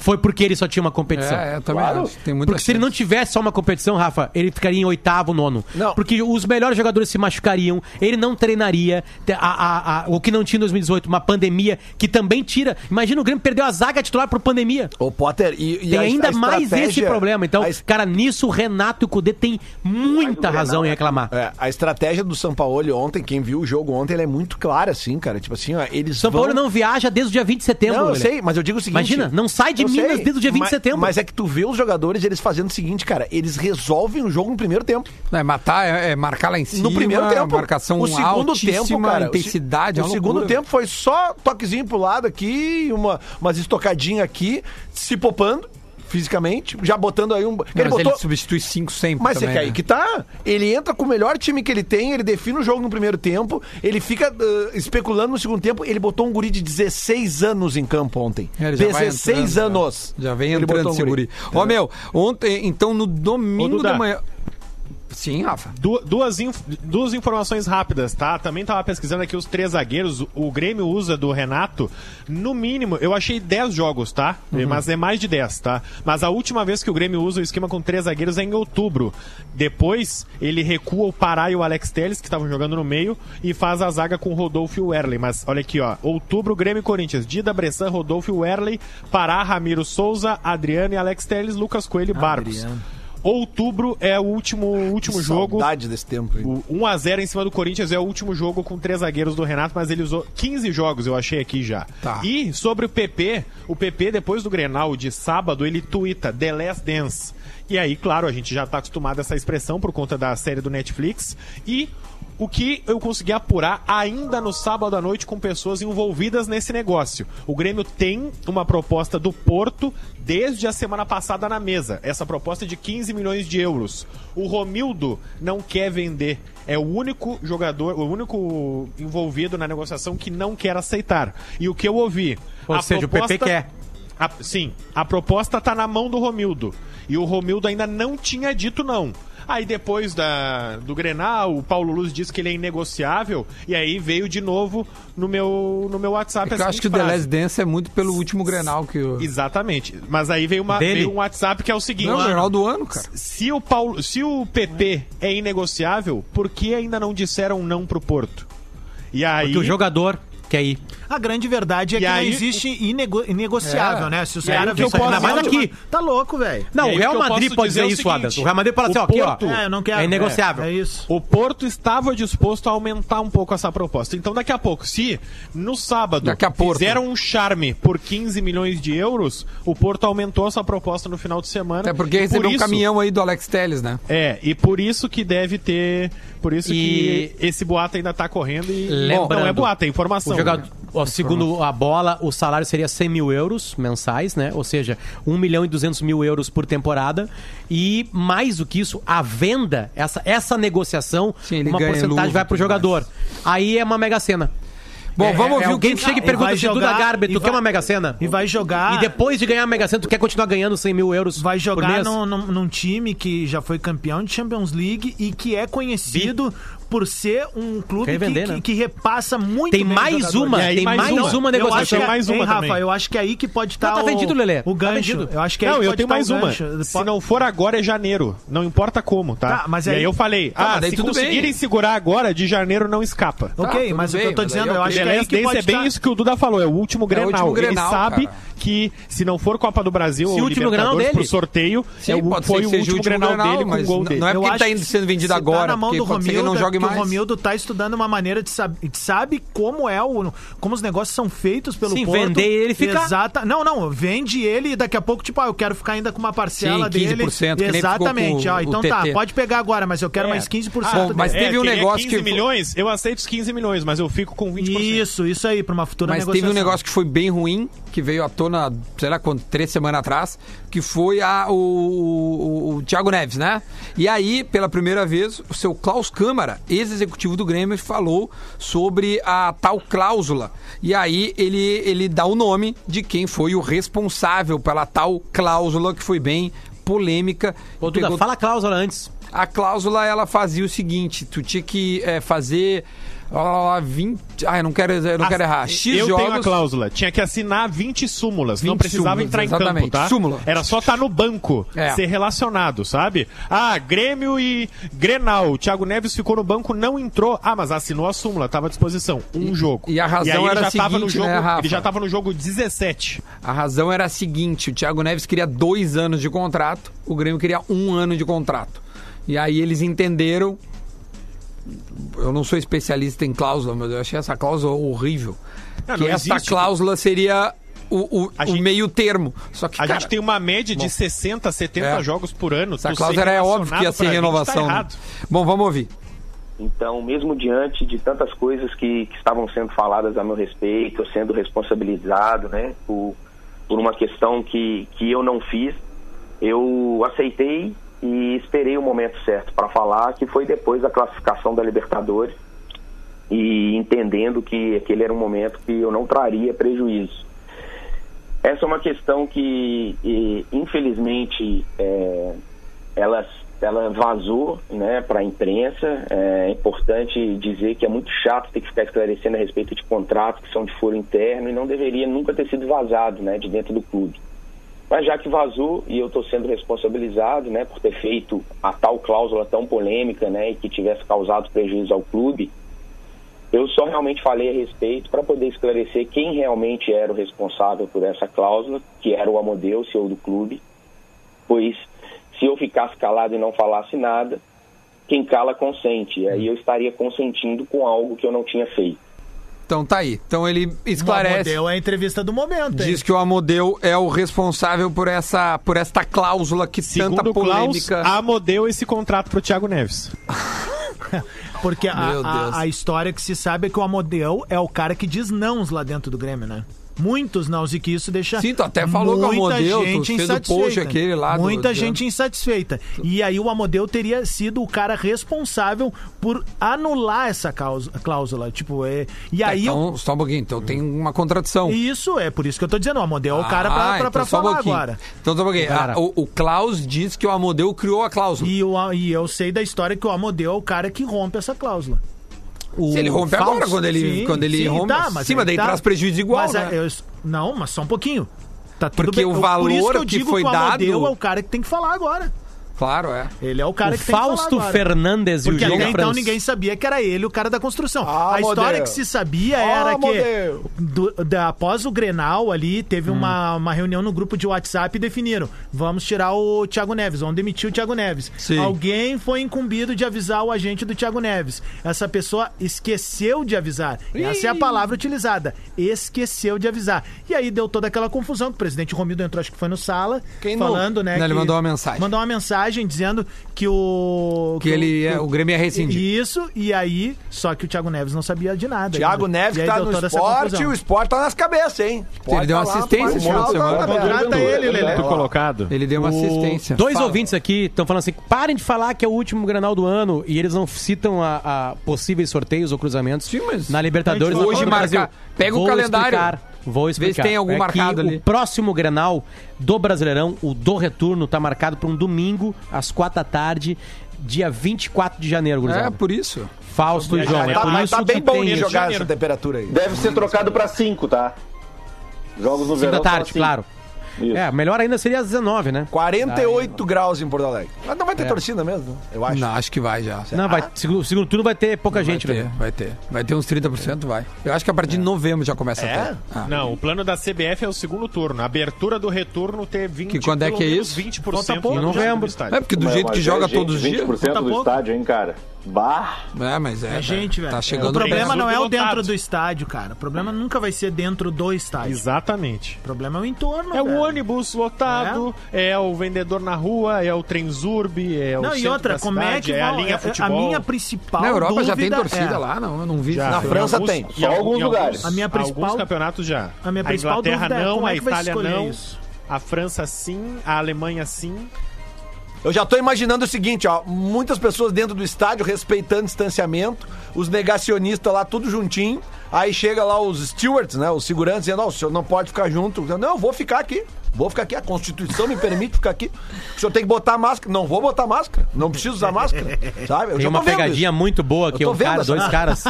Speaker 7: foi porque ele só tinha uma competição.
Speaker 2: É, é, também
Speaker 6: Claro.
Speaker 2: acho. Tem muita
Speaker 7: Porque se ele não
Speaker 2: chance.
Speaker 7: tivesse só uma competição, Rafa, ele ficaria em oitavo, nono.
Speaker 5: Não.
Speaker 7: Porque os melhores jogadores se machucariam, ele não treinaria. te- a- a- a- o que não tinha em 2018, uma pandemia que também tira. Imagina o Grêmio perdeu a zaga titular por pandemia.
Speaker 5: Ô, Potter, e, e
Speaker 7: Tem
Speaker 5: a-
Speaker 7: ainda
Speaker 5: a
Speaker 7: mais esse
Speaker 5: estratégia- é
Speaker 7: problema. Então,
Speaker 5: a es-
Speaker 7: cara, nisso o Renato e o Cudê têm muita razão em reclamar.
Speaker 5: É, a estratégia do Sampaoli ontem, quem viu o jogo ontem, ela é muito clara, assim, cara. Tipo assim, ó, eles
Speaker 7: São Paulo
Speaker 5: vão...
Speaker 7: não viaja desde o dia 20 de setembro.
Speaker 5: Não, eu
Speaker 7: Lelê.
Speaker 5: sei, mas eu digo o seguinte...
Speaker 7: Imagina, não sai de
Speaker 5: eu
Speaker 7: Minas
Speaker 5: sei,
Speaker 7: desde o dia 20 de
Speaker 5: mas-
Speaker 7: setembro.
Speaker 5: Mas é que tu vê os jogadores eles fazendo o seguinte, cara, eles resolvem o jogo no primeiro tempo.
Speaker 2: Não, é matar, é, é marcar lá em cima.
Speaker 5: no primeiro tempo.
Speaker 2: Marcação
Speaker 5: o segundo
Speaker 2: altíssima,
Speaker 5: tempo, cara.
Speaker 2: intensidade.
Speaker 5: O,
Speaker 2: é
Speaker 5: se-
Speaker 2: uma
Speaker 5: o segundo
Speaker 2: loucura.
Speaker 5: tempo foi só toquezinho pro lado aqui, uma, umas estocadinhas aqui, se popando fisicamente, já botando aí um.
Speaker 2: Não,
Speaker 5: ele
Speaker 2: mas
Speaker 5: botou.
Speaker 2: ele substitui cinco sempre
Speaker 5: Mas
Speaker 2: também,
Speaker 5: é que aí
Speaker 2: né?
Speaker 5: que tá. Ele entra com o melhor time que ele tem, ele define o jogo no primeiro tempo, ele fica eh, especulando no segundo tempo. Ele botou um guri de 16 anos em campo ontem.
Speaker 2: É, ele já vai
Speaker 5: 16
Speaker 2: entrando, né?
Speaker 5: anos.
Speaker 2: Já vem
Speaker 5: Ele
Speaker 2: entrando
Speaker 5: botou um
Speaker 2: esse guri. Ó, meu, ontem, então no domingo
Speaker 8: Duda. Tá
Speaker 2: de manhã. Sim, Rafa. É
Speaker 8: Du- Duas, inf- duas informações rápidas, tá? Também tava pesquisando aqui os três zagueiros. O Grêmio usa do Renato, no mínimo, eu achei 10 jogos, tá? Mas é mais de 10, tá? Mas a última vez que o Grêmio usa o esquema com três zagueiros é em outubro. Depois, ele recua o Pará e o Alex Telles, que estavam jogando no meio, e faz a zaga com o Rodolfo e o Erley. Mas olha aqui, ó. Outubro, Grêmio e Corinthians. Dida, Bressan, Rodolfo e o Erley. Pará, Ramiro Souza, Adriano e Alex Telles, Lucas Coelho e Barcos. Outubro é o último, último jogo.
Speaker 5: Saudade desse tempo. hein?
Speaker 8: O 1x0 em cima do Corinthians é o último jogo com três zagueiros do Renato, mas ele usou 15 jogos, eu achei aqui já.
Speaker 2: Tá.
Speaker 8: E sobre o PP, o PP, depois do Grenal de sábado, ele tuita The Last Dance. E aí, claro, a gente já tá acostumado a essa expressão por conta da série do Netflix. E o que eu consegui apurar ainda no sábado à noite com pessoas envolvidas nesse negócio. O Grêmio tem uma proposta do Porto desde a semana passada na mesa. Essa proposta é de 15 milhões de euros. O Romildo não quer vender. É o único jogador, o único envolvido na negociação que não quer aceitar. E o que eu ouvi?
Speaker 7: Ou seja, o PP quer.
Speaker 8: A- sim, a proposta tá na mão do Romildo. E o Romildo ainda não tinha dito não. Aí depois da, do Grenal, o Paulo Luz disse que ele é inegociável, e aí veio de novo no meu, no meu WhatsApp
Speaker 2: É que eu
Speaker 8: a
Speaker 2: acho que
Speaker 8: seguinte
Speaker 2: o The
Speaker 8: frase.
Speaker 2: Last Dance é muito pelo último Grenal que o...
Speaker 8: Exatamente. Mas aí veio, uma,
Speaker 7: Dele?
Speaker 8: veio um WhatsApp que é o seguinte.
Speaker 2: Não, o Grenal do ano, cara.
Speaker 8: Se o, Paulo, se o PP é inegociável, por que ainda não disseram não pro Porto? E aí.
Speaker 7: Porque o jogador quer ir.
Speaker 4: A grande verdade é
Speaker 8: E
Speaker 4: que
Speaker 8: aí-
Speaker 4: não existe inego- inegociável,
Speaker 2: É.
Speaker 4: né? Se os
Speaker 8: E aí
Speaker 4: caras
Speaker 8: o que eu
Speaker 4: vêm com
Speaker 8: posso-
Speaker 4: a
Speaker 8: Ainda
Speaker 7: mais
Speaker 4: última-
Speaker 7: aqui.
Speaker 4: Não, Tá louco, velho.
Speaker 7: Não,
Speaker 8: E aí,
Speaker 7: o
Speaker 8: o
Speaker 7: Real
Speaker 8: que eu
Speaker 7: Madrid
Speaker 8: posso
Speaker 7: pode dizer
Speaker 8: dizer é o
Speaker 7: isso,
Speaker 8: seguinte,
Speaker 7: Adams. O Real Madrid fala assim, ó,
Speaker 8: o
Speaker 7: aqui, ó.
Speaker 8: Porto-
Speaker 4: É, eu não quero.
Speaker 7: É inegociável.
Speaker 4: É, é isso.
Speaker 8: O Porto estava disposto a aumentar um pouco essa proposta. Então, daqui a pouco, se no sábado
Speaker 2: Daqui a Porto.
Speaker 8: fizeram um charme por 15 milhões de euros, o Porto aumentou essa proposta no final de semana.
Speaker 2: Até porque
Speaker 8: E
Speaker 2: recebeu
Speaker 8: É por
Speaker 2: um
Speaker 8: isso-
Speaker 2: caminhão aí do Alex Telles, né?
Speaker 8: É, e por isso que deve ter. Por isso
Speaker 7: E-
Speaker 8: que esse boato ainda tá correndo e.
Speaker 7: Lembrando,
Speaker 8: não é boato, é
Speaker 7: O
Speaker 8: informação.
Speaker 7: jogador, ó, segundo a bola, o salário seria 100 mil euros mensais, né? Ou seja, 1 milhão e 200 mil euros por temporada. E mais do que isso, a venda, essa, essa negociação,
Speaker 2: Sim, ele
Speaker 7: uma
Speaker 2: ganha
Speaker 7: porcentagem
Speaker 2: luva
Speaker 7: vai pro
Speaker 2: e tudo
Speaker 7: jogador. Aí é uma mega cena.
Speaker 2: Bom,
Speaker 8: É,
Speaker 2: vamos ouvir o
Speaker 7: Alguém
Speaker 2: que...
Speaker 7: que
Speaker 8: tá
Speaker 7: chega e
Speaker 4: e
Speaker 7: pergunta
Speaker 4: É, vai
Speaker 7: se Duda
Speaker 4: jogar-
Speaker 7: Garbi,
Speaker 4: e
Speaker 7: tu quer
Speaker 4: vai-
Speaker 7: uma mega cena?
Speaker 4: E vai jogar.
Speaker 7: E depois de ganhar a mega cena, tu quer continuar ganhando 100 mil euros
Speaker 4: Vai
Speaker 7: por
Speaker 4: jogar
Speaker 7: mês?
Speaker 4: num, num- num time que já foi campeão de Champions League e que é conhecido por ser um clube
Speaker 7: Quer vender,
Speaker 4: que,
Speaker 7: né?
Speaker 4: que- que repassa muito
Speaker 7: Tem
Speaker 4: bem
Speaker 7: mais
Speaker 4: jogadores.
Speaker 7: uma,
Speaker 8: E aí,
Speaker 7: tem
Speaker 8: mais
Speaker 7: mais,
Speaker 8: uma.
Speaker 7: uma
Speaker 8: Eu
Speaker 4: Eu acho
Speaker 7: negociação.
Speaker 4: que, é-
Speaker 8: tem mais uma
Speaker 4: hein,
Speaker 8: também.
Speaker 4: Rafa, eu acho que é aí que pode estar
Speaker 7: Não, tá
Speaker 4: o,
Speaker 7: vendido, Lelê.
Speaker 4: o
Speaker 7: Tá
Speaker 4: gancho.
Speaker 7: vendido.
Speaker 4: eu acho que é aí
Speaker 8: Não,
Speaker 4: que
Speaker 8: eu
Speaker 4: pode
Speaker 8: tenho
Speaker 4: tá o
Speaker 8: mais uma.
Speaker 4: gancho.
Speaker 8: Se não for agora, é janeiro. Não importa como, tá?
Speaker 4: Tá, mas
Speaker 8: E
Speaker 4: aí-
Speaker 8: aí eu falei,
Speaker 2: mas
Speaker 8: ah,
Speaker 2: daí
Speaker 8: se
Speaker 2: tudo bem.
Speaker 8: conseguirem segurar agora, de janeiro não escapa.
Speaker 2: Tá,
Speaker 4: Ok,
Speaker 2: tudo
Speaker 4: mas o que
Speaker 2: bem,
Speaker 4: eu tô
Speaker 2: mas aí
Speaker 4: dizendo,
Speaker 2: é
Speaker 4: eu
Speaker 2: ok.
Speaker 4: acho que é
Speaker 8: The
Speaker 4: aí
Speaker 8: Last
Speaker 4: que
Speaker 8: Dance
Speaker 4: pode
Speaker 8: é bem
Speaker 4: tá-
Speaker 8: isso que o Duda falou, é o último
Speaker 2: É o
Speaker 8: Grenal.
Speaker 2: último
Speaker 8: Ele
Speaker 2: Grenal,
Speaker 8: sabe
Speaker 2: cara.
Speaker 8: que se não for Copa do Brasil
Speaker 7: Se
Speaker 8: ou
Speaker 7: o último Grenal
Speaker 8: Libertadores
Speaker 7: dele.
Speaker 8: pro sorteio,
Speaker 2: Sim,
Speaker 8: é o-
Speaker 2: pode
Speaker 8: foi
Speaker 2: ser
Speaker 8: o
Speaker 2: que seja
Speaker 8: último Grenal, dele com o
Speaker 2: mas
Speaker 8: gol
Speaker 2: não-
Speaker 8: dele.
Speaker 2: não é
Speaker 4: Eu
Speaker 2: porque ele
Speaker 4: acho
Speaker 2: tá
Speaker 4: que
Speaker 2: indo sendo vendido
Speaker 4: se
Speaker 2: agora,
Speaker 4: Tá na mão
Speaker 2: porque
Speaker 4: do
Speaker 2: pode ser que ele
Speaker 4: Romildo,
Speaker 2: não jogue
Speaker 4: que
Speaker 2: mais.
Speaker 4: o Romildo tá estudando uma maneira de saber, sabe como é o como os negócios são feitos pelo
Speaker 7: Sim,
Speaker 4: Porto.
Speaker 7: vender ele ficar.
Speaker 4: Exata. Não, não, vende ele e daqui a pouco tipo, ah, eu quero ficar ainda com uma parcela
Speaker 2: Sim,
Speaker 4: dele.
Speaker 2: 15%, que nem ficou
Speaker 4: Exatamente.
Speaker 2: com o-
Speaker 4: ó, então
Speaker 2: o
Speaker 4: tá,
Speaker 2: TT.
Speaker 4: pode pegar agora, mas eu quero
Speaker 8: É.
Speaker 4: mais 15%
Speaker 2: Ah,
Speaker 4: dele.
Speaker 2: mas teve um
Speaker 8: queria
Speaker 2: negócio
Speaker 8: 15
Speaker 2: que-
Speaker 8: é milhões, eu aceito os 15 milhões, mas eu fico com 20%.
Speaker 4: Isso, isso aí para uma futura
Speaker 2: Mas
Speaker 4: negociação.
Speaker 2: teve um negócio que foi bem ruim, que veio à tona, sei lá quando, três semanas atrás, que foi a, o, o, o Thiago Neves, né? E aí, pela primeira vez, o seu Klaus Câmara, ex-executivo do Grêmio, falou sobre a tal cláusula. E aí ele, ele dá o nome de quem foi o responsável pela tal cláusula, que foi bem polêmica.
Speaker 7: Ô, Duda,
Speaker 2: Pegou-
Speaker 7: fala a cláusula antes.
Speaker 2: a cláusula ela fazia o seguinte: tu tinha que eh, fazer. Lá, lá, lá, 20. Ah, eu não quero, eu não quero errar. X
Speaker 8: eu
Speaker 2: jogos.
Speaker 8: tenho a cláusula. Tinha que assinar 20 súmulas.
Speaker 2: 20
Speaker 8: não precisava
Speaker 2: súmulas,
Speaker 8: entrar em campo,
Speaker 2: exatamente.
Speaker 8: tá?
Speaker 2: Súmula.
Speaker 8: Era só estar no banco,
Speaker 2: É.
Speaker 8: ser relacionado, sabe? Ah, Grêmio e Grenal. O Thiago Neves ficou no banco, não entrou. Ah, mas assinou a súmula, estava à disposição. Um jogo.
Speaker 2: e a razão
Speaker 8: aí ele
Speaker 2: era
Speaker 8: já
Speaker 2: a
Speaker 8: tava no
Speaker 2: seguinte,
Speaker 8: jogo,
Speaker 2: né, Rafa?
Speaker 8: Ele já estava no jogo 17.
Speaker 2: A razão era a seguinte: o Thiago Neves queria dois anos de contrato, o Grêmio queria um ano de contrato. E aí eles entenderam. Eu não sou especialista em cláusula, mas eu achei essa cláusula horrível.
Speaker 8: Não,
Speaker 2: que
Speaker 8: não
Speaker 2: essa
Speaker 8: existe.
Speaker 2: cláusula seria o, o-
Speaker 8: A
Speaker 2: o
Speaker 8: gente-
Speaker 2: meio termo. Só que,
Speaker 8: A
Speaker 2: cara,
Speaker 8: gente tem uma média de 60, 70
Speaker 2: É.
Speaker 8: jogos por ano.
Speaker 2: essa
Speaker 8: Tu
Speaker 2: cláusula
Speaker 8: ser
Speaker 2: era óbvio que ia
Speaker 8: relacionado pra
Speaker 2: ser
Speaker 8: gente tá
Speaker 2: renovação. né?
Speaker 8: errado.
Speaker 2: Bom, vamos ouvir.
Speaker 10: Então, mesmo diante de tantas coisas que, que estavam sendo faladas a meu respeito, eu sendo responsabilizado, né, por, por uma questão que, que eu não fiz, eu aceitei e esperei o momento certo para falar, que foi depois da classificação da Libertadores e entendendo que aquele era um momento que eu não traria prejuízo. Essa é uma questão que, e, infelizmente, é, ela, ela vazou né, para a imprensa. É importante dizer que é muito chato ter que ficar esclarecendo a respeito de contratos que são de foro interno e não deveria nunca ter sido vazado né, de dentro do clube. Mas já que vazou e eu estou sendo responsabilizado né, por ter feito a tal cláusula tão polêmica né, e que tivesse causado prejuízo ao clube, eu só realmente falei a respeito para poder esclarecer quem realmente era o responsável por essa cláusula, que era o Amodeu, CEO do clube, pois se eu ficasse calado e não falasse nada, quem cala consente. E aí eu estaria consentindo com algo que eu não tinha feito.
Speaker 2: Então tá aí. Então ele esclarece.
Speaker 4: Deu é a entrevista do momento, hein?
Speaker 2: Diz que o Amodeu é o responsável por essa por esta cláusula que tanta
Speaker 8: Segundo Klaus,
Speaker 2: polêmica.
Speaker 8: amodeu esse contrato pro Thiago Neves.
Speaker 4: Porque a,
Speaker 2: Meu
Speaker 4: a-
Speaker 2: Deus.
Speaker 4: a história que se sabe é que o Amodeu é o cara que diz nãos lá dentro do Grêmio, né? Muitos nãos e que isso deixa.
Speaker 2: Sim, tu até falou que o
Speaker 4: muita
Speaker 2: Amodeu, tu
Speaker 4: gente
Speaker 2: fez o post
Speaker 4: insatisfeita.
Speaker 2: aquele lá do-
Speaker 4: Muita
Speaker 2: do-
Speaker 4: gente insatisfeita. E aí o Amodeu teria sido o cara responsável por anular essa causa- cláusula. Tipo, é. E
Speaker 2: Tá,
Speaker 4: aí.
Speaker 2: então, só um pouquinho. Então tem uma contradição.
Speaker 4: Isso, é por isso que eu tô dizendo, o Amodeu é o cara pra,
Speaker 2: Ah,
Speaker 4: pra,
Speaker 2: então
Speaker 4: pra
Speaker 2: só um
Speaker 4: falar
Speaker 2: pouquinho.
Speaker 4: agora.
Speaker 2: Então só um pouquinho.
Speaker 7: Cara.
Speaker 2: Ah, o, o Klaus diz que o Amodeu criou a cláusula.
Speaker 4: E, o- e eu sei da história que o Amodeu é o cara que rompe essa cláusula. O
Speaker 2: Se ele rompe
Speaker 4: falso- tá,
Speaker 2: agora, quando ele- quando ele rompe- sim, mas
Speaker 4: aí
Speaker 2: daí traz prejuízo igual,
Speaker 4: Mas,
Speaker 2: né?
Speaker 4: é, eu- não, mas só um pouquinho. Tá tudo
Speaker 2: Porque
Speaker 4: bem.
Speaker 2: o
Speaker 4: Eu-
Speaker 2: valor
Speaker 4: por isso que, eu
Speaker 2: que
Speaker 4: digo
Speaker 2: foi
Speaker 4: que o Amodeu
Speaker 2: dado-
Speaker 4: é o cara que tem que falar agora.
Speaker 2: Claro, é.
Speaker 4: Ele é o cara
Speaker 7: o
Speaker 4: que tem que falar
Speaker 7: Fausto
Speaker 4: agora.
Speaker 7: Fernandes e o
Speaker 4: Porque
Speaker 7: João
Speaker 4: até então
Speaker 7: França.
Speaker 4: ninguém sabia que era ele o cara da construção.
Speaker 5: Ah,
Speaker 4: a história
Speaker 5: Amodeu.
Speaker 4: que se sabia
Speaker 5: Ah,
Speaker 4: era
Speaker 5: Amodeu.
Speaker 4: que do- da- após o Grenal ali, teve uma, uma reunião no grupo de WhatsApp e definiram: vamos tirar o Thiago Neves, vamos demitir o Thiago Neves.
Speaker 2: Sim.
Speaker 4: Alguém foi incumbido de avisar o agente do Thiago Neves. Essa pessoa esqueceu de avisar. Essa é a palavra utilizada. Esqueceu de avisar. E aí deu toda aquela confusão que o presidente Romildo entrou, acho que foi no sala,
Speaker 5: Quem não?
Speaker 4: falando, né?
Speaker 2: Não, ele
Speaker 4: que-
Speaker 2: mandou uma mensagem.
Speaker 4: Mandou uma mensagem dizendo que o
Speaker 2: Que ele é- o Grêmio ia rescindir.
Speaker 4: isso, e aí, só que o Thiago Neves não sabia de nada.
Speaker 5: Thiago
Speaker 4: ainda.
Speaker 5: Neves
Speaker 4: E aí
Speaker 5: tá
Speaker 4: deu
Speaker 5: no
Speaker 4: toda essa é
Speaker 5: esporte,
Speaker 4: confusão.
Speaker 5: o esporte tá nas cabeças, hein?
Speaker 2: Ele deu uma
Speaker 5: Esporte tá lá,
Speaker 2: assistente
Speaker 5: o
Speaker 2: esse final de
Speaker 8: é
Speaker 5: Marcial tá
Speaker 2: semana.
Speaker 5: na cabeça.
Speaker 4: Contrata ele, Lelê.
Speaker 8: Foi colocado.
Speaker 2: Ele deu uma assistência.
Speaker 7: Dois
Speaker 5: Fala.
Speaker 7: ouvintes aqui estão falando assim: parem de falar que é o último granal do ano e eles não citam a, a possíveis sorteios ou cruzamentos
Speaker 2: Sim, mas
Speaker 7: na Libertadores.
Speaker 2: hoje
Speaker 7: na Copa do
Speaker 2: marca-
Speaker 7: Brasil.
Speaker 2: pega o
Speaker 7: Vou
Speaker 2: calendário,
Speaker 7: explicar, vou explicar.
Speaker 2: se tem algum
Speaker 7: que
Speaker 2: marcado ali.
Speaker 7: O próximo granal do Brasileirão, o do retorno, tá marcado para um domingo às quatro da tarde. Dia 24 de janeiro,
Speaker 2: É,
Speaker 7: gurizada.
Speaker 2: por isso.
Speaker 7: Fausto e João.
Speaker 5: Tá,
Speaker 7: é por
Speaker 5: tá,
Speaker 7: isso
Speaker 5: tá bem
Speaker 7: que
Speaker 5: bom
Speaker 7: tem
Speaker 5: de
Speaker 7: isso.
Speaker 5: jogar essa temperatura aí.
Speaker 6: Deve ser trocado pra 5, tá? Jogos no
Speaker 7: Cinco
Speaker 6: verão.
Speaker 7: da
Speaker 6: são
Speaker 7: tarde,
Speaker 6: assim.
Speaker 7: claro.
Speaker 6: Isso.
Speaker 7: É, melhor ainda seria às 19, né?
Speaker 5: 48 graus em Porto Alegre. Mas não vai
Speaker 2: É.
Speaker 5: ter torcida mesmo, né? eu acho.
Speaker 2: Não, acho que vai
Speaker 4: é
Speaker 2: já.
Speaker 7: Não, vai, segundo, segundo turno vai ter pouca gente,
Speaker 2: Ah. vai ter,
Speaker 7: né?
Speaker 2: vai ter. Vai ter uns 30%, vai. Eu acho que a partir
Speaker 4: É.
Speaker 2: de novembro já começa a ter. Ah.
Speaker 8: É? Não, o plano da CBF é o segundo turno. A abertura do retorno ter 20%.
Speaker 2: Que quando é
Speaker 8: pelo
Speaker 2: que é
Speaker 8: menos
Speaker 2: isso?
Speaker 8: 20%
Speaker 4: Falta
Speaker 8: do
Speaker 4: pouco. né?
Speaker 8: do
Speaker 7: Novembro.
Speaker 2: É
Speaker 8: estádio.
Speaker 2: porque do
Speaker 6: Mas-
Speaker 2: jeito que
Speaker 6: mas
Speaker 2: joga
Speaker 6: é, gente,
Speaker 2: todos os dias.
Speaker 6: 20%
Speaker 5: Tá
Speaker 4: Falta
Speaker 6: do
Speaker 4: pouco.
Speaker 6: estádio, hein, cara? Bah!
Speaker 2: É, mas é.
Speaker 4: É gente, velho.
Speaker 2: Tá chegando
Speaker 4: o problema
Speaker 8: bem.
Speaker 4: não é o dentro
Speaker 8: Lotado.
Speaker 4: do estádio, cara. O problema nunca vai ser dentro do estádio.
Speaker 8: Exatamente.
Speaker 4: O problema é o entorno.
Speaker 8: É o
Speaker 4: velho.
Speaker 8: ônibus lotado, é. o vendedor na rua, é o Trenzurb, é o
Speaker 4: Não, e
Speaker 8: centro
Speaker 4: outra,
Speaker 8: da
Speaker 4: como é
Speaker 8: cidade,
Speaker 4: que
Speaker 8: é a
Speaker 4: vão-
Speaker 8: linha
Speaker 4: a
Speaker 8: futebol.
Speaker 4: minha principal
Speaker 2: Na Europa já tem
Speaker 4: dúvida
Speaker 2: torcida
Speaker 4: é-
Speaker 2: lá, não, eu não vi.
Speaker 8: Já.
Speaker 5: Na
Speaker 8: Em
Speaker 5: França tem.
Speaker 8: em
Speaker 6: Só alguns
Speaker 8: em
Speaker 6: lugares.
Speaker 4: A minha
Speaker 8: em
Speaker 4: principal-
Speaker 8: Alguns campeonatos já.
Speaker 4: A minha principal
Speaker 8: Inglaterra
Speaker 4: dúvida é
Speaker 8: não,
Speaker 4: como é
Speaker 8: a
Speaker 4: que vai
Speaker 8: Itália
Speaker 4: escolher
Speaker 8: não,
Speaker 4: isso.
Speaker 8: a França sim, a Alemanha sim.
Speaker 5: Eu já tô imaginando o seguinte, ó, muitas pessoas dentro do estádio respeitando o distanciamento, os negacionistas lá tudo juntinho, aí chega lá os stewards, né, os seguranças dizendo, ó, o senhor não pode ficar junto. Eu, Não, eu vou ficar aqui. Vou ficar aqui, a Constituição me permite ficar aqui. O senhor tem que botar máscara. Não vou botar máscara. Não preciso usar máscara. Sabe? Eu
Speaker 7: Tem
Speaker 5: já
Speaker 7: uma
Speaker 5: tô vendo
Speaker 7: pegadinha
Speaker 5: isso.
Speaker 7: muito boa que
Speaker 5: Eu tô
Speaker 7: um
Speaker 5: vendo
Speaker 7: cara,
Speaker 5: essa-
Speaker 7: dois
Speaker 5: *laughs*
Speaker 7: caras,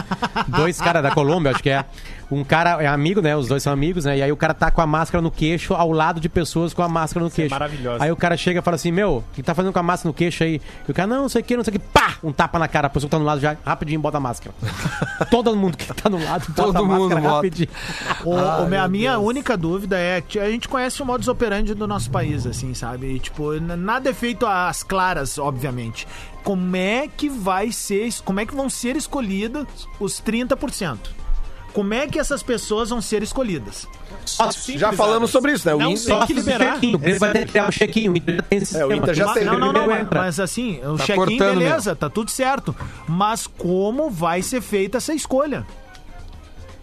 Speaker 7: dois caras da Colômbia, acho que é. Um cara é amigo, né? Os dois são amigos, né? E aí o cara tá com a máscara no queixo ao lado de pessoas com a
Speaker 5: é
Speaker 7: máscara no queixo.
Speaker 8: maravilhoso.
Speaker 7: Aí o cara chega e fala assim: "Meu, o que tá fazendo com a máscara no queixo aí?" E o cara: "Não, não sei o que, não sei o que". Pá, um tapa na cara, a pessoa que tá no lado já rapidinho bota
Speaker 5: *laughs*
Speaker 7: a máscara. Todo mundo que tá no lado bota
Speaker 2: Todo
Speaker 7: a máscara
Speaker 2: mundo bota.
Speaker 7: rapidinho.
Speaker 4: O- o- a minha única dúvida é que a gente conhece o modus operandi do nosso país, assim, sabe? E, tipo, n- nada é feito às claras, obviamente. Como é que vai ser, como é que vão ser escolhidos os 30%? Como é que essas pessoas vão ser escolhidas?
Speaker 5: Já falamos sobre isso, né? O
Speaker 8: Não
Speaker 5: Inter-
Speaker 8: sei. Tem que liberar.
Speaker 7: Check-in, Ele vai ter que criar o check-in. O Inter já tem esse
Speaker 5: É, o Inter já
Speaker 4: Mas-
Speaker 5: tem.
Speaker 4: Não, não, não, mas,
Speaker 7: entra.
Speaker 4: mas assim, o
Speaker 2: Tá
Speaker 4: check-in,
Speaker 2: cortando
Speaker 4: beleza, tá tudo certo. Mas como vai ser feita essa escolha?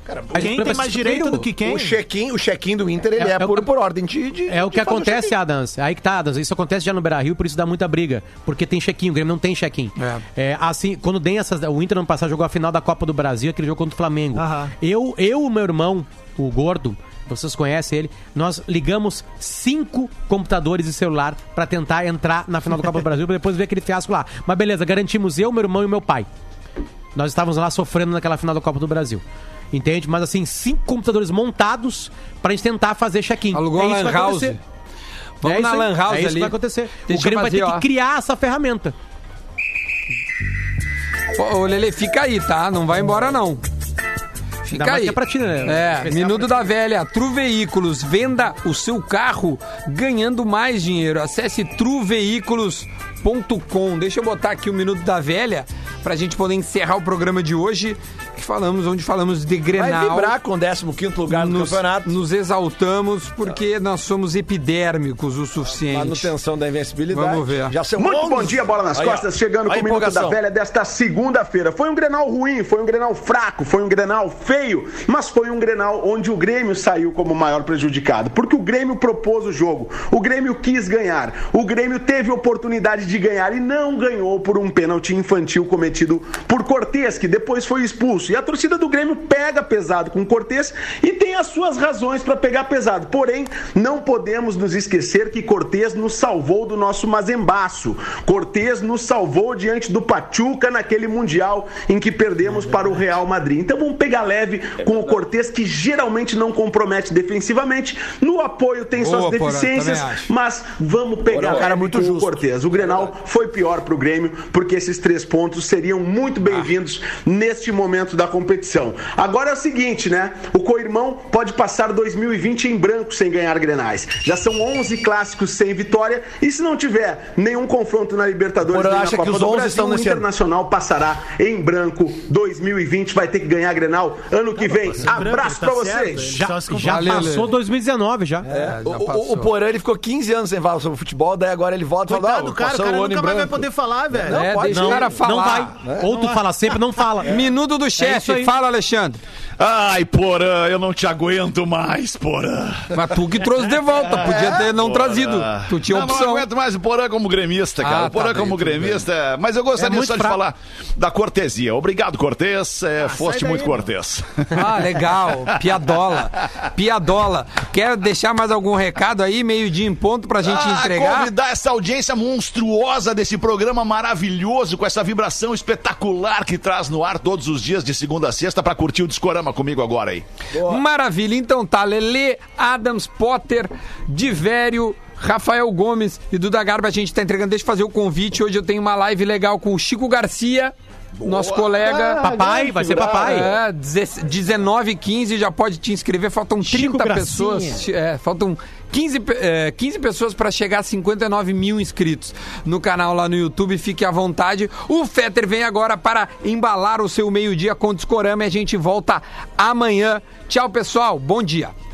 Speaker 7: Mas o
Speaker 4: quem tem
Speaker 7: problema
Speaker 4: mais
Speaker 7: é que
Speaker 4: direito
Speaker 7: o-
Speaker 4: do que quem?
Speaker 5: O check-in, o check-in do Inter, ele é,
Speaker 7: É- é o
Speaker 5: por,
Speaker 7: que-
Speaker 5: por ordem de, de-
Speaker 7: É o
Speaker 5: de
Speaker 7: que
Speaker 5: fazer
Speaker 7: acontece,
Speaker 5: check-in.
Speaker 7: Adams. Aí que tá, Adams. Isso acontece já no Beira Rio, por isso dá muita briga. Porque tem check-in, o Grêmio não tem check-in. É. assim, quando tem essas. O Inter ano passado jogou a final da Copa do Brasil, aquele jogo contra o Flamengo.
Speaker 4: Aham.
Speaker 7: Eu, eu, o meu irmão, o gordo, vocês conhecem ele, nós ligamos cinco computadores e celular pra tentar entrar na final da Copa do Brasil pra depois ver aquele fiasco lá. Mas beleza, garantimos eu, meu irmão e meu pai. Nós estávamos lá sofrendo naquela final da Copa do Brasil. Entende? Mas assim, cinco computadores montados pra gente tentar fazer check-in.
Speaker 2: Alugou
Speaker 7: É
Speaker 2: a
Speaker 7: isso que
Speaker 2: Lan
Speaker 7: vai
Speaker 2: House.
Speaker 7: acontecer.
Speaker 2: Vamos
Speaker 7: É
Speaker 2: na
Speaker 7: isso aí.
Speaker 2: Lan House
Speaker 7: é isso
Speaker 2: ali.
Speaker 7: que vai acontecer.
Speaker 2: Deixa
Speaker 7: o Grêmio vai ter
Speaker 2: fazer, ó.
Speaker 7: que criar essa ferramenta.
Speaker 2: Ô, ô, Lele, fica aí, tá? Não vai embora, não.
Speaker 7: Não,
Speaker 2: Fica
Speaker 7: mas
Speaker 2: aí.
Speaker 7: é pra ti, né?
Speaker 2: É,
Speaker 7: Especial
Speaker 2: Minuto da Velha. Tru Veículos, venda o seu carro ganhando mais dinheiro. Acesse truveículos.com. Deixa eu botar aqui o Minuto da Velha pra gente poder encerrar o programa de hoje, que falamos onde falamos de
Speaker 5: Vai
Speaker 2: Grenal.
Speaker 5: vibrar com o 15º lugar no
Speaker 2: nos,
Speaker 5: campeonato.
Speaker 2: nos exaltamos porque nós somos epidérmicos o suficiente.
Speaker 5: Manutenção da invencibilidade.
Speaker 2: Vamos ver.
Speaker 5: Já são
Speaker 11: Muito
Speaker 5: 11.
Speaker 11: bom dia, bola nas
Speaker 5: Aí, ó.
Speaker 11: costas, chegando com
Speaker 5: Olha a
Speaker 11: o Minuto da
Speaker 5: empolgação.
Speaker 11: Velha desta segunda-feira. Foi um Grenal ruim, foi um Grenal fraco, foi um Grenal feio, mas foi um Grenal onde o Grêmio saiu como o maior prejudicado, porque o Grêmio propôs o jogo, o Grêmio quis ganhar, o Grêmio teve oportunidade de ganhar e não ganhou por um pênalti infantil cometido por Cortez, que depois foi expulso. E a torcida do Grêmio pega pesado com Cortez e tem as suas razões para pegar pesado. Porém, não podemos nos esquecer que Cortez nos salvou do nosso mazembaço. Cortez nos salvou diante do Pachuca naquele Mundial em que
Speaker 5: É
Speaker 11: perdemos para o Real Madrid. Então vamos pegar leve com o Cortez, que geralmente não compromete defensivamente. No apoio tem
Speaker 2: Boa,
Speaker 11: suas
Speaker 2: Porã,
Speaker 11: deficiências,
Speaker 2: também acho.
Speaker 11: mas vamos pegar
Speaker 5: Porã,
Speaker 11: leve
Speaker 5: cara É muito
Speaker 11: com
Speaker 5: justo. É
Speaker 11: o Cortez. O Grenal foi pior para o Grêmio, porque esses três pontos seriam
Speaker 5: Ah.
Speaker 11: muito bem-vindos neste momento da competição. Agora é o seguinte, né? O Coirmão pode passar 2020 em branco sem ganhar Grenais. Já são 11 clássicos sem vitória e se não tiver nenhum confronto na Libertadores
Speaker 5: Porã
Speaker 11: nem na
Speaker 5: acha
Speaker 11: Copa
Speaker 5: que os
Speaker 11: do
Speaker 5: 11
Speaker 11: Brasil,
Speaker 5: estão
Speaker 11: o
Speaker 5: nesse ano.
Speaker 11: Internacional passará em branco 2020, vai ter que ganhar Grenal ano que
Speaker 3: Tá
Speaker 11: vem. Abraço para vocês!
Speaker 7: Já, já
Speaker 2: Valeu,
Speaker 7: passou
Speaker 2: Lele.
Speaker 7: 2019 já.
Speaker 5: É, o,
Speaker 2: já
Speaker 5: o-
Speaker 2: passou.
Speaker 5: o Porã ele ficou 15 anos sem falar sobre futebol, daí agora ele volta e fala:
Speaker 4: Coitado,
Speaker 5: "Ah,
Speaker 4: do cara, o
Speaker 5: passou
Speaker 4: cara
Speaker 5: o ano
Speaker 4: nunca
Speaker 5: em
Speaker 4: mais vai
Speaker 5: branco."
Speaker 4: poder falar, velho.
Speaker 5: Não,
Speaker 2: É,
Speaker 5: pode
Speaker 2: deixa
Speaker 5: não.
Speaker 2: o cara
Speaker 7: Não
Speaker 2: falar. é?
Speaker 7: vai. Ou tu fala sempre, não
Speaker 2: *laughs*
Speaker 7: fala.
Speaker 2: Minuto do chefe.
Speaker 7: isso aí.
Speaker 2: Fala, Alexandre.
Speaker 3: Ai, Porã, eu não te aguento mais, Porã.
Speaker 2: Mas tu que trouxe de volta, podia ter não trazido. Tu tinha
Speaker 3: não,
Speaker 2: opção.
Speaker 3: Não aguento mais o Porã como gremista, cara.
Speaker 2: Ah,
Speaker 3: o Porã
Speaker 2: tá bem, É
Speaker 3: como
Speaker 2: tudo
Speaker 3: gremista. é- Mas eu gostaria
Speaker 7: muito
Speaker 3: só de
Speaker 7: fraco.
Speaker 3: falar da cortesia. Obrigado, Cortez. É, foste
Speaker 4: Ah, sai
Speaker 3: muito
Speaker 4: daí,
Speaker 3: cortês.
Speaker 2: Ah, legal. Piadola. Piadola. Quer deixar mais algum recado aí, meio-dia em ponto, pra gente
Speaker 3: *laughs* Ah,
Speaker 2: entregar?
Speaker 3: Convidar essa audiência monstruosa desse programa maravilhoso, com essa vibração espetacular que traz no ar todos os dias, de segunda a sexta, pra curtir o Discorama comigo agora aí.
Speaker 2: Maravilha. Então tá, Lele, Adams, Potter, Divério, Rafael Gomes e Duda Garba, a gente tá entregando. Deixa eu fazer o convite. Hoje eu tenho uma live legal com o Chico Garcia, nosso colega.
Speaker 7: Papai, vai ser papai.
Speaker 2: Ah, né? É, 19 e 15 já pode te inscrever. Faltam 30
Speaker 7: Chico Gracinha.
Speaker 2: pessoas. É, faltam 15, pe- é, 15 pessoas para chegar a 59 mil inscritos no canal lá no YouTube. Fique à vontade. O Fetter vem agora para embalar o seu meio-dia com Discorama e a gente volta amanhã. Tchau, pessoal. Bom dia.